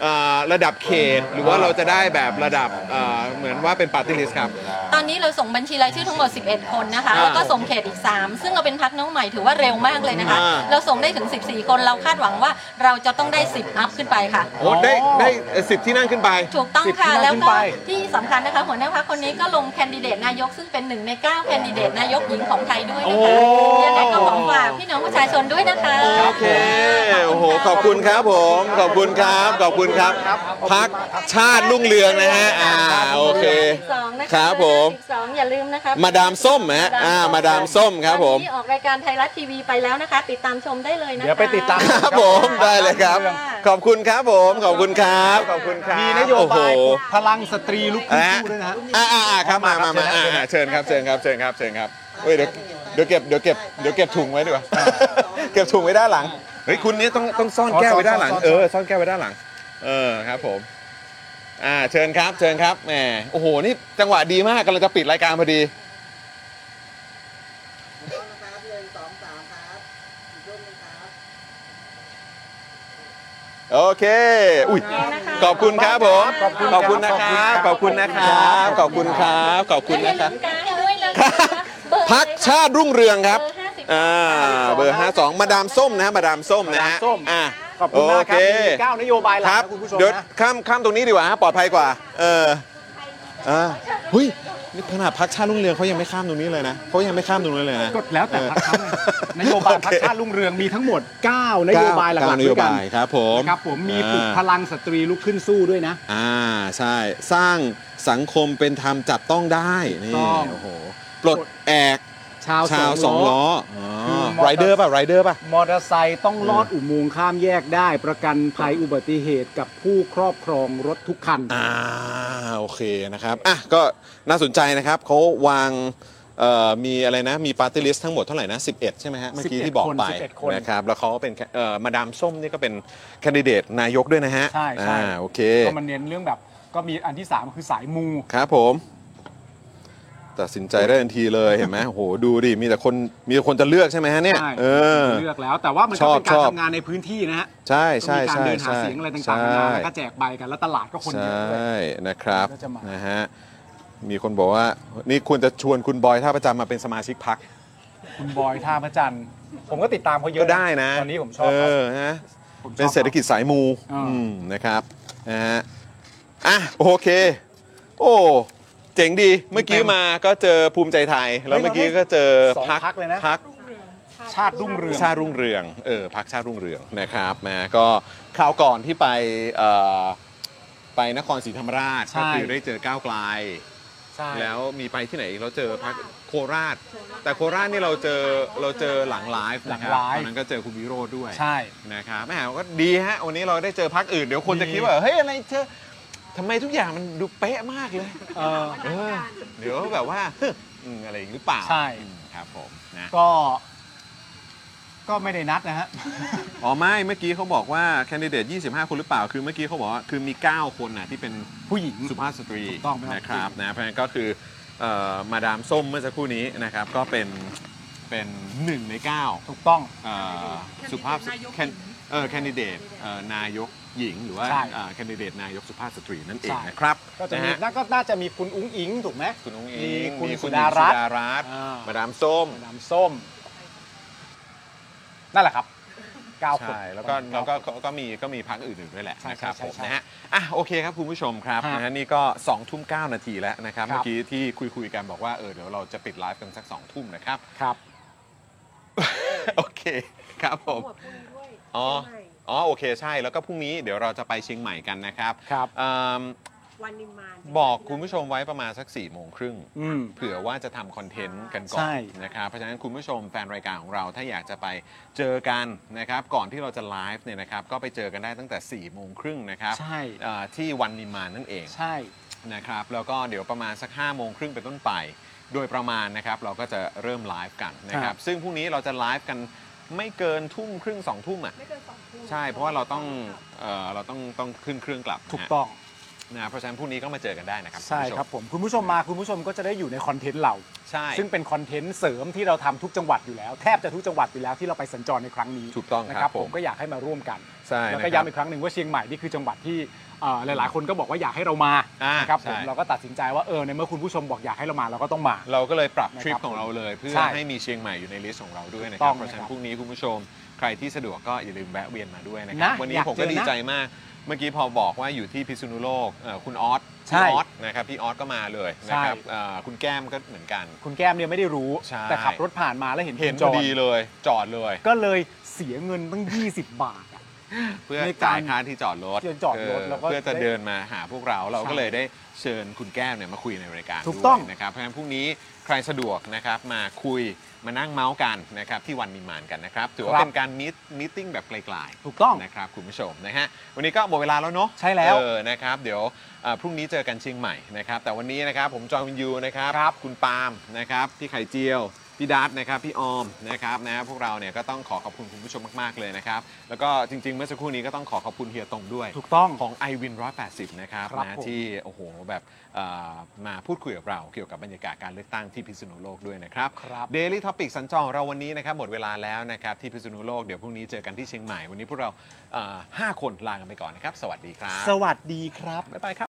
เอ่อระดับเขต หรือว่าเราจะได้แบบระดับเอ่อเหมือนว่าเป็นปาร์ตี้ลิสครับ
ตอนนี้เราส่งบัญชีรายชื่อทั้งหมด 11 คนนะคะ
อ่า
แล้วก็ส่งเขตอีก 3 ซึ่งเราเป็นพักน้องใหม่ถือว่าเร็วมากเลยนะคะ
อ่า
เราส่งได้ถึง 14 คนเราคาดหวังว่าเราจะต้องได้ 10 อัพขึ้นไปค่ะ
โอ้ได้ได้สิบที่นั่งขึ้นไป
ถูกต้องค่ะ แล้วก็ที่สำคัญนะคะ หัวหน้าพักคนนี้ก็ลงแคนดิเดตนายก ซึ่งเป็นหนึ่งใน 9 แคนดิเดตนายกหญิงของไทยด้วยนะคะ ยังไงก็ขอฝากพี่น้องประชาชนด้วยนะคะ
โอเค โอ้โห ขอบคุณครับผม ขอบคุณครับ ขอบคุณ ครับ พักชาติรุ่งเรืองนะฮะ อ่า โอเค
สองนะะ
ครับผม
สองอย่าลืมนะคะ
มาดามส้มฮะ อ่า มาดามส้มครับผม
ที่ออกรายการไทยรัฐทีวีไปแล้วนะคะ ติดตามชมได้เลยนะคะ
เดี๋ยวไปติดตามครับผมได้เลยครับ ขอบคุณครับผม ขอบคุณครับ ขอบคุณครับ
มีนโยบาย
อ้ห
พลังสตรีลุกขึ้นสู้ด้วยนะฮะ
อ่าอ่าอ่าครับมามามาอ่าอ่าเชิญครับ เชิญครับ เชิญครับ เชิญครับเฮ้ยเดี๋ยวเดี๋ยวเก็บ เดี๋ยวเก็บ เดี๋ยวเก็บถุงไว้ดีกว่า เก็บถุงไว้ด้านหลัง เฮ้ย คุณเนี้ต้องต้องซ่อนแก้วไว้ด้านหลัง เออ ซ่อนแก้วไว้ด้านหลัง เออ ครับผม อ่า เชิญครับ เชิญครับ แหม โอ้โห นี่จังหวะดีมากกำลังจะปิดรายการพอดี โอเค อุ้ย ขอบคุณครับผม ขอบคุณนะครับ ขอบคุณนะครับ ขอบคุณครับ ขอบคุณนะครับ พักชาติรุ่งเรืองครับ อ่า เบอร์ 52 มาดามส้มนะฮะมาดามส้มนะฮะ อ่า
ขอบคุณมากครั
โอ
บมีเก้านโยบายห
ค
ลัก
รับ
นะคุณผู้ชมนะ
เดี๋ยวข้ามข้ามตรงนี้ดีกว่าฮะปลอดภัยกว่า เออ อ่าเฮ้ยนี่ขนาดพักชาติรุ่งเรืองเขายังไม่ข้ามตรงนี้เลยนะเขายังไม่ข้ามตรงนี้นเลยนะ
ก็แล้วแต่พรรคเขาไงนโยบายพรรคชาติรุ่งเรืองมีทั้งหมด 9 นโยบายหลัก
เก้
ๆ
น
ด้วยกัน
โยบายครับผม
นะครับผมมีปลุก
อ่า
พลังสตรีลุกขึ้นสู้ด้วยนะ
อ่าใช่ สร้างสังคมเป็นธรรมจับต้องได้นี่
ต้อง
โอ้โหปลดแอก
ชาว
ชาวส
สอ
องง
ล้
ล้
อ
อไรเดอร์ป่ะไรเดอร์ป่ะ
มอเตอร์ไซค์ต้องลอดอุโมงค์ข้ามแยกได้ ประกันภัยอุบัติเหตุกับผู้ครอบครองรถทุกคัน
อ่าโอเคนะครับอ่ะก็น่าสนใจนะครับเขาวางเอ่อมีอะไรนะ มีปาร์ตี้ลิสต์ทั้งหมดเท่าไหร่นะ 11 ใช่ไหมฮะเมื่อกี้ที่บอกไป
คน11คน
นะครับ แล้วเขาเป็นเอ่อมาดามส้มนี่ก็เป็นแคนดิเดตนายกด้วยนะฮะ
ใช่ใช่
อ่าโอเค
ก็มันเน้นเรื่องแบบ ก็มีอันที่ 3 คือสายมู
ครับผม ตัดสินใจได้ทันที เลยเห็นไหมโอ้โหดูดิ มีแต่คนมีแต่คนจะเลือกใช่ไหมฮะเนี่ย
ใช่
เออ
เลือกแล้วแต่ว่ามัน
ช
ก็
อบ
เป็นการ
ชอบ
ทำงานในพื้นที่นะฮะ
ใช่
ก็
ใช่
มีการ
ใช่
เดินหา
ใช่
เสียงอะไร
ใช่
ต่างๆนานาแล้วก็แจกใบกันแล้วตลาดก็คน
ใช
เยอะด้
่
วย
นะครับ
ก็จะมาน
นะฮะมีคนบอกว่า นี่ควรจะชวนคุณบอยท่าประจำมาเป็นสมาชิกพัก
คุณบอยท่าพระจันทร์ผมก็ติดตามเขาเยอะ
ก็ได้นะ
ตอนนี้ผมชอบ
เอ
เขา
อฮะ
ผมชอบ
เป็นเศรษฐกิจสายมู
อ่า
อืมนะครับนะฮะอ่ะโอเค โอ้เจ๋งดีเมื่อกี้มาก็เจอภูมิใจไทย แล้วเมื่อกี้ก็เจอ
สอง
พัก
พักเลยนะ
พัก
ชาติรุ่งเรือง
ชาติรุ่งเรืองเออพักชาติรุ่งเรืองนะครับนะก็คราวก่อนที่ไปเอ่อไปนครศรีธรรมราช
ใช่
ก็คือได้เจอก้าวไกล
ใช่
แล้วมีไปที่ไหนอีกเราเจอพักโคราช แต่โคราชนี่เราเจอเราเจอหลังไลฟ์
หลั
นะ
ง
ครับ
ไล
ตอน
ฟ์
นั้นก็เจอคุณวิโรธด้วย
ใช่
นะครับแหม่ก็ดีฮะวันนี้เราได้เจอพักอื่นเดี๋ยวคนจะคิดว่าเฮ้ยอะไรเธอทำไมทุกอย่างมันดูเป๊ะมากเลย
เออ
เออเดี๋ยวแบบว่าอืมอะไรอย่างนี้หรือเปล่า
ใช่
อืมครับผมนะ
ก็ ก็ไม่ได้นัดนะฮะ
อ๋อไม่เมื่อกี้เขาบอกว่าแคนดิเดต 25 คนหรือเปล่า คือเมื่อกี้เขาบอกว่าคือมี 9 คนนะที่เป็น
ผู้หญิง
สุภาพสตรี
ถูกต้องไหมครับ
นะครับนะเพราะฉะนั้นก็คือเอ่อมาดามส้มเมื่อสักครู่นี้นะครับ ก็เป็นเป็นหนึ่งใน 9
ถูกต้อง
เอ่อสุภาพสแคนเออแคนดิเดตเอ่อนายกหญิง หรือว่า
ใช่
เอ่อแคนดิเดตนายกสุภาพสตรีนั่นเองนะครับ
ก็จะ
น
มี
ฮะ
น่าก็น่าจะมีคุณอุ้งอิงถูกไหม
คุณนุ้ง
มี
อิง
คุณ
มี
สุดารัตน์
สุดารัตน์
อ่า
มาดามส้ม
น้ำส้ม นั่นแหละครับเก้าคน
ใช่แล้วก็แล้วก็ก็ก็มีก็มีพักอื่นๆด้วยแหละ
ใช่
นะครับ
ใช่
ผม
ใช่
นะฮะอ่ะโอเคครับคุณผู้ชมครับ
ฮะ
นะฮะนี่ก็2องทุ่มเก้านาทีแล้วนะครับ
ครับ
เมื่อกี้ที่คุยคุยๆกันบอกว่าเออเดี๋ยวเราจะปิดไลฟ์กันสัก2องทุ่มนะครับ
ครับ
โอเคครับผมอ๋ออ๋อโอเคใช่แล้วก็พรุ่งนี้เดี๋ยวเราจะไปเชียงใหม่กันนะครับ
ครับ
เอิ่ม
วันนิมมาน
บอกคุณผู้ชมไว้ประมาณสัก4ี่โมงครึ่ง
อืม
เผื่อว่าจะทำคอนเทนต์กันก่อ
ใช่
นนะครับ เพราะฉะนั้นคุณผู้ชมแฟนรายการของเราถ้าอยากจะไปเจอกันนะครับ ก่อนที่เราจะไลฟ์เนี่ยนะครับ ก็ไปเจอกันได้ตั้งแต่4ี่โมงครึ่งนะครับ
ใช่
เอ่อที่วันนิมมานนั่นเอง
ใช่
นะครับ แล้วก็เดี๋ยวประมาณสัก5้าโมงครึ่งเป็นต้นไป โดยประมาณนะครับ เราก็จะเริ่มไลฟ์กันนะค
ครั
รับ
บ
ซึ่งพรุ่งนี้เราจะไลฟ์กันไม่เกินทุ่มครึ่งสองทุ่มอ่ะใช่ เพราะว่าเราต้องเอ่อเราต้องต้องขึ้นเครื่องกลับนะฮะ
ถูกต้อง
นะเพราะฉะนั้นพรุ่งนี้ก็มาเจอกันได้นะครับ
ใช่ครับผม คุณผู้ชมมาคุณผู้ชมก็จะได้อยู่ในคอนเทนต์เรา
ใช่
ซึ่งเป็นคอนเทนต์เสริมที่เราทำทุกจังหวัดอยู่แล้ว แทบจะทุกจังหวัดอยู่แล้วที่เราไปสัญจรในครั้งนี้
ถูกต้องครับ
นะครับ ผ
ผม ม
ก็อยากให้มาร่วมกัน
ใช่
แล้ว
นะค
ก็
รับ
ย้ำอีกครั้งหนึ่งว่าเชียงใหม่นี่คือจังหวัดที่เอ่อหลายๆ คนก็บอกว่าอยากให้เรามา
อ่า
นะครับผม
ใช่
เราก็ตัดสินใจว่าเออในเมื่อคุณผู้ชมบอกอยากให้เรามาเราก็ต้องมา
เราก็เลยปรับ
นะครับ
ทริปของเราเลย เพื่อ
ใช่
ให้มีเชียงใหม่อยู่ในลิสต์ของเราด้วยนะ
ถู
ค
กต้
รั
อบ ง
เพราะฉะนั้น
นะครับ
พรุ่งนี้คุณผู้ชมใครที่สะดวกก็อย่าลืมแวะเวียนมาด้วยนะครับ
นะ
วันนี้
อยาก
ผมก็
เจอนะ
ดีใจมาก เมื่อกี้พอบอกว่าอยู่ที่พิษณุโลกเอ่อคุณออส
ใช่
คุณออสนะครับพี่ออสก็มาเลยนะครับ
ใช่
เอ่อคุณแก้มก็เหมือนกัน
คุณแก้มเนี่ยไม่ได้รู้
ใช่
แต่ขับรถผ่านมาแล้วเห็น
เห็น
คุณ
พ
จ
อ
ร
ดีเลยจอดเลย
ก็เลยเสียเงินตั้ง 20 บาทอะ
เพื่อ
ในการ
จ่ายค่าที่จอดรถ
เพื่อจอดรถ
เ
แล้วก็
เพื่อจะ
ได้
เดินมาหาพวกเราเรา
ใช่
ก็เลยได้เชิญคุณแก้มเนี่ยมาคุยในรายการ
ถูกต้อง
ด้วยนะครับเพราะฉะนั้นพรุ่งนี้ใครสะดวกนะครับมาคุยมานั่งเมาส์กันนะครับที่วันนิมานกันนะครับถือว่าเป็นการมิทติ้งแบบไกลๆ
ถูกต้อง
นะครับคุณผู้ชมนะฮะวันนี้ก็หมดเวลาแล้วเนาะ
ใช่แล้ว
เออนะครับเดี๋ยวเอ่อพรุ่งนี้เจอกันเชียงใหม่นะครับแต่วันนี้นะครับผมจอห์นวินยูนะครับครับคุณปาล์มนะครับพี่ไข่เจียว พี่ดัตนะครับพี่ออมนะครับนะพวกเราเนี่ยก็ต้องขอขอบคุณคุณผู้ชมมากๆเลยนะครับแล้วก็จริงๆ เมื่อสักครู่นี้ก็ต้องขอขอบคุณเฮียตงด้วย
ถูกต้อง
ของ i w วิน180 นะครับ
ครับ
นะ
ผม
ที่โอ้โหแบบเอ่อมาพูดคุยกับเราเกี่ยวกับบรรยากาศการเลือกตั้งที่พิษณุโลกด้วยนะครับ Daily Topic สัญจรของเราวันนี้นะครับหมดเวลาแล้วนะครับที่พิษณุโลกเดี๋ยวพรุ่งนี้เจอกันที่เชียงใหม่ วันนี้พวกเราเอ่อห้าคนลากันไปก่อนนะครับ สวัสดีครับ
สวัสดีครับ
บ๊ายบายครับ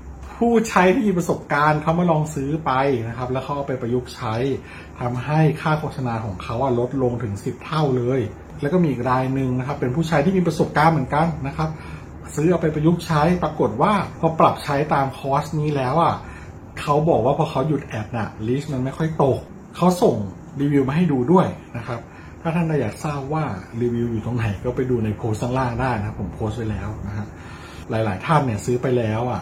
ผู้ใช้ที่มีประสบการณ์เขามาลองซื้อไปนะครับ แล้วเขาเอาไปประยุกต์ใช้ทำให้ค่าโฆษณาของเขาอะลดลงถึง 10 เท่าเลย แล้วก็มีอีกรายหนึ่งนะครับ เป็นผู้ใช้ที่มีประสบการณ์เหมือนกันนะครับ ซื้อเอาไปประยุกต์ใช้ปรากฏว่าพอปรับใช้ตามคอร์สนี้แล้วอ่ะเขาบอกว่าพอเขาหยุดแอดน่ะลิสต์มันไม่ค่อยตกเขาส่งรีวิวมาให้ดูด้วยนะครับ ถ้าท่านอยากทราบว่ารีวิวอยู่ตรงไหนก็ไปดูในโพสต์ข้างล่างได้นะครับผมโพสต์ไว้แล้วนะฮะ หลาย ๆ ท่านเนี่ยซื้อไปแล้วอ่ะ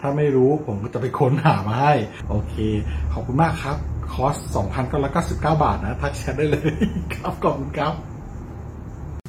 ถ้าไม่รู้ผมก็จะไปค้นหามาให้ โอเค ขอบคุณมากครับ คอร์ส 2,999 บาทนะ ทักแชทได้เลย ครับขอบคุณครับ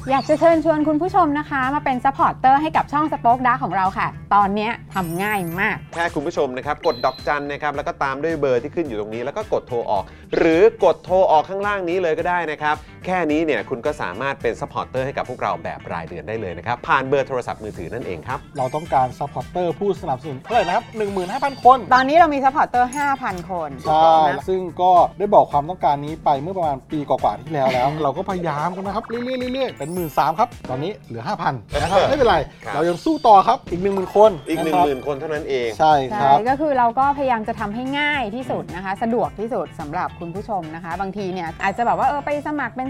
อยากจะเชิญชวนคุณผู้ชมนะคะ มาเป็นซัพพอร์ตเตอร์ให้กับช่องสป็อคดาของเราค่ะ ตอนเนี้ยทำง่ายมาก
แค่คุณผู้ชมนะครับกดดอกจันนะครับแล้วก็ตามด้วยเบอร์ที่ขึ้นอยู่ตรงนี้แล้วก็กดโทรออก หรือกดโทรออกข้างล่างนี้เลยก็ได้นะครับ แค่นี้เนี่ยคุณก็สามารถเป็นซัพพอร์ตเตอร์ให้กับพวกเราแบบรายเดือนได้เลยนะครับ ผ่านเบอร์โทรศัพท์มือถือนั่นเองครับ
เราต้องการซัพพอร์เตอร์ผู้สนับสนุนเท่าไหร่นะครับ 15,000 คน
ตอนนี้เรามีซัพพอร์ตเตอร์ 5,000 คน
ใช่ ซึ่งก็ได้บอกความต้องการนี้ไปเมื่อประมาณปีกว่าๆที่แล้วแล้ว เราก็พยายามกันนะครับ เรื่อยๆเรื่อยๆเป็นหมื่นสามครับ ตอนนี้เหลือ 5,000นะครับ ไม่เป็นไร
ครับ
เรายังสู้ต่อครับ อีก 10,000 คน
อีก1
ะครับ
0,000 คนเท่านั้นเอง
ใช่
ใช่ก็คือเราก็พยายามจะทำให้ง่ายที่สุดนะคะ สะดวกที่สุดสำหรับคุณผู้ชมนะคะ บางทีเนี่ยอาจจะแบบว่าเออไปสมัครเป็น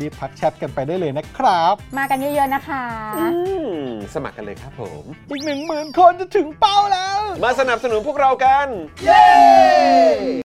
รีบทักแชทกันไปได้เลยนะครับ
มากันเยอะๆนะคะ
สมัครกันเลยครับผม
อีก 1 0,000 คนจะถึงเป้าแล้ว
มาสนับสนุนพวกเรากัน